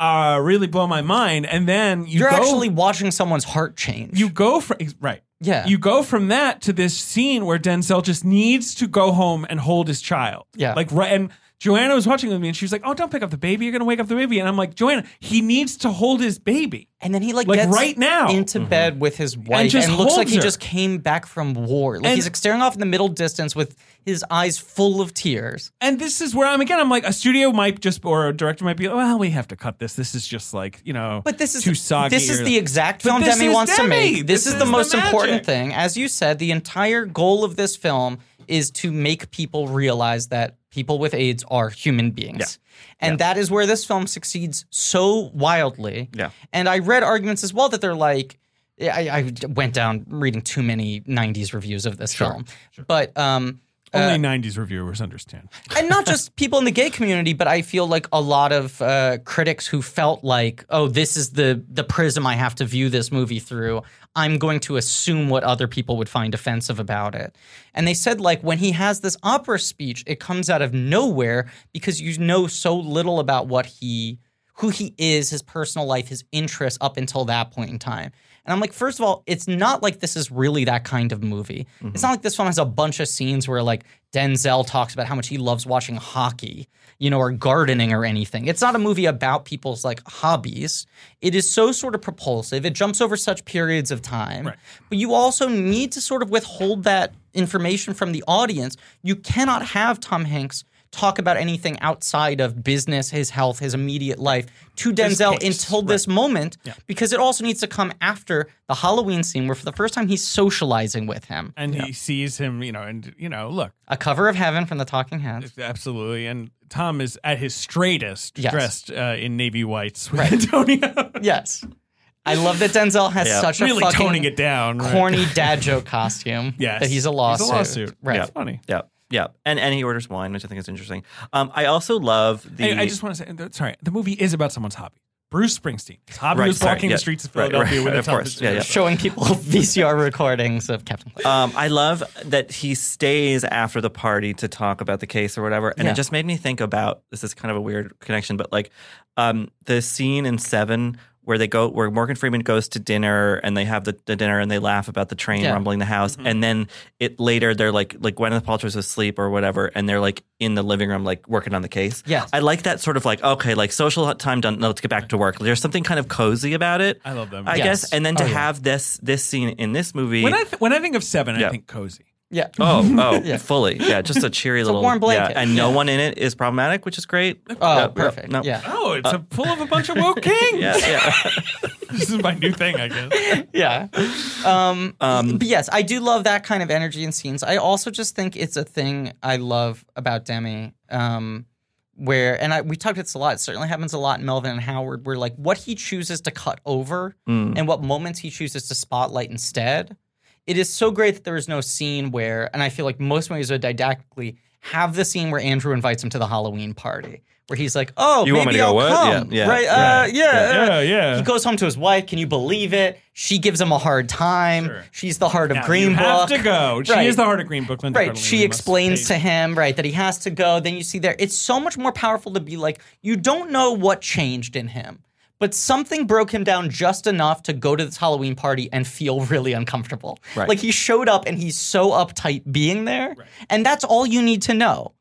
Uh, really blow my mind. And then you
You're
go-
actually watching someone's heart change.
you go from right.
yeah
You go from that to this scene where Denzel just needs to go home and hold his child.
Yeah.
Like right and Joanna was watching with me and she was like, Oh, don't pick up the baby, you're gonna wake up the baby. And I'm like, Joanna, he needs to hold his baby.
and then he like,
like,
gets
right now.
into bed with his wife and,
just
looks like
holds
he
her.
just came back from war. Like
And-
he's like staring off in the middle distance with his eyes full of tears.
And this is where I'm again, I'm like, a studio might just or a director might be like, Well, we have to cut this. This is just like, you know,
But this is
too soggy.
This is
or-
the exact
But
film
this
Demi
is
wants to
Demi.
make. This, is, the most
magic.
important thing, as you said. The entire goal of this film is to make people realize that people with AIDS are human beings, and that is where this film succeeds so wildly.
Yeah.
and I read arguments as well that they're like. I, I went down reading too many '90s reviews of this film, but um,
only nineties reviewers understand.
and not just people in the gay community, but I feel like a lot of uh, critics who felt like, oh, this is the the prism I have to view this movie through. I'm going to assume what other people would find offensive about it. And they said like when he has this opera speech, it comes out of nowhere because you know so little about what he who he is, his personal life, his interests up until that point in time. And I'm like, first of all, it's not like this is really that kind of movie. It's not like this film has a bunch of scenes where like Denzel talks about how much he loves watching hockey, you know, or gardening or anything. It's not a movie about people's like hobbies. It is so sort of propulsive. It jumps over such periods of time. But you also need to sort of withhold that information from the audience. You cannot have Tom Hanks talk about anything outside of business, his health, his immediate life to Denzel until this moment because it also needs to come after the Halloween scene where for the first time he's socializing with him.
And he sees him, you know, and you know, look,
A cover of Heaven from the Talking Heads.
Absolutely, and Tom is at his straightest,
Yes.
dressed uh, in navy whites with Antonio,
Yes. I love that Denzel has
Yeah.
such a
really
fucking
toning it down. right?
corny dad joke costume.
Yes.
That he's a lawsuit.
lawsuit.
Right.
Yeah.
funny.
Yeah. Yeah. And, and he orders wine, which I think is interesting. Um, I also love the.
Hey, I just want to say, and th- sorry, the movie is about someone's hobby. Bruce Springsteen. His hobby
Right,
was
sorry,
walking
yeah.
the streets of
Right,
Philadelphia
right,
with a
of course. Yeah, yeah.
Showing people VCR recordings of Captain Click.
Um, I love that he stays after the party to talk about the case or whatever. And
Yeah.
it just made me think about this is kind of a weird connection, but like um, the scene in Seven where they go where Morgan Freeman goes to dinner and they have the, the dinner and they laugh about the train
Yeah. Mm-hmm.
rumbling the house. And then it later they're like like Gwyneth Paltrow's asleep or whatever, and they're like in the living room like working on the case.
Yes.
I like that sort of like, okay, like social time done, let's get back to work. There's something kind of cozy about it.
I love them.
I
Yes.
guess. And then to
Oh, yeah.
have this this scene in this movie
When I th- when I think of seven, I
Yeah.
think cozy.
Yeah.
Oh, oh,
Yeah.
fully. Yeah, just a cheery
a
little
warm blanket.
Yeah, and no
Yeah.
one in it is problematic, which is great.
Oh,
Yeah,
perfect. Yeah.
Oh, it's a, full of a bunch of woke kings.
Yeah, yeah.
This is my new thing, I guess.
yeah. Um, but yes, I do love that kind of energy in scenes. I also just think it's a thing I love about Demi. Um, where and I, we talked about this a lot. It certainly happens a lot in Melvin and Howard, where like what he chooses to cut over
Mm.
and what moments he chooses to spotlight instead. It is so great that there is no scene where, and I feel like most movies would didactically have the scene where Andrew invites him to the Halloween party, where he's like, "Oh,
You
maybe
want me to go,
I'll
what? Yeah,
come,
yeah,
right? Uh,
right.
yeah,
Yeah,
uh,
yeah.
he goes home to his wife. Can you believe it? She gives him a hard time. She's the heart of
Now,
Green
you have
Book.
to go. She
Right.
is the heart of Green Book. Linda
Right.
Cardellini
She
must
explains
be.
to him, right, that he has to go. Then you see there, it's so much more powerful to be like, you don't know what changed in him. but something broke him down just enough to go to this Halloween party and feel really uncomfortable.
Right.
Like he showed up and he's so uptight being there. And that's all you need to know.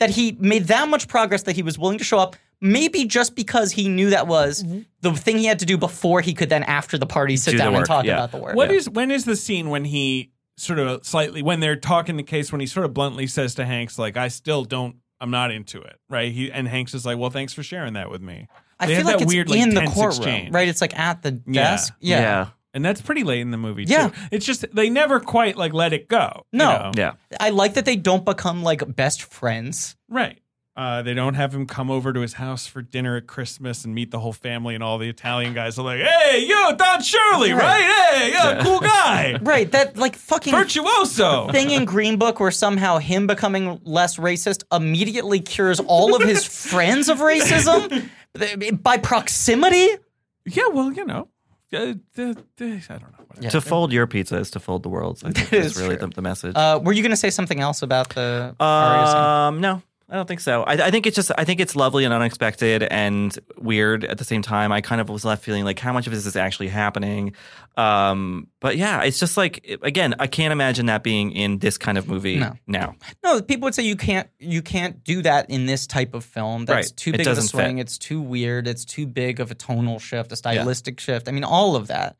That he made that much progress that he was willing to show up, maybe just because he knew that was the thing he had to do before he could then after the party sit
Do the
down and
work,
talk
yeah.
about the work.
What is when is the scene when he sort of slightly when they're talking the case when he sort of bluntly says to Hanks like I still don't I'm not into it right he and Hanks is like well thanks for sharing that with me
I
They have
feel like
that
it's
weird, like,
in the
tense
courtroom,
exchange.
right? It's like at the
Yeah.
desk.
yeah.
Yeah.
yeah.
and that's pretty late in the movie
Yeah.
too it's just they never quite like let it go you
No.
know?
I like that they don't become like best friends.
right uh, they don't have him come over to his house for dinner at Christmas and meet the whole family and all the Italian guys are like hey yo Don Shirley
Right.
right, hey yo, cool guy
Right. That like fucking
virtuoso
thing in Green Book where somehow him becoming less racist immediately cures all of his friends of racism by proximity.
yeah well you know uh, the, the, I don't know
To fold your pizza is to fold the world's. I think
is
is really
true.
the, the message.
Uh, were you going to say something else about the Aria scene?
Um, no, I don't think so. I, I think it's just I think it's lovely and unexpected and weird at the same time. I kind of was left feeling like how much of this is actually happening. Um, but yeah, it's just like it- again, I can't imagine that being in this kind of movie
No.
now.
No, people would say you can't you can't do that in this type of film. That's
Right.
too
It
big of a
doesn't
swing.
fit.
It's too weird. It's too big of a tonal shift, a stylistic shift. I mean, all of that.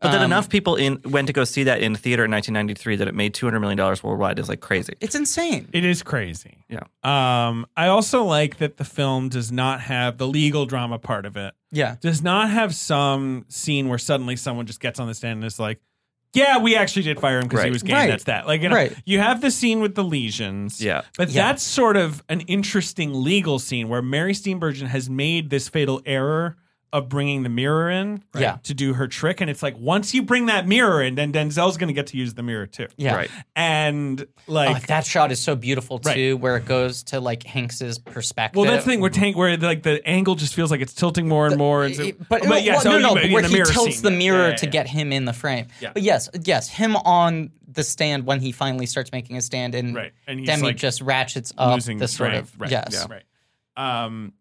But then
Um,
enough people in went to go see that in theater in 1993 that it made 200 million dollars worldwide is like crazy.
It's insane.
It is crazy.
Yeah.
Um, I also like that the film does not have the legal drama part of it.
Yeah.
Does not have some scene where suddenly someone just gets on the stand and is like, "Yeah, we actually did fire him because he
Right.
was gay."
Right.
That's that. Like, you know,
Right.
you have the scene with the lesions.
Yeah.
But
Yeah.
that's sort of an interesting legal scene where Mary Steenburgen has made this fatal error of bringing the mirror in
Yeah.
to do her trick, and it's like once you bring that mirror in, then Denzel's going to get to use the mirror too.
Yeah.
Right.
And
Oh,
like
that shot is so beautiful too,
Right.
where it goes to like Hanks's perspective.
Well, that's the thing where tank where like the angle just feels like it's tilting more and more. And so,
It- but, well, no, no,
but in
where
the
he
mirror
tilts
scene,
the
yeah,
mirror
yeah,
to
yeah.
get him in the frame.
Yeah.
But yes, yes, him on the stand when he finally starts making a stand, and
Right, and he's,
Demi
like,
just ratchets up
losing
the sort
strength.
of
right,
yes,
yeah, right. Um,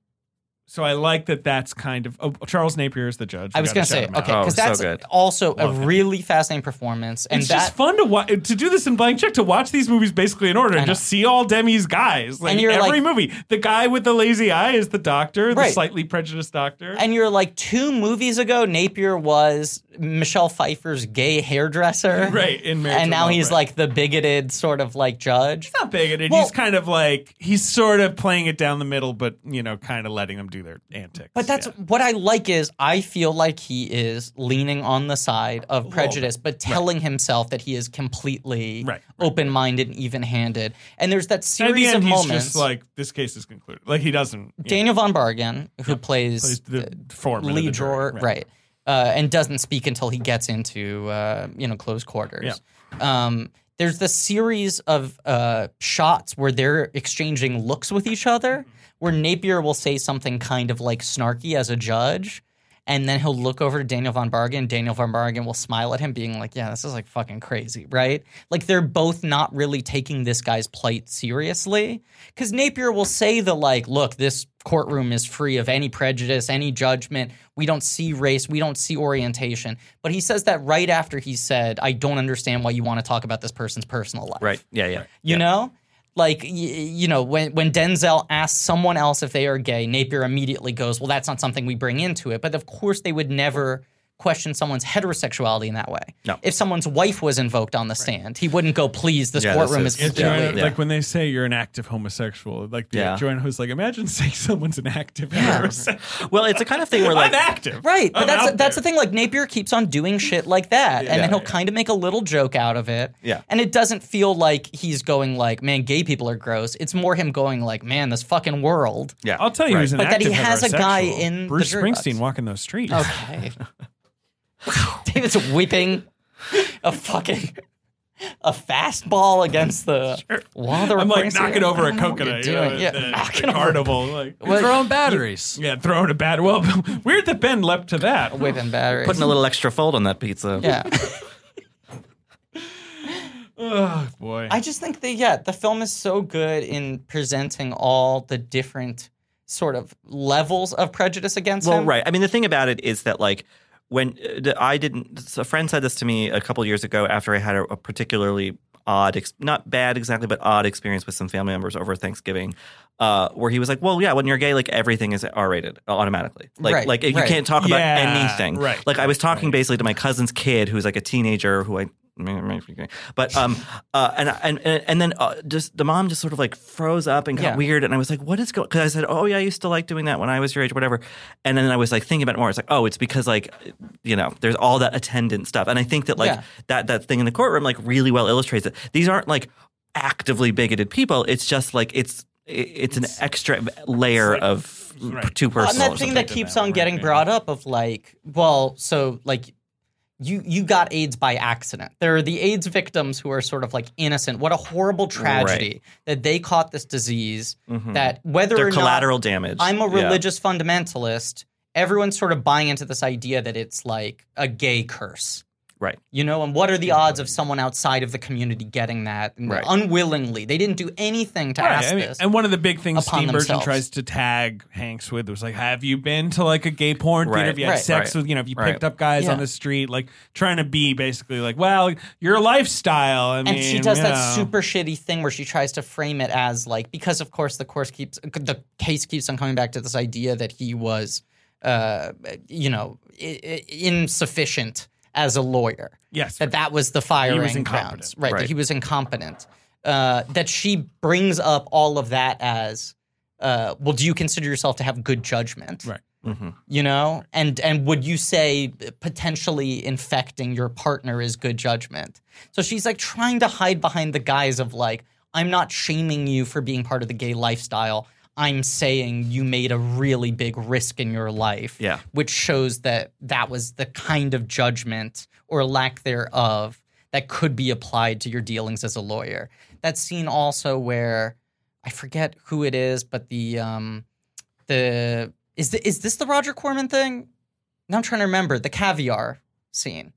so I like that. That's kind of oh, Charles Napier is the judge.
I
We
was
gotta
gonna say
shout
okay
him out.
Oh,
because
so
that's
good.
also
Love
a
him.
really fascinating performance, and
It's
that
just fun to watch to do this in blank check to watch these movies basically in order
I
and
know.
just see all Demi's guys like
And you're
every
like-
movie. The guy with the lazy eye is the doctor, the
Right.
slightly prejudiced doctor.
and you're like two movies ago, Napier was Michelle Pfeiffer's gay hairdresser,
Right, in Marriage
and
with
now
Love,
he's
right.
like the bigoted sort of like judge.
not bigoted.
Well-
he's kind of like he's sort of playing it down the middle, but you know, kind of letting them do their antics.
But that's
yeah.
what I like is I feel like he is leaning on the side of prejudice, but telling himself that he is completely
Right, right.
open-minded and even-handed. And there's that
And
series
at the
of
end, he's
moments.
just like, this case is concluded. Like he doesn't. you
Daniel von Bargen, who plays,
know, plays the foreman of the
lead
jury,
drawer, right, uh, and doesn't speak until he gets into uh, you know close quarters. Um, there's the series of uh, shots where they're exchanging looks with each other, where Napier will say something kind of like snarky as a judge. And then he'll look over to Daniel von Bargen. Daniel von Bargen will smile at him, being like, "Yeah, this is like fucking crazy, right?" Like they're both not really taking this guy's plight seriously. Because Napier will say the like, "Look, this courtroom is free of any prejudice, any judgment. We don't see race, we don't see orientation." But he says that right after he said, "I don't understand why you want to talk about this person's personal life."
Right. Yeah. Yeah.
You know? Like y- you know, when when Denzel asks someone else if they are gay, Napier immediately goes, "Well, that's not something we bring into it." But of course, they would never question someone's heterosexuality in that way.
No.
If someone's wife was invoked on the stand, he wouldn't go, "Please, this
Yeah, this
courtroom
is-
is
Yeah,
Yeah,
Joanna-
yeah.
Like when they say you're an active homosexual, like the,
Yeah.
Joanna was like, imagine saying someone's an active heterosexual.
Well, it's the kind of thing where like
I'm active.
Right, but
I'm
that's
out
that's the
there.
thing. Like Napier keeps on doing shit like that, and then he'll kind of make a little joke out of it.
Yeah.
and it doesn't feel like he's going like, "Man, gay people are gross." It's more him going like, "Man, this fucking world."
yeah.
I'll tell you,
Right.
who's an
But that he
active
has a guy
heterosexual.
in the
Bruce
jury
Springsteen
box. Oh,
walking those streets.
Okay. David's whipping a fucking a fastball against the wall. Of the
I'm like
recording
knocking
studio.
over
I
a
don't know what
coconut, you
you're
know,
doing.
at the-
yeah, knocking
the
over-
carnival, like
Well,
Throw in batteries.
yeah, throwing a bat. Well, weird that Ben leapt to that.
whipping batteries.
Putting a little extra fold on that pizza.
yeah.
Oh boy,
I just think that yeah, the film is so good in presenting all the different sort of levels of prejudice against
Well,
him.
right. I mean, the thing about it is that like when uh, the- I didn't, so a friend said this to me a couple years ago after I had a, a particularly odd, ex- not bad exactly, but odd experience with some family members over Thanksgiving. Uh, where he was like, "Well, yeah, when you're gay, like everything is R-rated uh, automatically. Like,
Right,
like you
right.
can't talk about
Yeah,
anything.
right,
Like, I was talking
right.
basically to my cousin's kid, who's like a teenager, who I, but um, uh, and and and and then uh, just the mom just sort of like froze up and got
Yeah.
weird, and I was like, "What is going?" Because I said, "Oh yeah, I used to like doing that when I was your age, whatever." And then I was like thinking about it more. It's like, oh, it's because like, you know, there's all that attendant stuff, and I think that like
Yeah.
that that thing in the courtroom like really well illustrates it. These aren't like actively bigoted people. It's just like it's it- it's an extra layer
like-
of
right.
too
Well,
personal.
Oh, and
or
that thing that
something.
keeps
that,
on
right,
getting
yeah.
brought up of like, well, so like you you got AIDS by accident. There are the AIDS victims who are sort of like innocent. What a horrible tragedy that they caught this disease
Mhm.
that whether
they're
or not
collateral damage.
I'm a
Yeah.
religious fundamentalist, everyone's sort of buying into this idea that it's like a gay curse.
Right.
You know, and what are the odds of someone outside of the community getting that And
Right.
unwillingly? They didn't do anything to
Right,
ask
I mean,
this.
and one of the big things
upon
Steve Burton
themselves.
tries to tag Hanks with was like, "Have you been to like a gay porn theater?
Right,
Have you had
right,
sex
right,
with you know? Have you
right.
picked up guys
Yeah.
on the street? Like trying to be basically like, well, your lifestyle. I mean,
and she does
you
that
know.
super shitty thing where she tries to frame it as like because of course the course keeps the case keeps on coming back to this idea that he was uh you know i- i- insufficient as a lawyer
yes,
that that was the firing
incompetent.
grounds right,
Right.
that he was incompetent uh that she brings up all of that as uh well do you consider yourself to have good judgment
Right.
Mhm.
you know and and would you say potentially infecting your partner is good judgment so she's like trying to hide behind the guise of like i'm not shaming you for being part of the gay lifestyle i'm saying you made a really big risk in your life
Yeah.
which shows that that was the kind of judgment or lack thereof that could be applied to your dealings as a lawyer that scene also where i forget who it is but the um the is the, is this the Roger Corman thing? Now I'm trying to remember the caviar scene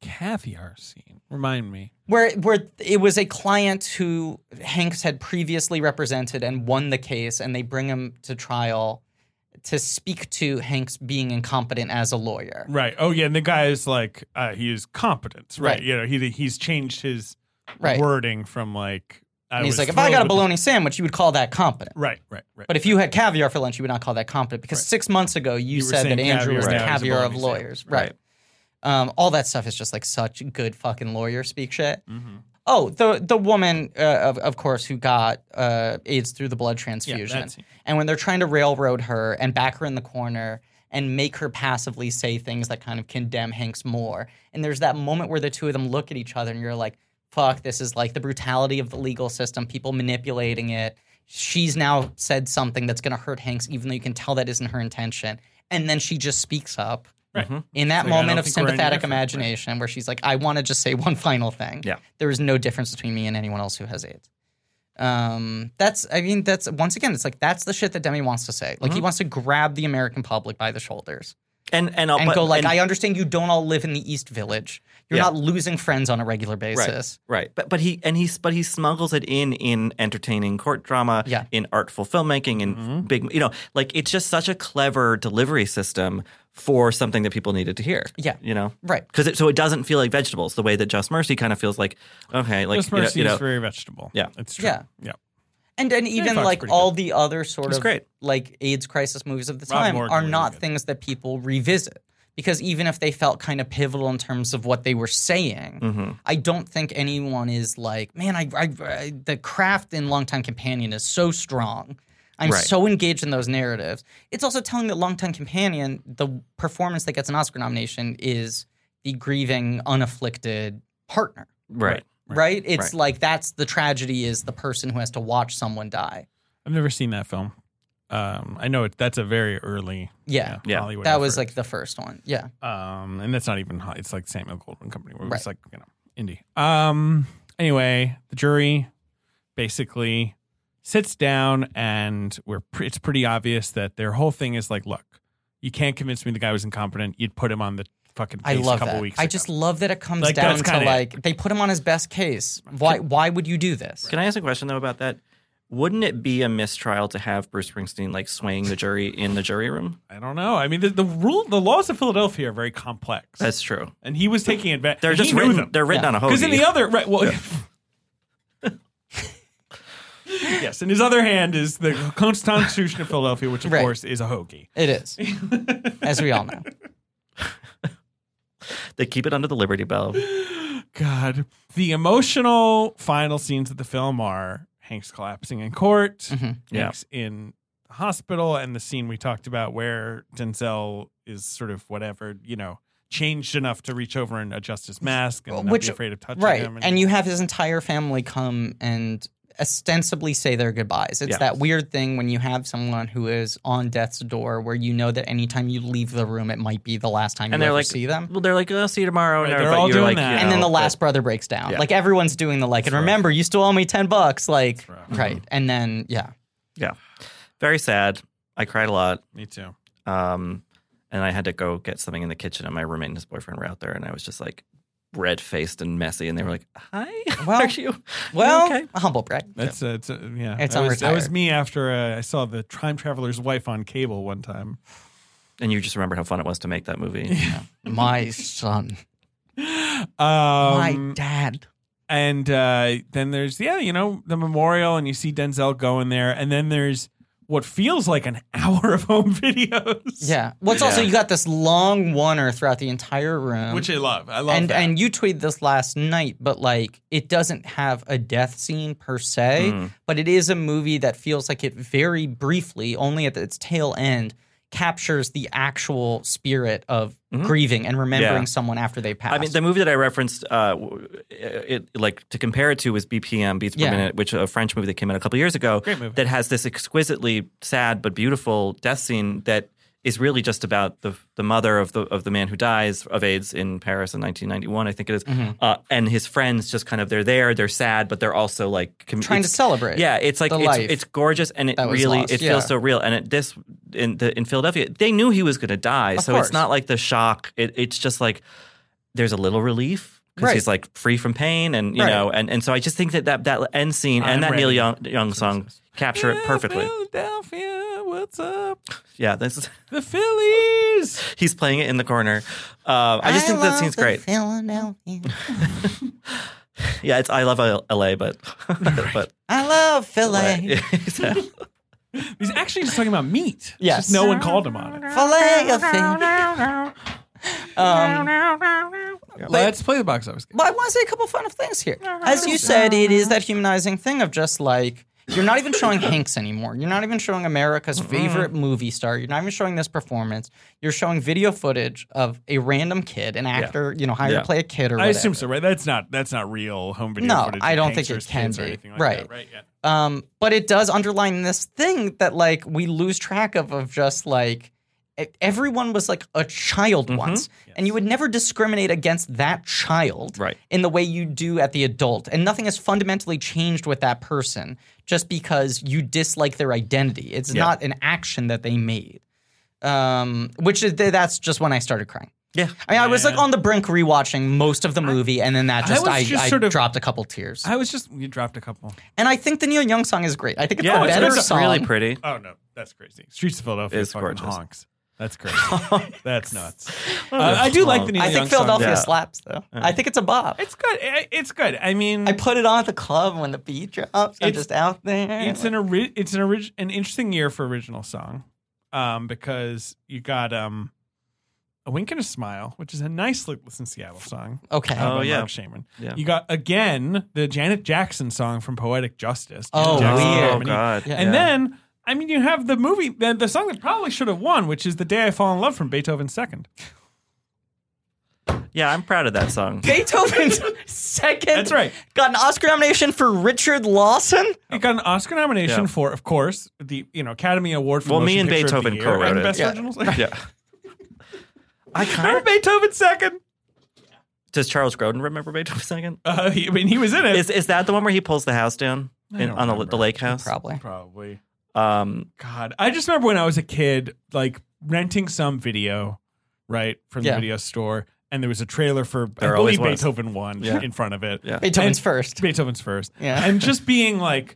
caviar scene. Remind me.
where where it was a client who Hanks had previously represented and won the case, and they bring him to trial to speak to Hanks being incompetent as a lawyer.
Right. Oh yeah, and the guy is like, uh, he is competent. Right.
Right.
You know, he he's changed his
Right.
wording from like. I
And he's
was
like, if I got a
thrilled with
bologna sandwich, you would call that competent.
the-" Right. Right. Right.
But if you had caviar for lunch, you would not call that competent because six months ago you,
You were
said that
saying
Andrew
caviar
was the
now is a
caviar of
bologna sandwich.
lawyers. Right. Um, all that stuff is just like such good fucking lawyer speak shit. Oh, the the woman, uh, of, of course, who got uh, AIDS through the blood transfusion.
that's-
and when they're trying to railroad her and back her in the corner and make her passively say things that kind of condemn Hanks more. And there's that moment where the two of them look at each other and you're like, fuck, this is like the brutality of the legal system, people manipulating it. She's now said something that's going to hurt Hanks, even though you can tell that isn't her intention. And then she just speaks up
Right.
in that
Like, I
moment
don't
of
think we're any
sympathetic
different, right.
imagination where she's like, I want to just say one final thing.
Yeah.
There is no difference between me and anyone else who has AIDS. Um, that's, I mean, that's, once again, it's like, that's the shit that Demi wants to say.
Mm-hmm.
Like, he wants to grab the American public by the shoulders
and and,
Uh,
I'll,
and
but-
go, like,
and-
I understand you don't all live in the East Village. You're
Yeah.
not losing friends on a regular basis.
Right. But but he and he's but he smuggles it in in entertaining court drama,
Yeah.
in artful filmmaking, in big you know, like it's just such a clever delivery system for something that people needed to hear.
Yeah.
You know?
Right.
Because it, so it doesn't feel like vegetables the way that Just Mercy kind of feels like okay, like
Just
you know-
mercy
you know,
is very vegetable.
Yeah.
It's true.
Yeah.
Yeah.
And and even
Fox
like
pretty
all the other sort
It's
of
great.
like AIDS crisis movies of the
Rob
time
Morgan
are
really
not
good.
things that people revisit because even if they felt kind of pivotal in terms of what they were saying,
Mm-hmm.
I don't think anyone is like, man, I, I, I the craft in Longtime Companion is so strong. I'm
Right.
so engaged in those narratives. It's also telling that Longtime Companion, the performance that gets an Oscar nomination is the grieving, unafflicted partner
Right.
right? It's
Right.
like that's the tragedy is the person who has to watch someone die.
I've never seen that film. Um, I know it, that's a very early
Yeah.
Yeah.
Hollywood
That was
effort.
like the first one. Yeah.
um, and that's not even hot. It's like Samuel Goldwyn Company. Where It's
Right.
like you know indie. Um, anyway, the jury basically sits down, and we're pre- it's pretty obvious that their whole thing is like, look, you can't convince me the guy was incompetent. You'd put him on the fucking
I
case a
love
couple
that.
weeks.
I
ago.
just love that it comes
Like,
down
that's
to
kinda it.
like they put him on his best case. Why why would you do this?
Can I ask a question though about that? wouldn't it be a mistrial to have Bruce Springsteen like swaying the jury in the jury room?
I don't know. I mean, the, the rule, the laws of Philadelphia are very complex,
That's true.
and he was taking advantage.
They're just
he knew
written.
them.
They're written
Yeah.
on a
Because in
hoagie.
the other, right? Well, yes. In his other hand is the Constitution of Philadelphia, which of
Right.
course is a hoagie.
It is, as we all know.
they keep it under the Liberty Bell.
God, the emotional final scenes of the film are Hank's collapsing in court,
Mhm.
Yeah.
Hank's in the hospital, and the scene we talked about where Denzel is sort of whatever you know changed enough to reach over and adjust his mask and not
Which-
be afraid of touching
Right.
him.
And you have his entire family come and ostensibly say their goodbyes. It's
Yeah.
that weird thing when you have someone who is on death's door where you know that anytime you leave the room, it might be the last time
And
you
they're
ever
like- "Oh,
see them.
Well, they're like, "I'll see you tomorrow,"
Right,
and
they're
everybody-
all
you're
doing
like,
that.
you
and then
know,
the last brother breaks down.
Yeah.
Like everyone's doing the like, and remember, you still owe me 10 bucks. Like,
Right.
right. And then, yeah.
but Very sad. I cried a lot.
me too.
Um, and I had to go get something in the kitchen, and my roommate and his boyfriend were out there, and I was just like red faced and messy, and they were like, "Hi,
Well-
are you?"
Well,
okay?
a humble brag.
That's uh, it's, uh, yeah.
It's
that was, that was
unretired.
me after uh, I saw the Time Traveler's Wife on cable one time.
And you just remember how fun it was to make that movie.
My son.
Um,
my dad.
and uh, then there's yeah, you know, the memorial, and you see Denzel going there, and then there's what feels like an hour of home videos.
Yeah. What's also,
Yeah.
you got this long oneer throughout the entire room.
which I love. I love
um, and
that.
and you tweeted this last night, but like it doesn't have a death scene per se,
Mm.
but it is a movie that feels like it very briefly, only at its tail end, captures the actual spirit of
Mhm.
grieving and remembering
Yeah.
someone after they passed.
I mean, the movie that I referenced, uh, w- it, like to compare it to was BPM, Beats per
Yeah.
Minute, which a French movie that came out a couple years ago.
Great movie.
That has this exquisitely sad but beautiful death scene that is really just about the the mother of the of the man who dies of AIDS in Paris in 1991, I think it is.
Mm-hmm.
uh, and his friends just kind of they're there, they're sad, but they're also like com-
trying to
it's-
celebrate.
Yeah, it's like
the
it's,
life
it's gorgeous, and it
that was
really
lost,
it
yeah.
feels so real. And it, this in the in Philadelphia, they knew he was going to die,
Of
so
course.
it's not like the shock. It, it's just like there's a little relief because
Right.
he's like free from pain, and you
Right.
know, and, and so I just think that that, that end scene
I'm
and that Neil
ready.
Young, Young song capture it
Yeah,
perfectly.
Philadelphia, what's up?
Yeah, this is,
The Phillies.
he's playing it in the corner. Uh, I just think that
love
scene's
the
great.
Philadelphia.
Yeah, it's I love uh, L- L.A., but but
I love Philly.
Exactly.
He's actually just talking about meat. It's
Yes.
just no one called him on it.
Filet of fish. Um,
Let's play the box office. Uh-huh.
But I want to say a couple fun of things here. As you said, it is that humanizing thing of just like you're not even showing Hanks anymore. You're not even showing America's favorite movie star. You're not even showing this performance. You're showing video footage of a random kid, an actor, you know, hired
Yeah.
to play a kid or
I
whatever.
assume so, right? That's not that's not real home video.
No,
footage
I
of
don't
tanks
think
or
it can
skins or
be.
anything like
Right.
that, right? Yeah.
Um, but it does underline this thing that like we lose track of of just like e- everyone was like a child
Mm-hmm.
once, and you would never discriminate against that child
Right.
in the way you do at the adult, and nothing has fundamentally changed with that person just because you dislike their identity. It's
Yeah.
not an action that they made. Um, which is that's just when I started crying.
yeah.
I mean, I was
Yeah.
like on the brink rewatching most of the movie, and then that
I
just
was
I,
just
I
sort of-
dropped a couple tears.
I was just you dropped a couple.
And I think the Neil Young song is great. I think it's
Yeah,
a
it's-
better
it's
song.
really pretty.
Oh no, that's crazy. Streets of Philadelphia
It's
is fucking
gorgeous.
honks. That's crazy. that's nuts. Uh, I do
honk.
like the Neil
I
Young
think Philadelphia
Yeah.
slaps though. I think it's a bop.
Song. It's good. I- It's good. I mean,
I put it on at the club when the beat drops. I'm
It's-
just out there.
it's an ori- it's an orig- an interesting year for original song, um, because you got um, a wink and a smile, which is a nice Lucas in Seattle song.
okay.
uh, by
Oh, yeah.
Mark Shaman.
Yeah.
You got again the Janet Jackson song from Poetic Justice. Janet
Oh,
Jackson,
weird.
Oh
Harmony.
God.
Yeah.
And then, I mean, you have the movie, the, the song that probably should have won, which is The Day I Fall in Love from Beethoven's Second.
yeah, I'm proud of that song.
Beethoven's second.
That's right.
Got an Oscar nomination for Richard Lawson.
It got an Oscar nomination
Oh. Yeah.
for, of course, the you know Academy Award for
Well, me
Motion
and
Picture of the
Beethoven
Year
co-wrote
and
it.
Best
Yeah.
Original Song.
Yeah. I kind
Remember Beethoven's Second?
Does Charles Grodin remember Beethoven Second?
Uh, he, I mean, he was in it.
Is is that the one where he pulls the house down
I
in,
don't
on the,
remember.
the lake house?
Probably.
Probably.
Um,
God, I just remember when I was a kid, like renting some video, right from
Yeah.
the video store, and there was a trailer for
There
I believe
always was.
Beethoven one in front of it.
Yeah.
Beethoven's
And-
first.
Beethoven's first.
Yeah.
And just being like,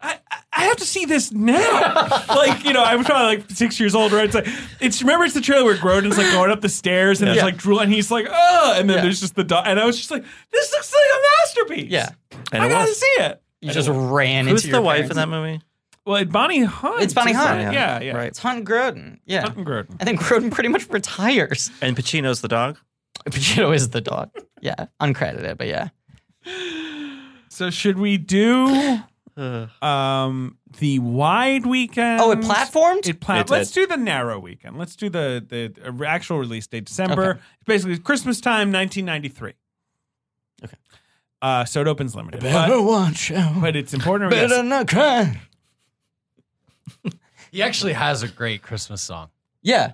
I, I- I have to see this now. like, you know, I was probably like six years old, right? It's like, it's remember it's the trailer where Groden's like going up the stairs and there's like drool and he's like, oh, and then there's just the dog. And I was just like, this looks like a masterpiece.
Yeah.
And
I
it
gotta
was.
see it.
You just ran
Who's
into
the
your
wife
parents.
in that movie?
Well, it's Bonnie Hunt.
It's Bonnie
is
Hunt.
like- Yeah, yeah.
Right.
It's Hunt Groden. Yeah.
Hunt and Groden.
I think Groden pretty much retires.
And Pacino's the dog.
Pacino is the dog. Yeah. Uncredited, but yeah.
So should we do
Uh,
um the wide weekend?
Oh, it platformed?
It plat-
It did.
Let's do the narrow weekend. Let's do the the uh, actual release date, December. It's basically Christmas time, 1993. Okay. Uh, so it opens limited, but,
watch out.
but it's important. to
Better
yes.
not cry.
He actually has a great Christmas song.
Yeah.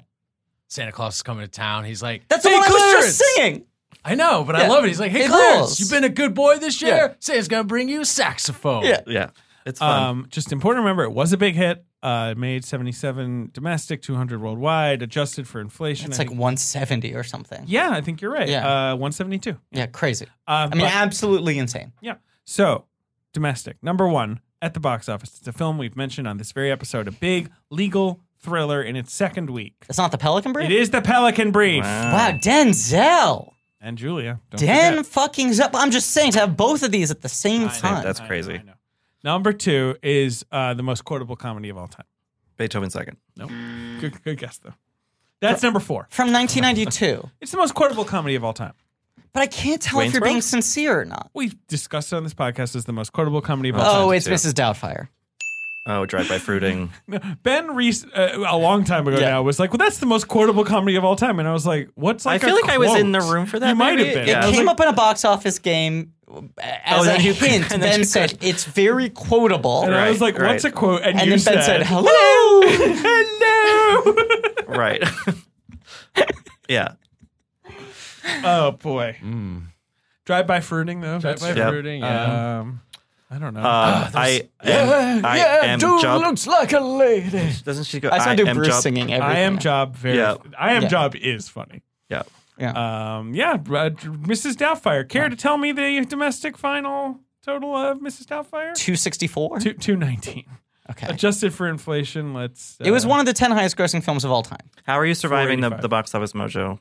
Santa Claus is coming to town. He's like,
That's
hey,
the one I was
Clarence!
just singing.
I know, but I
Yeah.
love it. He's like, hey,
It
Clarence,
rules.
you've been a good boy this year.
Yeah.
Santa's gonna bring you a saxophone.
Yeah.
yeah, it's fun.
Um, just important to remember, it was a big hit. Uh, it made 77 domestic, 200 worldwide, adjusted for inflation.
It's
I
like
think-
170 or something. Yeah,
yeah, I think you're right.
Yeah.
Uh, 172.
crazy.
Uh,
I mean,
but-
absolutely insane.
Yeah. So, domestic. Number one at the box office. It's a film we've mentioned on this very episode, a big legal thriller in its second week.
It's not the Pelican Brief?
It is The Pelican Brief.
Wow, Denzel.
And Julia. Don't
Den
forget.
fucking Zell. I'm just saying to have both of these at the same
I know,
time.
That's
I know,
crazy.
I know. Number two is uh, the most quotable comedy of all time.
Beethoven second.
Nope. Good, good guess, though. That's number four.
From 1992.
It's the most quotable comedy of all time.
but I can't tell
Wayne's
if you're being
World?
sincere or not.
We've discussed it on this podcast as the most quotable comedy of all time.
Oh, it's
1992.
Mrs. Doubtfire.
Oh, Drive By Fruiting.
Ben Reese, uh, a long time ago
Yeah.
now, was like, "Well, that's the most quotable comedy of all time," and I was like, "What's
I
like?"
feel
a
like I was
quote?
in the room for that.
You might
maybe.
have been.
Yeah.
I
it
was
came
like,
up in a box office game uh, as a
then you-
hint.
and then
ben
you
said it's very quotable,
And I was
Right,
like, "What's
right.
a quote?" And,
and
you
then Ben said,
said,
"Hello."
"Hello."
Right. yeah.
oh boy.
Hmm.
Drive by fruiting though.
Drive by
That's-
Yep. Uh-huh.
fruiting. Yeah.
Um, I don't know.
Uh, I am. I am job.
like a lady.
Doesn't she go?
I saw
I
do
am
Bruce
job.
singing everything.
I am job very.
Yeah.
I am
Yeah.
job is funny.
Yeah.
Um, yeah, uh, Mrs. Doubtfire. Care to tell me the domestic final total of Mrs. Doubtfire?
264.
Two two nineteen.
Okay.
Adjusted for inflation, let's.
It was
uh,
one of the 10 highest grossing films of all time.
How are you surviving the,
485.
the box office mojo?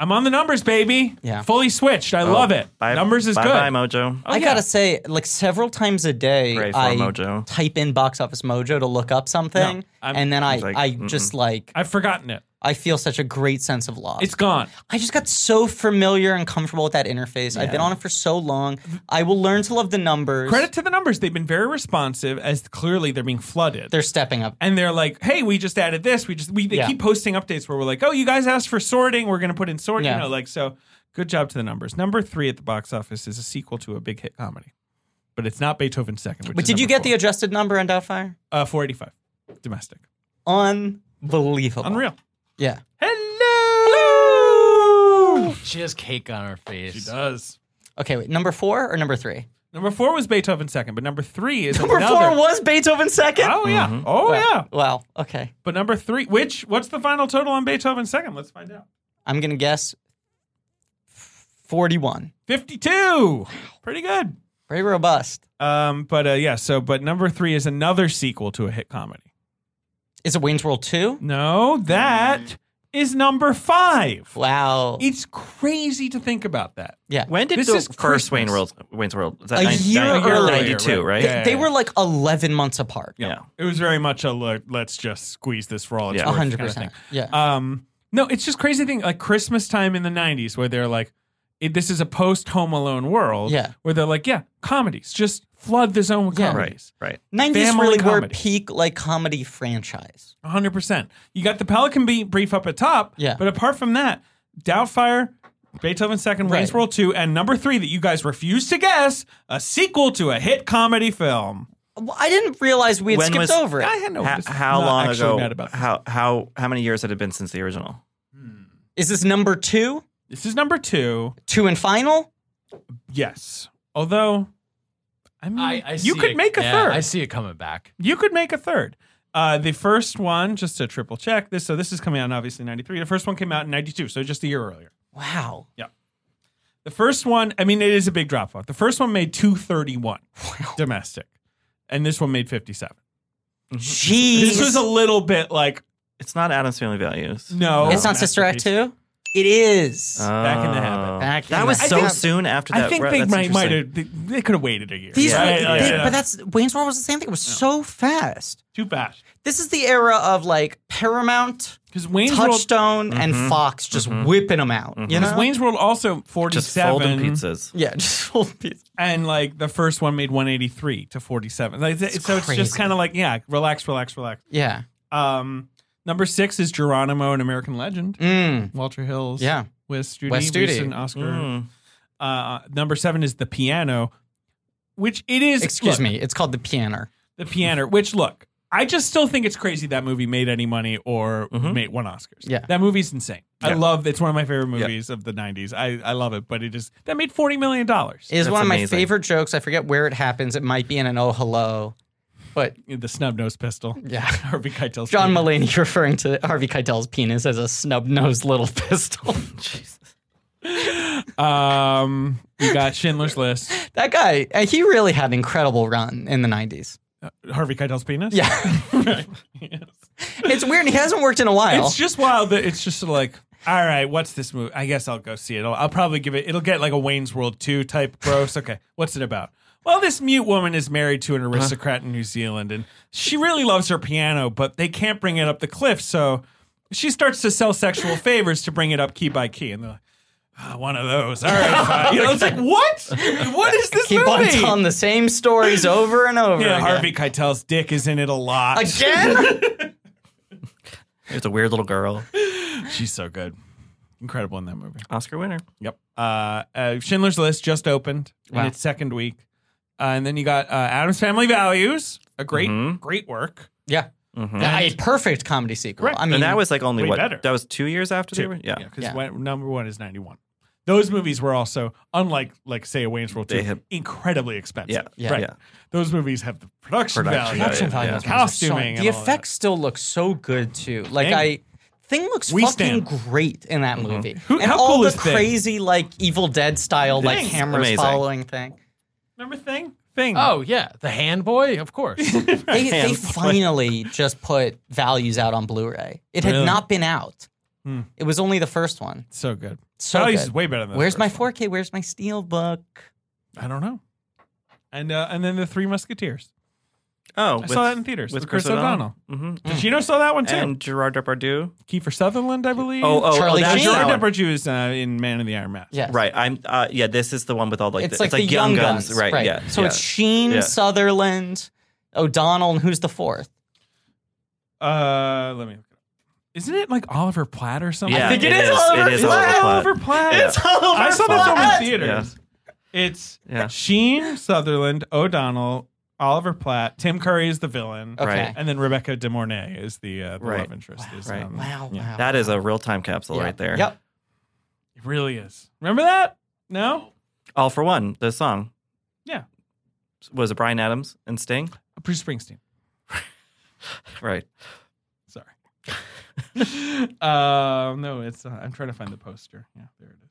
I'm on the numbers, baby.
Yeah.
Fully switched. I love it.
Oh, Bye,
numbers is
bye
good.
Bye mojo.
Oh,
I
yeah.
gotta say, like several times a day,
Pray for
I
Mojo.
type in Box Office Mojo to look up something,
No, I'm-
and then I,
like,
I just like,
I've forgotten it.
I feel such a great sense of loss.
It's gone.
I just got so familiar and comfortable with that interface. I've been on it for so long. I will learn to love the numbers.
Credit to the numbers. They've been very responsive as clearly they're being flooded.
They're stepping up.
and they're like, "Hey, we just added this. We just we they
Yeah.
keep posting updates where we're like, "Oh, you guys asked for sorting. We're going to put in sorting."
Yeah.
You know, like so good job to the numbers. Number 3 at the box office is a sequel to a big hit comedy. But it's not Beethoven's second, which
But
is
did you
number
get the adjusted number on Doubtfire?
four. uh 485 domestic.
Unbelievable.
Unreal.
Yeah.
Hello.
She has cake on her face.
She does.
Okay, wait. Number four or number three?
Number 4 was Beethoven's second, but number 3 is
Number
another
four was Mm-hmm. Beethoven's second.
Oh yeah. Oh yeah.
Wow. Okay.
But number 3, which what's the final total on Beethoven's second? Let's find out.
I'm gonna guess forty-one.
52. Pretty good.
Very robust.
Um, but uh, yeah, so but number three is another sequel to a hit comedy.
Is it Wayne's World two?
No, that is number five.
Wow.
It's crazy to think about that.
Yeah.
When did
This
the
is
first Wayne
Christmas.
World, Wayne's World? Is that
A year earlier,
ninety-two? Right?
right?
They, they were like eleven months apart.
Yeah.
It was very much a look, let's just squeeze this for all it's
Yeah.
worth
A hundred
kind of thing.
percent. Yeah.
Uh,
Um, no, it's just crazy thing like Christmas time in the '90s where they're like, it, this is a post Home Alone world.
Yeah.
Where they're like, yeah, comedies, just flood the zone with
Yeah.
comedies.
Right.
Nineties
family
really were
comedy.
peak like comedy franchise.
100%. You got the Pelican be- brief up at top.
Yeah.
But apart from that, Doubtfire, Beethoven's Second, Wayne's
Right.
World 2, and number three that you guys refuse to guess, a sequel to a hit comedy film.
Well, I didn't realize we had
When
skipped
was-
over it.
I had no
Ho-
this is
how
not
long
actually
ago?
Mad about this.
how how how many years had it been since the original?
Is this number two?
this is number two.
Two and final?
Yes. Although, I mean,
I, I
you
see
could
it-
make a
yeah,
third.
I see it coming back.
You could make a third. Uh, the first one, just to triple check this, so this is coming out in obviously 93. The first one came out in 92, so just a year earlier.
Wow.
The first one, I mean, it is a big drop off. The first one made 231 domestic. and this one made 57.
Mm-hmm.
Jeez.
This was a little bit like
It's not Adam's Family Values.
no.
it's not Sister Act two. It is.
Back in the habit.
Oh.
Back in
Uh, that
the-
was
I
so
think-
soon after that.
I think
re-
they
that's
might might
interesting.
have they, they could have waited a year.
These
Yeah,
were,
yeah,
they-
yeah.
but that's Wayne's World was the same thing. It was so fast.
too fast.
This is the era of like Paramount,
Because Wayne's World
Touchstone, and
Mm-hmm.
Fox just whipping them out. You know,
Because Wayne's World also
just folding
47
pizzas.
yeah, just old pizza.
and like the first one made 183 to 47. Like, th- so it's
crazy.
just kind of like yeah, relax, relax, relax.
Yeah,
Um, number six is Geronimo, an American legend.
mm.
Walter Hills.
yeah.
Wes Studi.
Wes Studi.
recent Oscar.
Mm.
Uh, number seven is the piano, which it is.
Excuse
look,
me, it's called the piano.
the piano. Which look, I just still think it's crazy that movie made any money or
Mhm.
made won Oscars.
Mm-hmm. Yeah.
that movie's insane. I
Yeah.
love. It's one of my favorite
Yeah.
movies of the '90s. I I love it, but it is that made forty million dollars.
It is
That's
one of my
amazing.
favorite jokes. I forget where it happens. It might be in an Oh Hello, but
The snub nosed pistol.
yeah.
Harvey Keitel's
John
penis.
Mulaney referring to Harvey Keitel's penis as a snub-nosed little pistol.
Um, we got Schindler's List.
that guy, uh, he really had an incredible run in the 90s.
Harvey Keitel's penis.
Yeah.
Right. Yes.
it's weird. He hasn't worked in a while.
It's just wild that it's just like, all right, what's this movie? I guess I'll go see it. I'll, I'll probably give it. It'll get like a Wayne's World two type gross. Okay, what's it about? Well, this mute woman is married to an
Uh-huh.
aristocrat in New Zealand, and she really loves her piano, but they can't bring it up the cliff, so she starts to sell sexual favors to bring it up key by key, and they're like. "Ah, One of those. All right. Fine. You know, it's like what? What is this
Keep on
movie?
telling the same stories over and over.
yeah,
again.
Harvey Keitel's dick is in it a lot.
Again?
It's a weird little girl.
She's so good, incredible in that movie.
Oscar winner.
Yep. Uh, uh, Schindler's List just opened
Wow.
in its second week, uh, and then you got uh, Adam's Family Values, a great,
Mhm.
great work.
yeah.
Mhm.
A perfect comedy sequel.
Correct.
I mean,
and that was like only
way
what?
better.
That was two years after
Two.
the yeah. yeah.
because
Yeah.
number one is ninety one. Those movies were also unlike, like, say, a Wayne's World
They
two,
have-
incredibly expensive.
Yeah,
yeah.
right.
yeah.
Those movies have the production,
Production
value,
value, Production value, yeah.
and
yeah.
costuming,
So,
and
the
all that.
effects still look so good too. Like
Thing.
I, thing looks
We
fucking
stand.
great in that
Mm-hmm.
movie.
Who-
and
how
all
cool
the
is Thing?
crazy like Evil Dead style like
Thing's
cameras
amazing.
following thing.
Remember thing, thing.
Hmm.
Oh yeah, the hand boy, of course.
They, they
Hands.
finally just put values out on Blu-ray. It had
Really?
not been out.
Hmm.
It was only the first one.
so good.
So
Values is
good.
way better than. the
Where's
first
my
one.
4K? Where's my Steelbook?
I don't know. And uh, and then the Three Musketeers.
Oh,
I saw that in theaters with, Chris, O'Donnell.
Mhm.
Did you know saw that one too?
and Gerard Depardieu.
Kiefer Sutherland, I believe.
Oh, oh,
Charlie
oh that's
Sheen.
that
Gerard
one.
Depardieu is uh, in Man in the Iron Mask.
Yes.
Right. I'm. Uh, yeah. This is the one with all like.
it's
the,
like the young, guns,
Right. Yeah.
So
yeah.
it's Sheen,
Yeah.
Sutherland, O'Donnell, and who's the fourth?
Uh, let me. Look it up. Isn't it like Oliver Platt or something?
Yeah,
I think it
it
is
is.
Oliver
it is
Platt.
Oliver
Oliver
Platt.
Platt.
Yeah.
Oliver
I saw that film
Platt!
in theaters. It's
Yeah.
Sheen, Sutherland, O'Donnell, Oliver Platt, Tim Curry is the villain,
Okay.
Right.
and then Rebecca De Mornay is the, uh, the
Right.
love interest. Is,
Right.
um,
Wow,
Yeah.
wow.
That is a real time capsule
Yeah.
right there.
Yep.
It really is. Remember that? No,
All for one. The song.
Yeah.
Was it Brian Adams and Sting?
Bruce Springsteen.
Right.
Sorry. um, no, it's. Uh, I'm trying to find the poster. Yeah, there it is.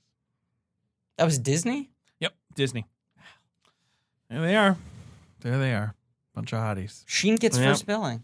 That was Disney?
Yep, Disney. There they are. There they are. Bunch of hotties.
Sheen gets
Yeah.
first billing.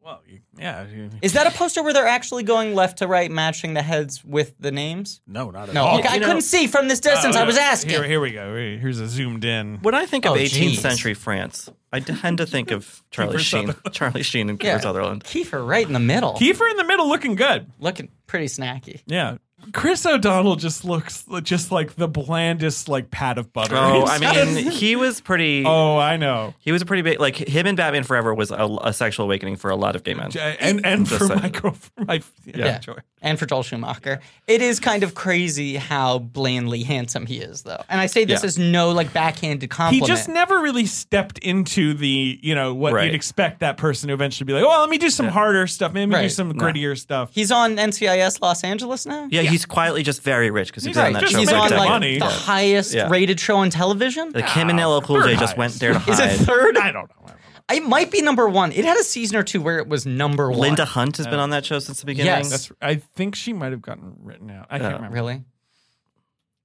Well, you, yeah. you-
Is that a poster where they're actually going left to right, matching the heads with the names?
no, not at
No,
all.
okay, I
you know-
couldn't see from this distance.
Oh,
I was
yeah.
asking.
Here, here we go. Here- Here's a zoomed in.
When I think of
Oh,
18th
geez.
century France, I tend to think of Charlie
Kiefer
Sheen,
Sutherland.
Charlie Sheen, and Kiefer
Yeah.
Sutherland.
Kiefer right in the middle,
Kiefer in the middle, looking good.
looking pretty snacky.
Yeah. Chris O'Donnell just looks li- just like the blandest like pat of butter.
Oh, I
He's
mean,
just-
he was pretty.
oh, I know.
He was a pretty big. Like him and Batman Forever was a, a sexual awakening for a lot of gay men.
J- And and
Just
for
saying.
my girl, for my yeah,
Yeah.
Joy.
And for Joel Schumacher, it is kind of crazy how blandly handsome he is, though. And I say this
Yeah.
as no like backhanded
He
compliment.
just never really stepped into the you know what
Right.
you'd expect that person to eventually be like. Oh, let me do some harder stuff. Maybe
Right.
do some grittier stuff.
He's on NCIS Los Angeles now.
Yeah, he's quietly just very rich because he's
He's
on
like,
that
just
show.
He's
for a
making
on
money.
like
decade.
the highest
Yeah.
rated show on television.
Like him and LL Cool
third
J
highest.
just went there to
Is it
hide.
third?
I don't know. I don't know.
It might be number one. It had a season or two where it was number one.
Linda Hunt has been on that show since the beginning.
Yes.
That's. I think she might have gotten written out. I can't
Yeah.
remember.
Really?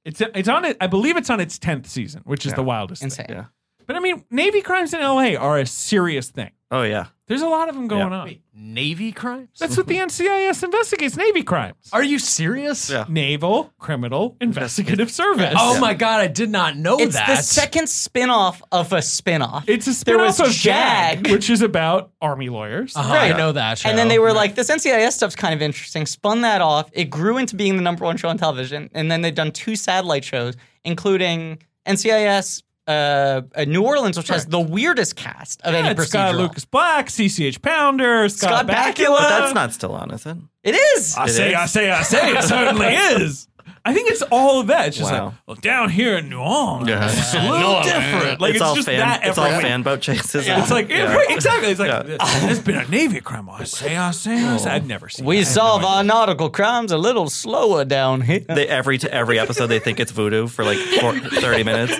It's it's on it. I believe it's on its tenth season, which is the wildest. thing.
Insane.
Yeah.
But I mean, Navy crimes in LA are a serious thing.
Oh yeah.
There's a lot of them going on.
Navy crimes?
That's what the NCIS investigates Navy crimes.
Are you serious?
Yeah.
Naval Criminal Investigative Service.
Oh my god, I did not know
Oh,
It's
that.
the second spin-off of a spin-off.
It's a
There
spin-off
was
of JAG,
JAG.
which is about army lawyers.
Uh-huh,
Right.
I know that. Show.
And then they were like, this NCIS stuff's kind of interesting. Spun that off. It grew into being the number one show on television. And then they've done two satellite shows, including NCIS uh, uh, New Orleans, which has the weirdest cast of any
Yeah, it's got
procedural.
Lucas Black, CCH Pounder, Scott,
Scott Bakula.
But that's not still on, is it?
It is.
I
It
say,
is?
I say, I say, it certainly is. I think it's all of that. It's just
Wow.
like, well, down here in New Orleans,
Yeah.
it's a little different. Like it's,
all
just
fan,
that
it's all
every week.
fanboat chases. and-
It's like
Yeah.
right, exactly. It's like
Yeah.
there's been a Navy crime. I say, I say, I say. I've never seen.
We
that. I have
solve
no idea.
our nautical crimes a little slower down here.
they, every to every episode they think it's voodoo for like four, 30 minutes.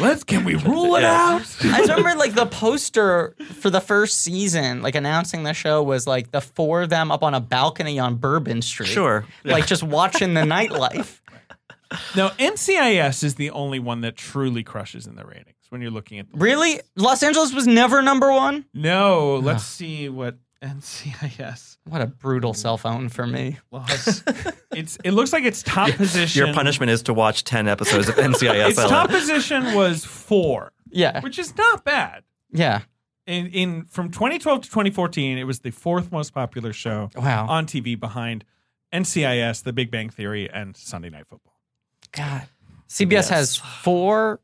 Let's can we rule it
Yeah.
out?
I just remember like the poster for the first season, like announcing the show was like the four of them up on a balcony on Bourbon Street.
Sure.
Like just watching the nightlife.
Now NCIS is the only one that truly crushes in the ratings when you're looking at. The
Really? Los Angeles was never number one?
No, let's see what NCIS
What a brutal cell phone for me.
lost. it's it looks like its top position.
Your punishment is to watch 10 episodes of NCIS.
Its top position was four,
Yeah.
which is not bad.
Yeah.
In, in from 2012 to 2014, it was the fourth most popular show
Wow.
on TV behind NCIS, The Big Bang Theory, and Sunday Night Football.
God. CBS has four.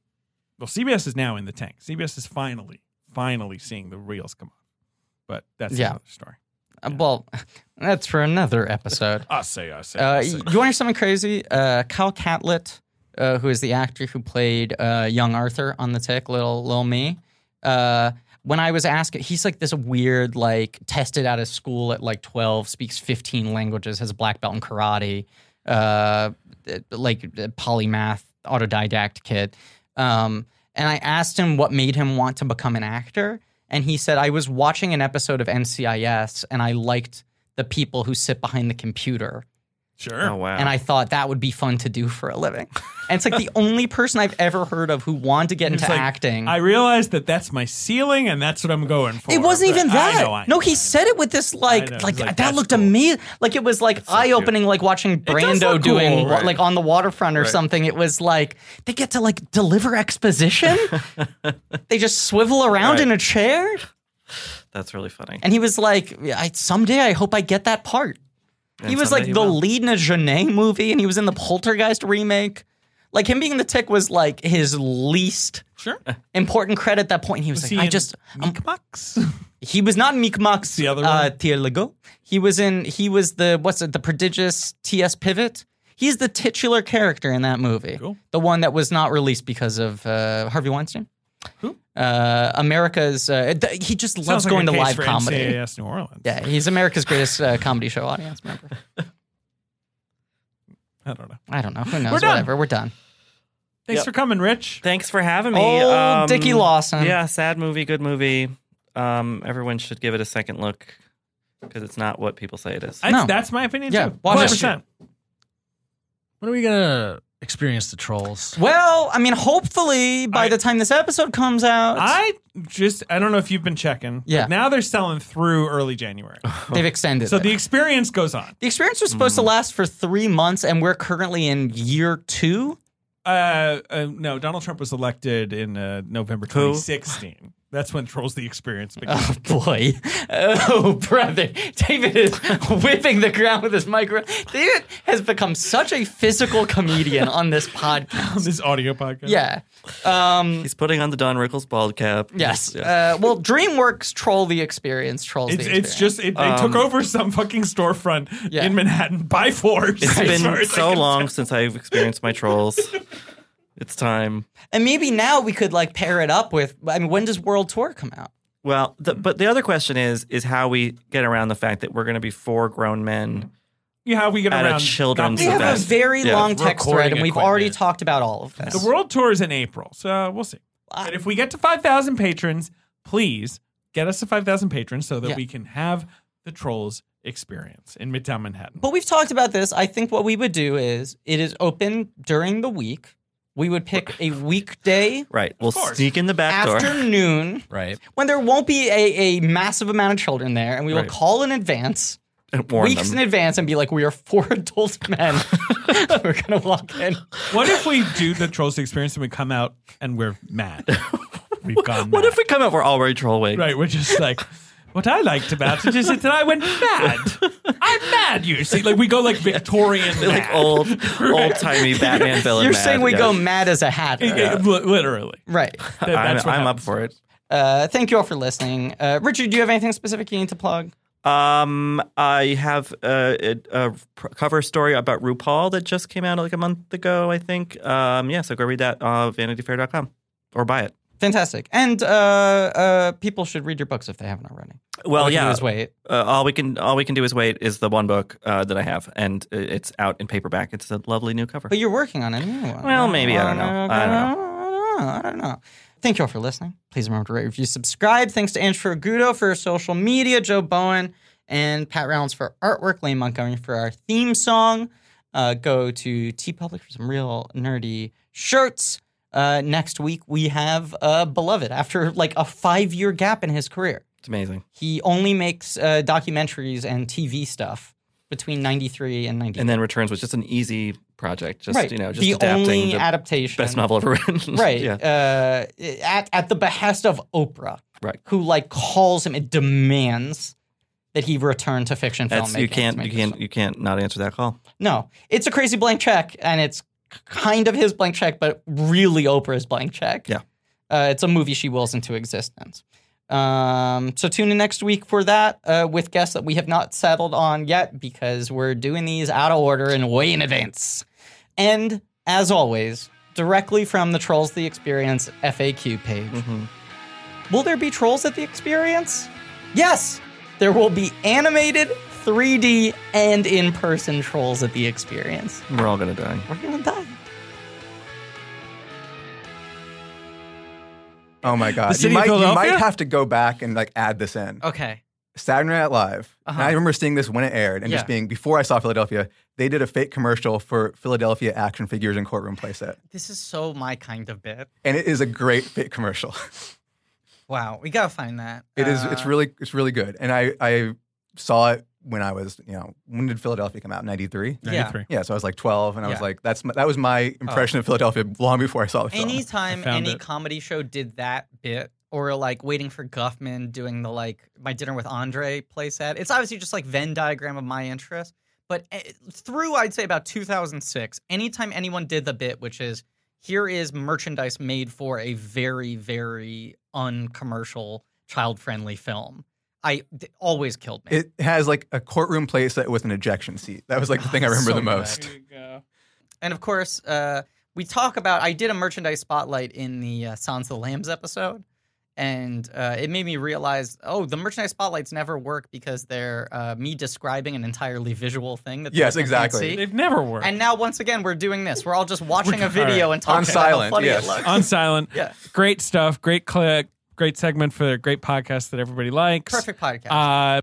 Well, CBS is now in the tank. CBS is finally, finally seeing the reels come up. But that's
Yeah.
another story.
uh, Well, that's for another episode.
I say, I say,
Uh,
I
you
say.
want to hear something crazy? Uh, Kyle Catlett, uh, who is the actor who played uh, young Arthur on the Tick, little little me. Uh, when I was asking, he's like this weird, like tested out of school at like twelve, speaks fifteen languages, has a black belt in karate, uh, like uh, polymath, autodidact kid. Um, and I asked him what made him want to become an actor, and he said, "I was watching an episode of NCIS, and I liked." The people who sit behind the computer
Sure.
Oh, wow.
and I thought that would be fun to do for a living. And it's like the only person I've ever heard of who wanted to get into
It's like,
acting.
I realized that that's my ceiling, and that's what I'm going for.
it wasn't
But
even
I
that.
know I-
no, he said it with this like
know.
like,
He's like,
that
"That's
looked
cool."
amazing. Like it was like eye opening, like watching
does
Brando
look
doing
cool,
wa-
right.
like on the waterfront or something. It was like they get to like deliver exposition. they just swivel around in a chair,
That's really funny.
and he was like, I, "Someday I hope I get that part." he
And
was
someday
like
he
the
will.
lead in a Genet movie, and he was in the Poltergeist remake. Like him being the tick was like his least
Sure.
important credit at that point. He was,
Was
like,
he
I
in
just um,
Meekbox?
he was not Mi'kmaq.
the other
Uh,
one?
Tia Lego. He was in. He was the what's it? The prodigious T.S. Pivot. He's the titular character in that movie.
Cool.
The one that was not released because of uh, Harvey Weinstein.
Who?
Uh, America's. Uh, th- he just loves
Sounds like
going
a
to
case
live
for
comedy.
NCIS New Orleans.
Yeah, he's America's greatest uh, comedy show audience member.
I don't know.
I don't know. Who knows?
We're done.
Whatever. We're done.
Thanks
Yep.
for coming, Rich.
Thanks for having me. Um,
Old Dickie Lawson.
Yeah, sad movie, good movie. Um, everyone should give it a second look because it's not what people say it is.
I,
No.
That's my opinion
Yeah,
too.
watch it.
100%.
when are we gonna experience the trolls?
Well, I mean, hopefully by
I-
the time this episode comes out,
I just I don't know if you've been checking.
Yeah.
but now they're selling through early January,
they've extended.
so
it.
the Hmm. experience goes on.
the experience was supposed to last for three months, and we're currently in year two.
Uh, uh, no, Donald Trump was elected in uh, November 2016. That's when Trolls the Experience began.
Oh boy! Oh brother, David is whipping the ground with his micro. David has become such a physical comedian on this podcast.
this audio podcast.
Yeah. Um.
He's putting on the Don Rickles bald cap.
Yes.
Yeah.
Uh, well, DreamWorks troll the experience. Trolls
It's,
the experience.
it's just it, they
Um,
took over some fucking storefront
Yeah.
in Manhattan by force.
it's
as far
been
as I
so
can
long since I've experienced my trolls. it's time.
and maybe now we could like pair it up with. I mean, when does World Tour come out?
Well, the, but the other question is is how we get around the fact that we're going to be four grown men.
tell. How we get
At a
around
children's
We
the
have a
best.
very
Yeah,
long text thread,
recording
and we've
equipment.
already talked about all of this.
The world tour is in April, so we'll see.
Wow.
But if we get to 5,000 patrons, please get us to 5,000 patrons so that
Yeah.
we can have the trolls experience in Midtown Manhattan.
but we've talked about this. I think what we would do is it is open during the week. we would pick a weekday
Right. We'll
course.
sneak in the back door.
afternoon
Right.
when there won't be a, a massive amount of children there, and we will
Right.
call in advance,
and warn
weeks
them.
in advance, and be like, we are four adult men. We're gonna walk in.
What if we do the trolls experience and we come out and we're mad? We've gone.
what
mad.
if we come out? We're all wearing troll wigs.
Right, we're just like. What I liked about it is that I went mad. I'm mad, you see. Like we go like Victorian,
Like
mad.
old, old timey Batman villain.
You're
mad,
saying we
yes.
go mad as a hatter,
Yeah, li- literally.
right?
That-
I'm,
that's what
I'm up
happens.
for it.
Uh, thank you all for listening. Uh, Richard, do you have anything specific you need to plug?
Um, I have a, a, a pr- cover story about RuPaul that just came out like a month ago, I think. Um, yeah, so go read that uh, on vanityfair.com or buy it.
Fantastic. And uh, uh, people should read your books if they haven't already.
Well,
All we can do
Oh, yeah,
is wait.
uh, all we can all we can do is wait is the one book uh, that I have, and i- it's out in paperback. It's a lovely new cover.
But you're working on a new one.
Well, maybe. I don't know. I don't
know. I don't know. Thank you all for listening. Please remember to rate, review, subscribe. Thanks to Ange Fergudo for social media, Joe Bowen and Pat Rounds for artwork, Lane Montgomery for our theme song. Uh, go to T Public for some real nerdy shirts. Uh, next week we have uh, Beloved after like a five year gap in his career.
It's amazing.
He only makes uh, documentaries and TV stuff between 93 and 98.
And then Returns was just an easy project. Just you know, just
the
adapting
only
the
adaptation.
best novel ever written.
Right.
yeah.
Uh, at, at the behest of Oprah,
Right.
who like calls him and demands that he return to fiction
That's
filmmaking.
you
to
can't you
make
can't
this film.
you can't not answer that call.
No, it's a crazy blank check, and it's kind of his blank check, but really Oprah's blank check.
Yeah.
Uh, it's a movie she wills into existence. Um, so tune in next week for that uh, with guests that we have not settled on yet because we're doing these out of order and way in advance. And as always, directly from the Trolls the Experience FAQ page. Will there be trolls at the experience? Yes, there will be animated, 3D, and in person trolls at the experience.
We're all gonna die.
We're gonna die.
Oh my god!
The city
you,
of
might, you
Philadelphia?
might have to go back and like add this in.
Okay.
Saturday Night Live. And
Oh. Uh-huh.
I remember seeing this when it aired, and
Yeah.
just being before I saw Philadelphia, they did a fake commercial for Philadelphia action figures and courtroom playset,
This is so my kind of bit.
and it is a great fake commercial.
Wow, we gotta find that.
It is.
Uh.
It's really. It's really good. And I. I saw it when I was. You know, when did Philadelphia come out? Ninety three.
Yeah.
93.
Yeah. So I was like twelve, and I was
Yeah.
like, "That's my, that was my impression of Philadelphia long before I saw the film."
Anytime
I found
any
it.
comedy show did that bit, or like waiting for Guffman doing the like my dinner with Andre playset, it's obviously just like Venn diagram of my interest. But eh, through I'd say about 2006, anytime anyone did the bit, which is here is merchandise made for a very very uncommercial child friendly film, I it always killed me.
It has like a courtroom playset with an ejection seat. That was like the thing I remember
so
the
good.
most.
And of course, uh, we talk about. I did a merchandise spotlight in the uh, Sons of the Lambs episode, and uh, it made me realize, oh, the merchandise spotlights never work because they're uh, me describing an entirely visual thing that
Yes,
people
exactly.
Can't see.
They've never worked
And now, once again, we're doing this. We're all just watching a video and talking
On
about
silent,
how funny
yes.
it looks.
on silent.
Yeah.
Great stuff. Great clip. Great segment for a great podcast that everybody likes.
Perfect podcast.
Uh,